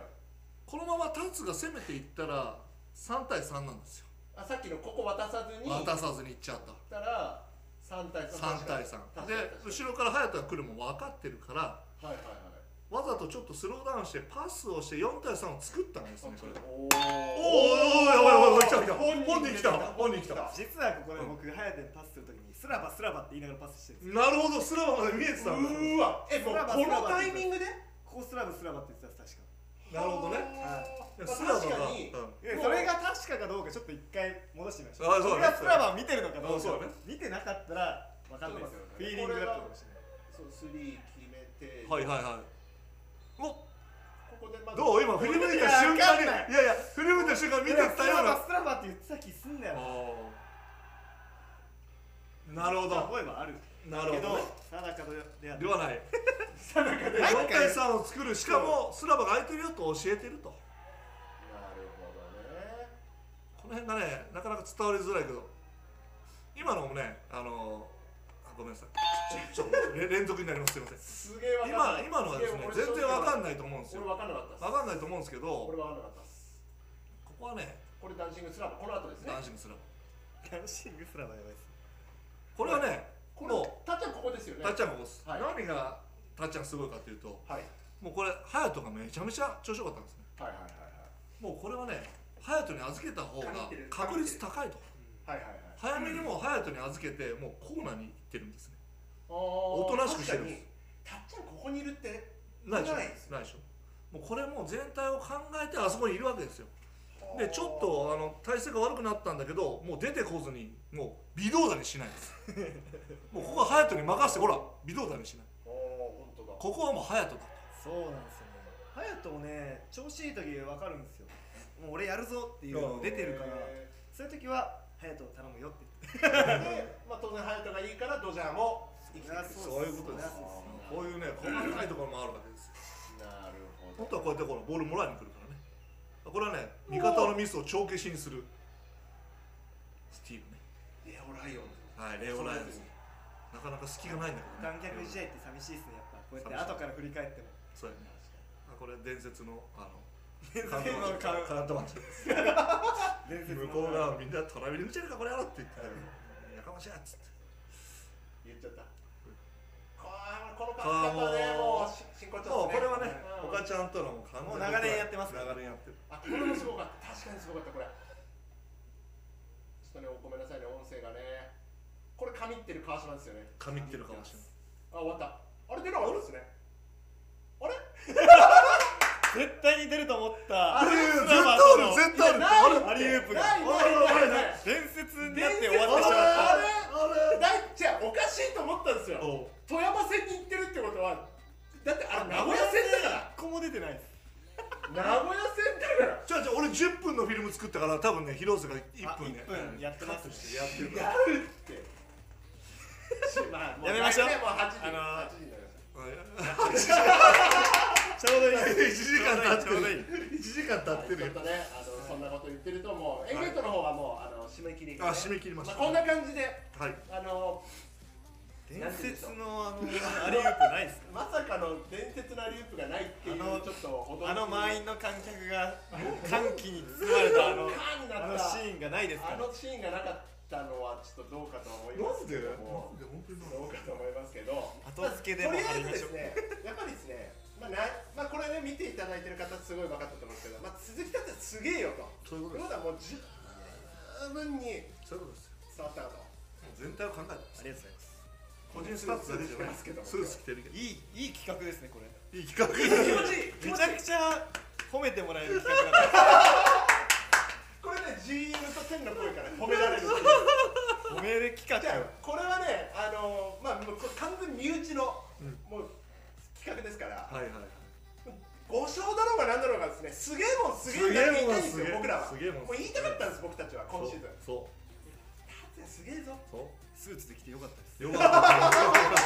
Speaker 3: このままタツが攻めていったら3対3なんですよ
Speaker 2: あさっきのここ渡さずに
Speaker 3: 渡さずにいっちゃった
Speaker 2: たら三対三
Speaker 3: 3対3
Speaker 2: 確
Speaker 3: で
Speaker 2: かに確かに
Speaker 3: 後ろから隼人が来るも分かってるから
Speaker 2: はいはいはい
Speaker 3: わざとちょっとスローダウンしてパスをして4対3を作ったんですねこれ
Speaker 2: お
Speaker 3: おー
Speaker 2: お
Speaker 3: おーおーおーおいおい来た来た本
Speaker 2: 本
Speaker 3: 人
Speaker 2: 人
Speaker 3: 来
Speaker 2: 来た
Speaker 3: た本人来た
Speaker 4: 実はここで僕隼人にパスするときにスラバスラバって言いながらパスしてるんですよ
Speaker 3: なるほどスラバまで見えてたんだ
Speaker 2: うーわえもう
Speaker 4: スラバ
Speaker 2: このタイミングで
Speaker 4: ここスラブスラバって言ってたんです確か
Speaker 3: なるほどね
Speaker 2: はい
Speaker 3: いや
Speaker 2: まあ
Speaker 3: スラバが
Speaker 2: 確かに
Speaker 3: うん
Speaker 4: いやそれが確かかどうかちょっと一回戻してみましょう
Speaker 3: あそうだね
Speaker 4: 僕がスラバを見てるのか
Speaker 3: あ
Speaker 4: どう
Speaker 3: そうだね
Speaker 4: か見てなかったら分かんないですよ
Speaker 2: そう
Speaker 4: フ
Speaker 2: ですよね
Speaker 4: ィーリングだったかもしれない
Speaker 2: そうスリー決めて
Speaker 3: はいはいはいお
Speaker 2: ここでまず
Speaker 3: どう今振り向いた瞬間に
Speaker 4: いやわかんない
Speaker 3: いやいや振り向いた瞬間見てたよ
Speaker 4: スラ
Speaker 3: う
Speaker 4: バ
Speaker 3: な
Speaker 4: スラバって言ってた気すんだよ
Speaker 3: あーなるほど
Speaker 4: 覚えはある
Speaker 3: なるほどね
Speaker 4: けど定かでは
Speaker 3: ではない
Speaker 2: さなかでなる
Speaker 3: 4対3を作るしかもスラバが空いてるよと教えてる
Speaker 2: ほ
Speaker 3: と
Speaker 2: どね
Speaker 3: この辺がねなかなか伝わりづらいけど今のもねあのあごめんなさいちょちょっとれ連続になりますすいません
Speaker 2: すげえわかんない
Speaker 3: 今今のはですね全然わかんないと思うんです
Speaker 2: 俺
Speaker 3: よ
Speaker 2: わかんなかった
Speaker 3: わ
Speaker 2: っす
Speaker 3: かんないと思うんですけど
Speaker 2: 俺
Speaker 3: こ
Speaker 2: わかんなかったっす
Speaker 3: こはね
Speaker 2: これダンシングスラブこの後ですね
Speaker 3: ダンシングスラバ
Speaker 4: ダンシングスラバやばいです
Speaker 3: これはね
Speaker 2: この
Speaker 3: も
Speaker 2: たっちゃんここですよ
Speaker 3: う
Speaker 2: ね
Speaker 3: たっちゃんがここです
Speaker 2: はい
Speaker 3: 何がたっちゃんすごいかっていうと
Speaker 2: はい
Speaker 3: もうこれ隼人がめちゃめちゃ調子良かったんですね
Speaker 2: はいはいはい
Speaker 3: もうこれはね隼人に預けた方が
Speaker 2: 限ってる
Speaker 3: 確率高いと
Speaker 2: はいはいはいはい
Speaker 3: 早めにもう隼人に預けてもうコーナーに行ってるんですね
Speaker 2: お
Speaker 3: おとなしくしてるんです
Speaker 2: たっちゃんここにいるって
Speaker 3: ないでしょ
Speaker 2: ないです
Speaker 3: ないでしょもうこれもう全体を考えてあそこにいるわけですよでちょっとあの体勢が悪くなったんだけどもう出てこずにもう微動だにしないです もうここは隼人に任せてほら微動だにしない
Speaker 2: おお本当だ
Speaker 3: ここはもう隼人だ
Speaker 4: そうなんですよね隼人もね調子いい時分かるんですよもう俺やるぞっていうの出てるから
Speaker 2: え
Speaker 4: そういう時は隼人頼むよって言って
Speaker 2: ーでまあ当然ハヤトがいいからドジャーも生きてくる
Speaker 4: そりゃ
Speaker 3: そういうことです
Speaker 4: そりゃそう
Speaker 2: です
Speaker 3: こういうね細かいところもあるわけですよ
Speaker 2: なるほど
Speaker 3: 本当はこうやってほらボールもらいに来るからねこれはね味方のミスを帳消しにするスティーブね
Speaker 2: レオライオン
Speaker 3: はいレオライオンズなかなか隙がないんだけどね
Speaker 4: 観客試合って寂しいですねやっぱこうやって後から振り返っても
Speaker 3: そうやねあこれ伝説のあ の
Speaker 4: 伝
Speaker 3: カ
Speaker 4: 説
Speaker 3: ント
Speaker 4: の
Speaker 3: マ
Speaker 4: 顔
Speaker 3: ンカントマン
Speaker 4: 伝説
Speaker 3: 向
Speaker 4: の
Speaker 3: こうがみんなトラベリングチェルかこれやろって言ってたよやかましいやっつって
Speaker 2: 言っちゃったあーこの勝ち方ねもうし真骨頂
Speaker 3: もう
Speaker 2: ですね
Speaker 3: これはね
Speaker 2: うん
Speaker 3: お母ちゃんとのもう完全に
Speaker 4: もう長年やってますから
Speaker 3: 長年やってる
Speaker 2: あこれもすごかった確かにすごかったこれちょっとねごめんなさいね音声がねこれ神ってる川島ですよね
Speaker 3: 髪切ってるかもしれない
Speaker 2: あ終わったあれ出なかったですねあれ
Speaker 4: 絶対に出ると思った
Speaker 3: あれ
Speaker 4: ス
Speaker 3: 絶
Speaker 4: ラバとの
Speaker 3: 対ある絶対ある
Speaker 4: アリウープが
Speaker 2: ないないないない
Speaker 4: 伝説に
Speaker 2: 伝
Speaker 4: なっ
Speaker 2: 説
Speaker 4: て終わってしま
Speaker 2: あ
Speaker 4: っ
Speaker 2: れあれだいじゃあおかしいと思ったんですよ
Speaker 3: おう
Speaker 2: 富山戦に行ってるってことはだってあれ名
Speaker 4: た
Speaker 2: 古屋戦だか
Speaker 4: 一個も出てないです
Speaker 2: ら名古屋戦だから
Speaker 3: じゃあじゃあ俺10分のフィルム作ったから多分ね広瀬が1分ね
Speaker 4: あ1分やってます
Speaker 3: カ
Speaker 4: ね
Speaker 3: ットしてやってるから
Speaker 2: やるってしまあもう
Speaker 4: やめましょう
Speaker 2: 来年もう8時
Speaker 4: あのー
Speaker 2: 8時になりました
Speaker 4: ちょうどい
Speaker 3: 1
Speaker 4: い
Speaker 3: 時間経って
Speaker 4: ちょうどい
Speaker 3: る1時間経ってる
Speaker 2: ちょ
Speaker 3: よ
Speaker 2: っとね、あの、そんなこと言ってると、もう、エンゲートの方はもう、あの、締め切りが、ね。
Speaker 3: あ締め切りました
Speaker 2: あこんな感じで、
Speaker 3: はい
Speaker 2: あの、
Speaker 4: い伝説のあのアリウープないですか
Speaker 2: まさかの伝説のアリウープがないっていう、ちょ
Speaker 4: あの
Speaker 2: っと驚き。
Speaker 4: あの満員の観客が歓喜に包まれたあの
Speaker 2: カーにな
Speaker 4: あの
Speaker 2: った。
Speaker 4: シーンがないですから
Speaker 2: あのシーンがなかったのは、ちょっとどうかと思い
Speaker 3: な
Speaker 2: ます
Speaker 3: んで
Speaker 2: け
Speaker 3: なん
Speaker 2: ど
Speaker 3: で
Speaker 2: も。
Speaker 3: 本当になんで
Speaker 2: どうかと思いますけど。
Speaker 4: 後付けで
Speaker 2: と
Speaker 4: も
Speaker 2: りあえず
Speaker 4: 貼りま
Speaker 2: で
Speaker 4: しょう
Speaker 2: すね、やっぱりですね、まあ、ない、まあ、これれね見ていただいてる方すごい分かったと思うんですけど、まあ、鈴木達也すげえよと
Speaker 3: そういうことです
Speaker 2: だもう十分に
Speaker 3: そういうことですよ
Speaker 2: 伝わったかと
Speaker 3: 全体を考えて
Speaker 4: あり
Speaker 3: 個
Speaker 4: がとうございます
Speaker 3: 人スタッフだけじゃない
Speaker 2: スーツ着てますけど
Speaker 3: スーツ着てるけど
Speaker 4: いいいい企画ですねこれ
Speaker 3: いい企
Speaker 4: 気
Speaker 3: 画
Speaker 4: 持ちいいめちゃくちゃ褒めてもらえる企画だった
Speaker 2: これね GM と天の声から褒め られる
Speaker 4: 褒める企画
Speaker 2: じゃあこれはねあのまあもうこれ完全身内の、もう企画ですから、
Speaker 3: はいはいはい
Speaker 2: 五勝だろうが何だろうがですねすげえもんすげえもんだけ言いたいんですよ
Speaker 3: すげえもん
Speaker 2: 僕らは
Speaker 3: すげえもん
Speaker 2: う言いたかったんです僕たちは今シーズン
Speaker 3: そう
Speaker 2: 達也すげえぞ
Speaker 3: そう
Speaker 4: スーツで着てよかったです
Speaker 3: そうよかった
Speaker 4: 本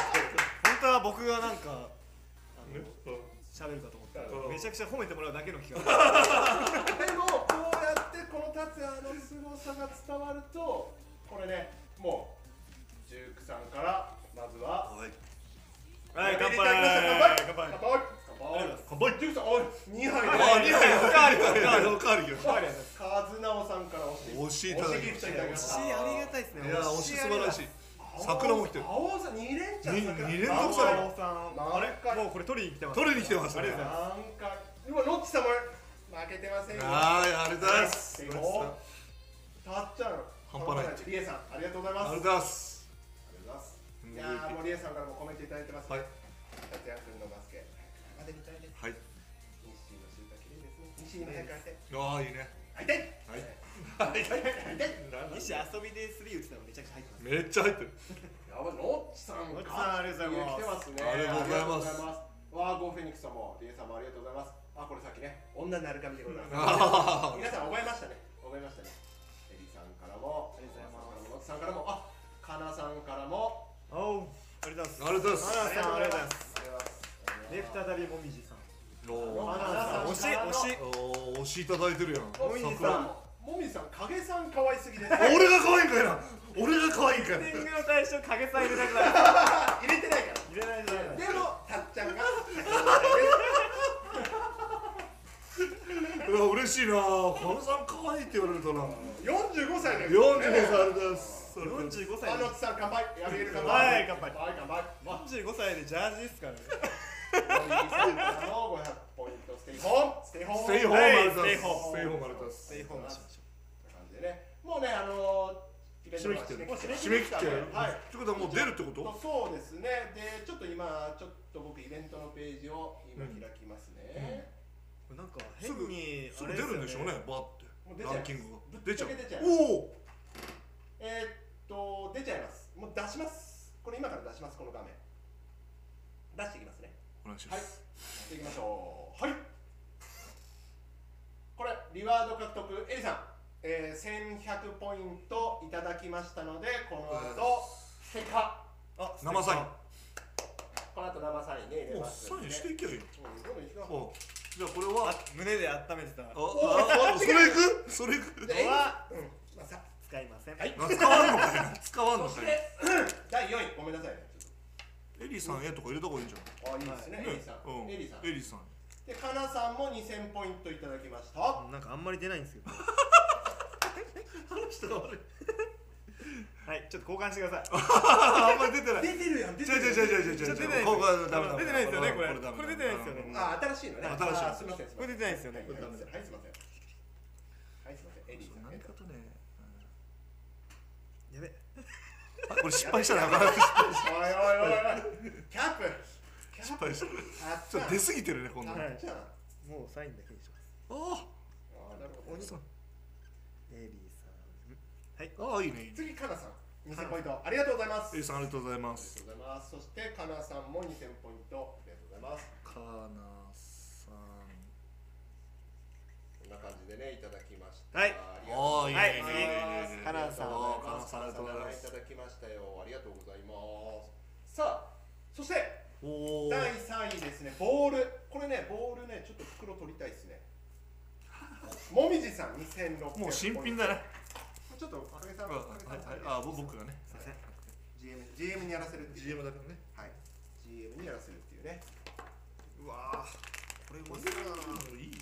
Speaker 4: 当は僕がなんかあの
Speaker 3: ねうん
Speaker 4: 喋るかと思ったら
Speaker 3: うん
Speaker 4: めちゃくちゃ褒めてもらうだけの企画
Speaker 2: でもこうやってこの達也の凄さが伝わるとこれねもうジュークさんからまずは
Speaker 3: はい
Speaker 4: はい乾杯
Speaker 2: 乾杯乾
Speaker 4: 乾杯
Speaker 2: 杯
Speaker 3: 乾杯
Speaker 2: ジュークさんおい2杯だ
Speaker 3: あ、二杯おかわりおかわりおかわり
Speaker 2: はいカズナオさんから
Speaker 3: お
Speaker 2: 押し
Speaker 3: しいただきまし
Speaker 2: 押ギフトい
Speaker 3: た
Speaker 2: ただきま
Speaker 4: し
Speaker 2: した
Speaker 4: ありがたいです
Speaker 3: い
Speaker 4: ね
Speaker 3: や推し素晴らしい桜も来てる
Speaker 2: 青青さん2連チャン桜
Speaker 3: に二連チャン
Speaker 4: 青さ
Speaker 3: 桜
Speaker 4: んあれもうこれ取りに来てます
Speaker 3: 取りに来てますね
Speaker 4: ありがとうござい
Speaker 2: な
Speaker 4: ます
Speaker 2: んか今ロッチさんも負けてませんよ
Speaker 3: はいありがとうございます
Speaker 2: でもたっちゃん
Speaker 3: 半端ない
Speaker 2: リエさんありがとうございます
Speaker 3: ありがとうございます
Speaker 2: ありがとうございます
Speaker 3: うん
Speaker 2: いやーもうリエさんからもコメントいただいてます
Speaker 3: はい
Speaker 2: 達也君のバスケまで見たいです
Speaker 3: はい
Speaker 2: 西のシュート綺麗ですね西にも早く
Speaker 3: ああいいね
Speaker 2: 会いたい
Speaker 3: はい
Speaker 2: 会いたい会いたい
Speaker 4: 西遊びでスリー打ってたのめちゃくちゃ入ってます
Speaker 3: めっち
Speaker 2: や
Speaker 3: ゃ入ってる
Speaker 2: ばいロッチさん
Speaker 4: ロッチさんありがとうございます
Speaker 2: 来てますねありがとうございます
Speaker 3: ありがとうございます
Speaker 2: ワーゴンフェニックスさんもリエさんもありがとうございますあこれさっきね女なる神でございます
Speaker 3: あ
Speaker 2: 皆さん覚えましたね覚えましたねエリさんからも
Speaker 4: ありがと
Speaker 2: ございま
Speaker 4: う
Speaker 2: すさんからもあかなさんからも
Speaker 4: おありがとう
Speaker 3: ありがとうございます
Speaker 4: ありがとうござ
Speaker 2: ありがと
Speaker 4: いますで
Speaker 2: うございます
Speaker 4: 再びもみじさん
Speaker 3: おお
Speaker 2: あ
Speaker 4: あ惜しい
Speaker 2: あ
Speaker 4: 惜しい
Speaker 3: おー押しいただいてるやん
Speaker 2: もみじ
Speaker 3: 桜
Speaker 2: さんもみじさん影さん可愛すぎです
Speaker 3: 俺が可愛いんかいな俺が可愛いんかい
Speaker 4: エンディン
Speaker 3: な
Speaker 4: グの対象影さん入れなくな
Speaker 2: 入
Speaker 4: る
Speaker 2: れてないか
Speaker 4: 入れないとダメ
Speaker 2: ら
Speaker 4: だ
Speaker 2: でもたっちゃんが
Speaker 3: うわ嬉しいなカノさん可愛いって言われるとな
Speaker 2: 45歳です
Speaker 3: 四十歳ありがとうございます
Speaker 4: 45歳
Speaker 2: あ
Speaker 4: で
Speaker 2: のさん乾杯やめる乾
Speaker 4: は
Speaker 2: 杯
Speaker 4: い乾杯
Speaker 2: はい乾杯ま
Speaker 4: 45歳でジャージですからね
Speaker 2: あ森さんからの500ポイントステイホームステイホーム
Speaker 3: ステイホームありがとうございますステイホームありがとうございます
Speaker 4: ステイホームしましょ
Speaker 2: って感じでねもうねあのー、イベント
Speaker 3: 締め
Speaker 2: が
Speaker 3: 切ってる
Speaker 2: もう
Speaker 3: 締め切ってる
Speaker 2: はい
Speaker 3: ってことはもう出るってこと
Speaker 2: そうですねでちょっと今ちょっと僕イベントのページを今開きますね、
Speaker 4: うなんか
Speaker 3: す
Speaker 4: 変
Speaker 3: ぐ
Speaker 4: に
Speaker 3: す
Speaker 4: あ
Speaker 3: ぐ
Speaker 4: れ
Speaker 3: 出
Speaker 4: すよ
Speaker 3: るんでしょうねバ
Speaker 2: もう
Speaker 3: ーっ
Speaker 2: 出
Speaker 3: て
Speaker 2: ちゃいます
Speaker 3: ランキングが
Speaker 2: ぶっちゃけ出ちゃいます
Speaker 3: おお
Speaker 2: えー、っと出ちゃいますもう出しますこれ今から出しますこの画面出していきますね
Speaker 3: お願いしま
Speaker 2: はい
Speaker 3: す
Speaker 2: やっていきましょうはいこれリワード獲得エリさん、えー、1100ポイントいただきましたのでこの後ステッカ
Speaker 4: あ
Speaker 3: 生サイン
Speaker 2: ーこの後生サインね入れ
Speaker 3: もう
Speaker 2: ますん
Speaker 3: サ
Speaker 2: で
Speaker 3: インしていけよ
Speaker 2: うんどんどん行きましょう
Speaker 3: おじゃあこれは
Speaker 4: あ胸で温めてた
Speaker 3: あああそれいくそれいく
Speaker 2: で
Speaker 4: これは
Speaker 2: うんまあさ
Speaker 4: 使いません
Speaker 2: はい
Speaker 3: あ使わんのかいな使わんの
Speaker 2: そ
Speaker 3: か
Speaker 2: し
Speaker 3: い
Speaker 2: て
Speaker 3: な
Speaker 2: 第四位ごめんなさいねち
Speaker 3: エリさんへとか入れた方がいいんじゃない
Speaker 2: ょっとあいいですね、
Speaker 3: ね
Speaker 2: エリさん、
Speaker 3: うん
Speaker 2: エリさん
Speaker 3: エリさん
Speaker 2: でかなさんも2000ポイントいただきました
Speaker 4: なんかあんまり出ないんですけど
Speaker 3: 人が悪い
Speaker 4: はいちょっと交換してください
Speaker 3: ああんまり出てない
Speaker 2: 出てるやん出
Speaker 3: 違う違う違う違う違う
Speaker 4: ちょっと出てないです
Speaker 3: ここはダメだ
Speaker 4: 出てないですよねこれ
Speaker 3: ダメだ
Speaker 4: これ出てないですよね
Speaker 3: うん
Speaker 2: あ新しいのね
Speaker 3: 新しいの
Speaker 2: あすみませんすみません
Speaker 4: これ出てないです
Speaker 2: はいすみませんはいすみませんはいすみませんエリーさん
Speaker 4: よね
Speaker 3: 何かとね
Speaker 4: やべ
Speaker 3: あこれ失敗したらあかん
Speaker 2: お
Speaker 3: 失
Speaker 2: いおいおいおいキャップキャップ
Speaker 3: 敗した
Speaker 2: あっ
Speaker 3: ち
Speaker 2: ち
Speaker 3: ょ
Speaker 2: ゃ
Speaker 3: っ
Speaker 2: ん
Speaker 3: と出過ぎてるねこんなの
Speaker 2: あ
Speaker 3: あ
Speaker 2: っちゃん
Speaker 4: もうサインだけにします
Speaker 3: あ
Speaker 2: あなるほど
Speaker 3: お兄さん
Speaker 4: エリー
Speaker 3: ああいいねいいね
Speaker 2: 次かなさん2000ポイントありがとうございますあ
Speaker 3: エ
Speaker 2: り
Speaker 3: リさんありがとうございま
Speaker 2: が
Speaker 3: す
Speaker 2: とうございますそしてかなさんも2000ポイントありがとうございます
Speaker 3: かなさん
Speaker 2: こんな感じでねいただきました
Speaker 4: はい
Speaker 2: りがとうござ
Speaker 3: あ
Speaker 2: います
Speaker 3: ーいいねいいねいいね
Speaker 4: カナさん
Speaker 3: あーカナさんありがとうござ
Speaker 2: い
Speaker 3: いま
Speaker 2: た
Speaker 3: す
Speaker 2: だきましたよありがとうございますさあそして
Speaker 3: おお
Speaker 2: 第3位ですね、ボール、これね、ボールね、ちょっと袋取りたいですね。もみじさん、2600
Speaker 3: もう新品だね
Speaker 2: ちょっと、おかげさ
Speaker 3: あ
Speaker 2: ん、おかげさん
Speaker 3: ああぼ僕がね
Speaker 2: すいません GM, GM にやらせるっていう、
Speaker 3: GM だからね
Speaker 2: はい、GM にやらせるっていうね。
Speaker 3: うわーこれうまいないい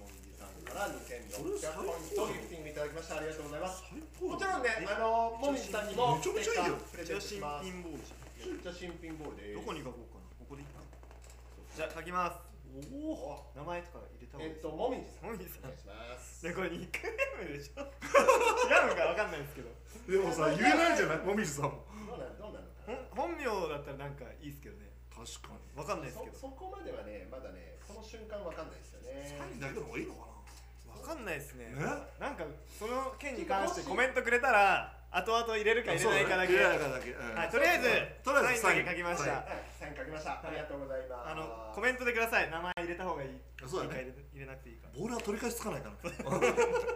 Speaker 2: もみじさんから2600
Speaker 3: これ最高
Speaker 2: ポイントギフティングいただきました。ありがとうございます。
Speaker 3: 最高
Speaker 2: もちろんね、あのもみじさんにも
Speaker 3: めちゃめちゃいいよ
Speaker 2: ステッカープレゼントします。
Speaker 4: さん一応新品ボールじゃん
Speaker 2: めっちゃ新品ボールです。
Speaker 4: どこに書こうかなここでいいかなじゃあ書きます
Speaker 3: おお
Speaker 4: 名前とか入れた方がい
Speaker 2: え
Speaker 4: いで
Speaker 2: っ
Speaker 4: す
Speaker 2: と
Speaker 4: か
Speaker 2: もみじさん
Speaker 4: もみじさ
Speaker 2: お
Speaker 4: ん
Speaker 2: 願いします
Speaker 4: でこれ2回目でしょ違うのか分かんないですけど
Speaker 3: でもさ言えないじゃないもみじさんも
Speaker 2: どうなるどうなるのか
Speaker 4: ほ
Speaker 2: なん
Speaker 4: 本名だったらなんかいいですけどね
Speaker 3: 確かに
Speaker 4: 分かんないですけど
Speaker 2: そそこまではねまだねこの瞬間わかんないですよね
Speaker 3: サインだけでもいいのか
Speaker 4: 分かんないですね
Speaker 3: ね
Speaker 4: なんかその件に関してコメントくれたら後々入れるか
Speaker 3: な
Speaker 4: 入れないかだけ
Speaker 3: 入れないかだけ、うん
Speaker 4: はいとりあえず
Speaker 3: とりあえず
Speaker 4: サイン
Speaker 3: サ
Speaker 4: だ
Speaker 3: イン
Speaker 4: け書きました、
Speaker 3: は
Speaker 2: はいサイン書きましたありがとうございます
Speaker 4: あのコメントでください名前入れた方がいい
Speaker 3: あそうだね
Speaker 4: いいか入れ入れなくていいか
Speaker 3: ボールは取り返しつかないからね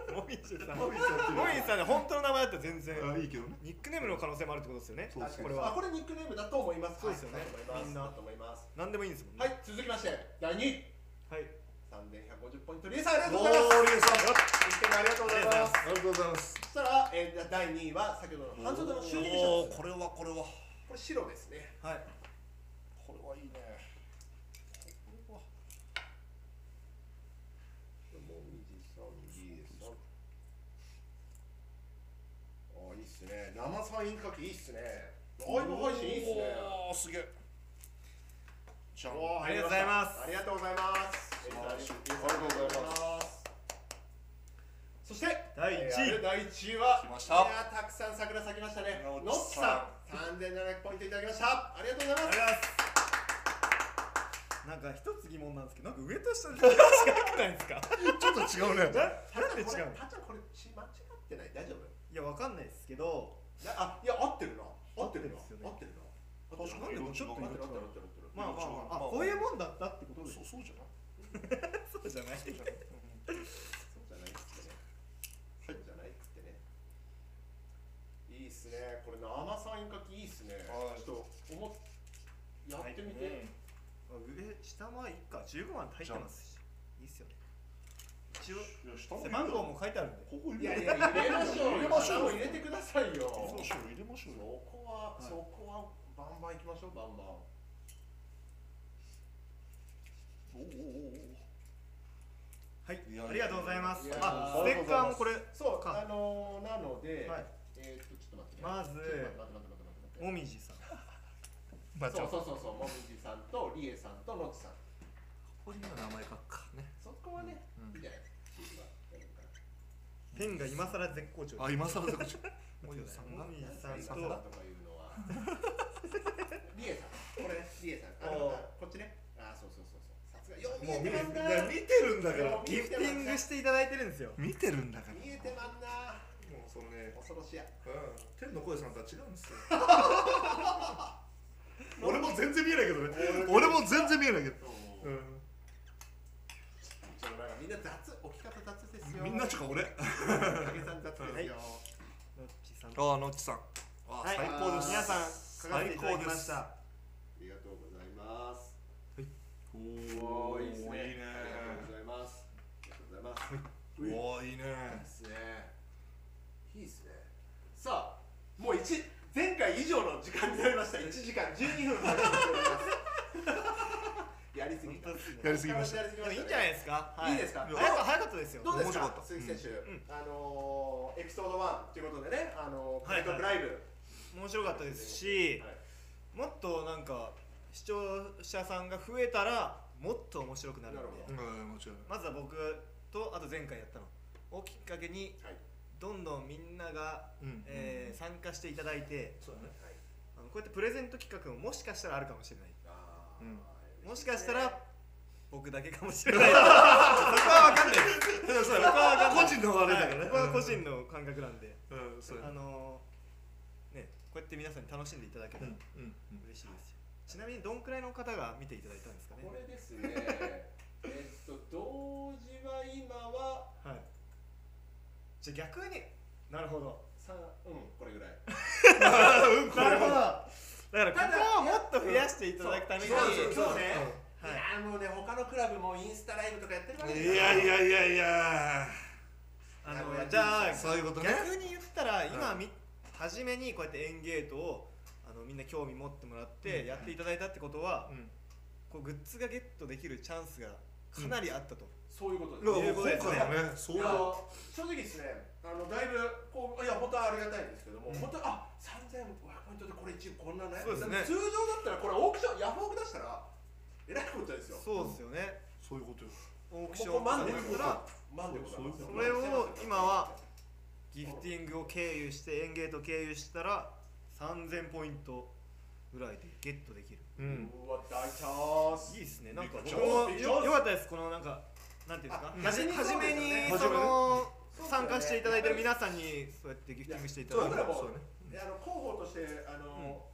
Speaker 4: もみじさん
Speaker 3: もみじさんっていう
Speaker 4: もみじさんね本当の名前だったら全
Speaker 3: あ
Speaker 4: 然
Speaker 3: いいけどね
Speaker 4: ニックネームの可能性もあるってことですよね
Speaker 3: そう
Speaker 2: 確かに
Speaker 4: これ
Speaker 2: あ
Speaker 4: は
Speaker 2: これニックネームだと思います
Speaker 4: そうですよね
Speaker 2: はいだと思います
Speaker 4: み
Speaker 2: だ
Speaker 4: んな
Speaker 2: と思います
Speaker 4: 何でもいいんですもんね
Speaker 2: はい続きまして第2位
Speaker 4: はい
Speaker 2: 3150ポイントリエさんありがとう
Speaker 3: お
Speaker 2: ご
Speaker 3: お
Speaker 2: ざいます
Speaker 3: リエさん
Speaker 2: 一点ありがとうござい
Speaker 4: ありがとうござ
Speaker 2: ま
Speaker 4: いますす
Speaker 3: ありがとう
Speaker 2: そしたら、え
Speaker 3: ございます
Speaker 2: ー、第2位は先ほどの半袖の修理者
Speaker 3: おーこれはこれは
Speaker 2: これ白ですね
Speaker 4: はい
Speaker 3: これはいいねこれ
Speaker 2: も
Speaker 3: は
Speaker 2: みじさん、リエさん。あ、いいっすね。生サイン書きいいっすね。ライブ配信いいっすね。
Speaker 3: おーすげえじゃ
Speaker 2: おー
Speaker 3: あ
Speaker 4: ありがとうございます
Speaker 2: ありがとうございます。
Speaker 3: ありがとうござい
Speaker 2: ます。そして
Speaker 4: 第一位
Speaker 2: えー第一位は
Speaker 3: 来ました
Speaker 2: いやーたくさん桜咲きましたね。
Speaker 3: 野
Speaker 2: ノッ
Speaker 3: 木
Speaker 2: チ
Speaker 3: さ
Speaker 2: さん、三千七百ポイントいただきました。ありがとうございます。
Speaker 4: ありがとうございますなんか一つ疑問なんですけどなんか上と 下で違くないですか
Speaker 3: ちょっと違うね
Speaker 2: た
Speaker 4: ななんで違う
Speaker 2: これ
Speaker 4: の
Speaker 2: たちゃんこれち間違ってない大丈夫？
Speaker 4: いやわかんないですけど
Speaker 2: なあいや合ってるな。合ってるな。
Speaker 4: 合ってるっすよね
Speaker 2: 合ってるな。合ってる
Speaker 3: 確
Speaker 2: な
Speaker 3: かにちょ
Speaker 2: 合
Speaker 3: っと
Speaker 2: ってる合ってる合ってる合ってる。
Speaker 4: まあまあまああ
Speaker 3: まあ
Speaker 4: こういうもんだったってことで
Speaker 3: そうそうじゃない
Speaker 4: そうじゃない
Speaker 2: そうじゃないっつってね。そうじゃないっつってね。いいっすね。これ生サイン書きいいっすね。
Speaker 3: はい
Speaker 2: ちょっと思っやってみて。
Speaker 4: 上下はいいか15万入ってますしいいっすよね一応
Speaker 3: いや下も
Speaker 4: 背番号も書いてあるんで
Speaker 3: ここ入
Speaker 2: いや
Speaker 3: れ
Speaker 2: いや入れましょう。
Speaker 3: 入れましょう
Speaker 2: 入れてくださいよ。
Speaker 3: 入れましょう入れましょう
Speaker 2: そ
Speaker 3: よ
Speaker 2: こは、
Speaker 4: はい
Speaker 2: そこはバンバン行きましょうバンバン。
Speaker 3: おーおーおー
Speaker 4: はい
Speaker 3: いや
Speaker 4: ありがとうございます
Speaker 2: いや
Speaker 4: あ
Speaker 2: あ
Speaker 4: ス
Speaker 2: り
Speaker 4: テ
Speaker 2: がとう
Speaker 4: ッ
Speaker 2: ございます
Speaker 4: カ
Speaker 2: そ
Speaker 4: ーもこれ
Speaker 2: う
Speaker 4: か
Speaker 2: あのー、なので、
Speaker 4: はい
Speaker 2: えーっとちょっと待ってね。
Speaker 4: まず
Speaker 2: ちょっと待って待って待って待って待って。
Speaker 4: もみじさん
Speaker 3: まあじゃあ
Speaker 2: そうそうそうそう。もみじさんとリエさんとのちさん。
Speaker 3: ここには名前書く
Speaker 2: そこ
Speaker 3: かね
Speaker 2: はね、
Speaker 3: うん
Speaker 2: いいじゃない。チーズが大丈夫かな
Speaker 4: ペンが今更絶好調
Speaker 3: あ今更だこっちもうよさんが
Speaker 4: もみじ
Speaker 2: さ
Speaker 4: さん
Speaker 2: ん
Speaker 4: と
Speaker 2: とかいうのは。リエさん、これね、リエさん、あ
Speaker 4: おう
Speaker 2: のこっちね。あー、そうそうそうそう。さすが、よう見
Speaker 3: も
Speaker 2: え
Speaker 3: う見
Speaker 2: て
Speaker 3: て
Speaker 2: まんな。
Speaker 3: 見てるんだから
Speaker 4: ギフティングしていただいてるんですよ
Speaker 3: 見てるんだから
Speaker 2: 見えてまんな。
Speaker 3: もうそのね
Speaker 2: 恐ろしや。
Speaker 3: うん天の声さんとは違うんですよ 俺も全然見えないけどね俺も全然見えない けど
Speaker 2: う
Speaker 3: うんん
Speaker 2: ちょっとなんかみんな雑、置き方雑ですよ。
Speaker 3: みんなちか俺
Speaker 2: 影さん雑ですよ。
Speaker 4: のっちさんと
Speaker 3: ああ、のっちさん。あー
Speaker 4: はい
Speaker 3: 最高です。
Speaker 4: 皆さん書かせていただきました
Speaker 2: ありがとうございます。おお、いいですすね。ありがとう
Speaker 3: 最高で。おーいいね。
Speaker 2: ございます。ありがとうございます。
Speaker 3: おーいいね。
Speaker 2: ですねいいですねさあもう一前回以上の時間になりました1時間12分話しておりますやりすぎた
Speaker 4: 本当ですね
Speaker 3: やりすぎました
Speaker 2: やりすぎ
Speaker 4: で
Speaker 2: まし
Speaker 4: もい
Speaker 2: たね
Speaker 4: いんじゃないですかはい
Speaker 2: いですか
Speaker 4: 早か早かったですよ
Speaker 2: どうです
Speaker 3: 面白
Speaker 2: か
Speaker 3: かった
Speaker 2: 鈴木選手、
Speaker 4: ん
Speaker 2: あのーエピソード1ということでねあのー
Speaker 4: はい
Speaker 2: カミトライブ、
Speaker 4: 面白かったですし
Speaker 2: はい
Speaker 4: もっとなんか視聴者さんが増えたらもっと面白くなるので
Speaker 2: なるほど
Speaker 3: うん、もちろん。
Speaker 4: まずは僕とあと前回やったのをきっかけに
Speaker 2: はい
Speaker 4: どんどんみんなが、
Speaker 3: うん
Speaker 4: えー参加していただいて
Speaker 3: そうだね。
Speaker 2: はい
Speaker 4: あのこうやってプレゼント企画ももしかしたらあるかもしれない
Speaker 2: あー
Speaker 3: うん
Speaker 4: もしかしたら僕だけかもしれないそこは分かんないですそこは分かんない
Speaker 3: 個人のあれだからね
Speaker 4: はいここは個人の感覚なんで、
Speaker 3: うん、そうだ
Speaker 4: あ
Speaker 3: ね。
Speaker 4: のーねこうやって皆さんに楽しんでいただけ
Speaker 3: う
Speaker 4: た
Speaker 3: ん、
Speaker 4: ら
Speaker 3: うん、
Speaker 4: 嬉しいですよちなみにどんくらいの方が見ていただいたんですかね
Speaker 2: これですねえっと同時は今は
Speaker 4: はいじゃあ逆になるほど
Speaker 2: 3うんこれぐらい
Speaker 3: うん。
Speaker 4: なるほど
Speaker 3: は。
Speaker 4: だからここをもっと増やしていただくために
Speaker 2: そうそうそうね、
Speaker 4: は
Speaker 2: い、や
Speaker 4: い
Speaker 2: ーもうね他のクラブもインスタライブとかやってるわけ
Speaker 3: い
Speaker 2: よ
Speaker 3: やいやいやいや。
Speaker 4: あのじゃあ
Speaker 3: そういうことね。
Speaker 4: 逆に言ったら今み初めにこうやってエンゲートをあのみんな興味持ってもらっ
Speaker 3: う
Speaker 4: て
Speaker 3: ん
Speaker 4: やっていただいたってことは
Speaker 3: うん。
Speaker 4: こうグッズがゲットできるチャンスがかなりあったと
Speaker 2: そういうこと
Speaker 3: いや
Speaker 2: です
Speaker 4: うこと
Speaker 3: 今
Speaker 4: で
Speaker 3: 回
Speaker 4: すね
Speaker 3: はね、そう
Speaker 2: いや正直
Speaker 3: だ。
Speaker 2: ですねあのだいぶこういや本当はありがたいんですけども、本当にあ3500ポイントでこれ一応こんなね
Speaker 4: そうです
Speaker 2: だっ
Speaker 4: ね
Speaker 2: て通常だったらこれオークションヤフオク出したらえらいことですよ
Speaker 4: そうですよね、
Speaker 3: そういうことよ
Speaker 4: オークショ
Speaker 2: もう
Speaker 4: ンか
Speaker 2: 万で
Speaker 4: だ
Speaker 2: ござ
Speaker 4: っ
Speaker 2: います万
Speaker 4: たら
Speaker 2: でございます
Speaker 3: そう
Speaker 4: それを今はギフティングを経由して園芸と経由したら3000ポイントぐらいでゲットできる
Speaker 3: うん
Speaker 2: うわ大チャンス
Speaker 4: いいですねなんか
Speaker 3: めっち
Speaker 4: 僕
Speaker 3: ゃ
Speaker 4: も
Speaker 2: めっちゃ
Speaker 4: よよかったですこのなんかなんていうんですかはじ
Speaker 2: うん
Speaker 4: 初めに
Speaker 3: 初
Speaker 4: そ
Speaker 3: めね
Speaker 4: の
Speaker 2: そう
Speaker 4: 参加していただいてる皆さんにそうやってギフティングしていただ
Speaker 3: そ
Speaker 4: い
Speaker 3: う
Speaker 4: て
Speaker 3: だね
Speaker 2: そう
Speaker 3: そうだね
Speaker 2: であの広報としてあの、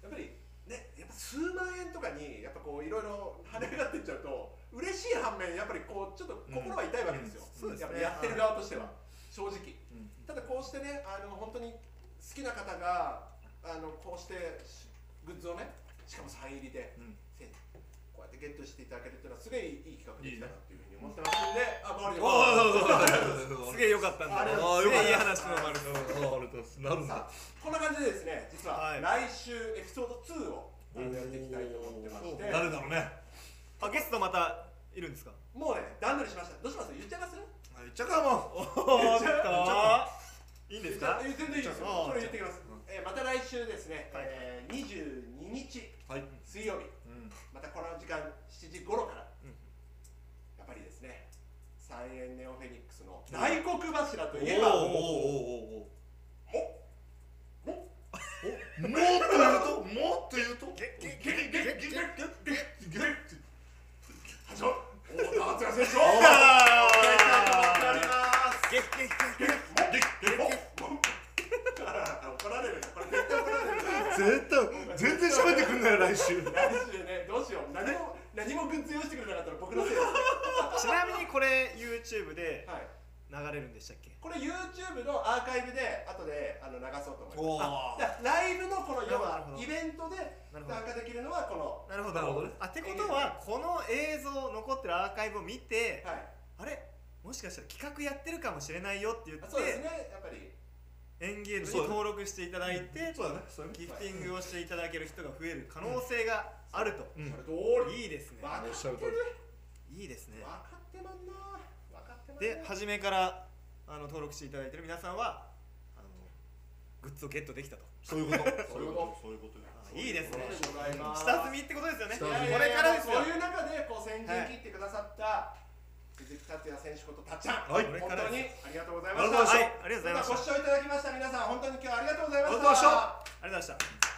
Speaker 2: やっぱりねやっぱ数万円とかにやっぱこういろいろ跳ね上がっていっちゃうと嬉しい反面やっぱりこうちょっと心は痛いわけですよ、
Speaker 4: うんうんそうですね
Speaker 2: やっぱやってる側としては正直
Speaker 3: うん
Speaker 2: ただこうしてねあの本当に好きな方があのこうしてしグッズをねしかもサイン入りで、
Speaker 3: うん
Speaker 2: せこうやってゲットしていただけるっていうのはすごいいい企画できたなっていうふうに思ってますんで、あ周り
Speaker 3: お
Speaker 2: の
Speaker 3: お
Speaker 4: すげえ良かったん
Speaker 2: あれ
Speaker 4: だね
Speaker 3: あよ
Speaker 4: すげ
Speaker 3: かった
Speaker 4: えいい話の
Speaker 3: あ
Speaker 4: 丸
Speaker 3: ありがとうございますなるんだ
Speaker 2: さあこんな感じでですね実は
Speaker 4: はい
Speaker 2: 来週エピソード2をあのやっていきたいと思ってまして
Speaker 3: 誰だろうね
Speaker 4: あゲストまたいるんですか
Speaker 2: もうね段取りしましたどうします言っちゃいます
Speaker 3: あいっちゃうかもう
Speaker 4: おーっといいんで
Speaker 2: 言
Speaker 4: す
Speaker 2: っちゃ
Speaker 4: か
Speaker 2: うえ全然いいですよ
Speaker 4: あ
Speaker 2: それ言ってきます
Speaker 3: うん
Speaker 2: えーまた来週ですねえー22日
Speaker 3: はい
Speaker 2: 水曜日
Speaker 3: うん
Speaker 2: またこの時間7時頃から
Speaker 4: うん
Speaker 2: やっぱりですね三円ネオフェニックスの大黒柱といえ
Speaker 3: おお
Speaker 2: ば
Speaker 3: おおお
Speaker 2: おお
Speaker 3: おもっと言うともっと言うと
Speaker 2: ゲッゲッゲッゲッゲッゲッゲッゲッゲッ始まる大田敦也選手をお願いしたいと思っております
Speaker 4: ゲッゲッゲッゲッ
Speaker 2: 怒られるこれ絶対怒られる
Speaker 3: 絶対全然喋ってくんないよ来週
Speaker 2: 来週ねどうしよう何も何もグッズ用意してくれなかったら僕のせいです
Speaker 4: ちなみにこれ YouTube で
Speaker 2: はい
Speaker 4: 流れるんでしたっけ
Speaker 2: これ YouTube のアーカイブで後であの流そうと思います
Speaker 3: おお
Speaker 2: だからライブのこの要
Speaker 4: なる
Speaker 2: は
Speaker 4: ほど
Speaker 2: イベントで
Speaker 4: なるほど
Speaker 2: 参加できるのはこの
Speaker 4: なるほ
Speaker 3: なるほどね
Speaker 4: あってことはこの映像残ってるアーカイブを見て、
Speaker 2: はい
Speaker 4: あれもしかしたら企画やってるかもしれないよって言っ
Speaker 2: あそうです
Speaker 4: て
Speaker 2: ねやっぱり
Speaker 4: エンゲージ
Speaker 3: そうだね
Speaker 4: に登録していただいて
Speaker 3: そうだねそうだね
Speaker 4: ギフティングをしていただける人が増える可能性があると、
Speaker 3: うん
Speaker 2: それ通り
Speaker 4: いいですね
Speaker 2: 分か
Speaker 3: おっしゃる
Speaker 2: って
Speaker 3: 通り
Speaker 2: る
Speaker 4: いいですね
Speaker 2: 分かってまんな分かってまんな
Speaker 4: で初めからあの登録していただいてる皆さんはあのグッズをゲットできたと
Speaker 3: そういうこと
Speaker 2: そういうこと
Speaker 3: そういうことよ
Speaker 4: あいいですね
Speaker 2: そううことでございます
Speaker 4: 下積みってことですよね
Speaker 3: 下
Speaker 4: こ
Speaker 3: 積み
Speaker 2: いやいやいや
Speaker 4: れからですよ
Speaker 2: そういう中でこう先陣切ってくださった鈴木達也選手ことたっちゃん、
Speaker 3: はい
Speaker 2: 本当にありがとうございま
Speaker 3: ありがとう
Speaker 2: し
Speaker 3: ございました
Speaker 4: はいありがとうございまし
Speaker 2: 今
Speaker 4: た
Speaker 2: ご視聴いただきました皆さん本当に今日はありがとうございま
Speaker 3: ありがとうございました
Speaker 2: した
Speaker 4: ありがとうございました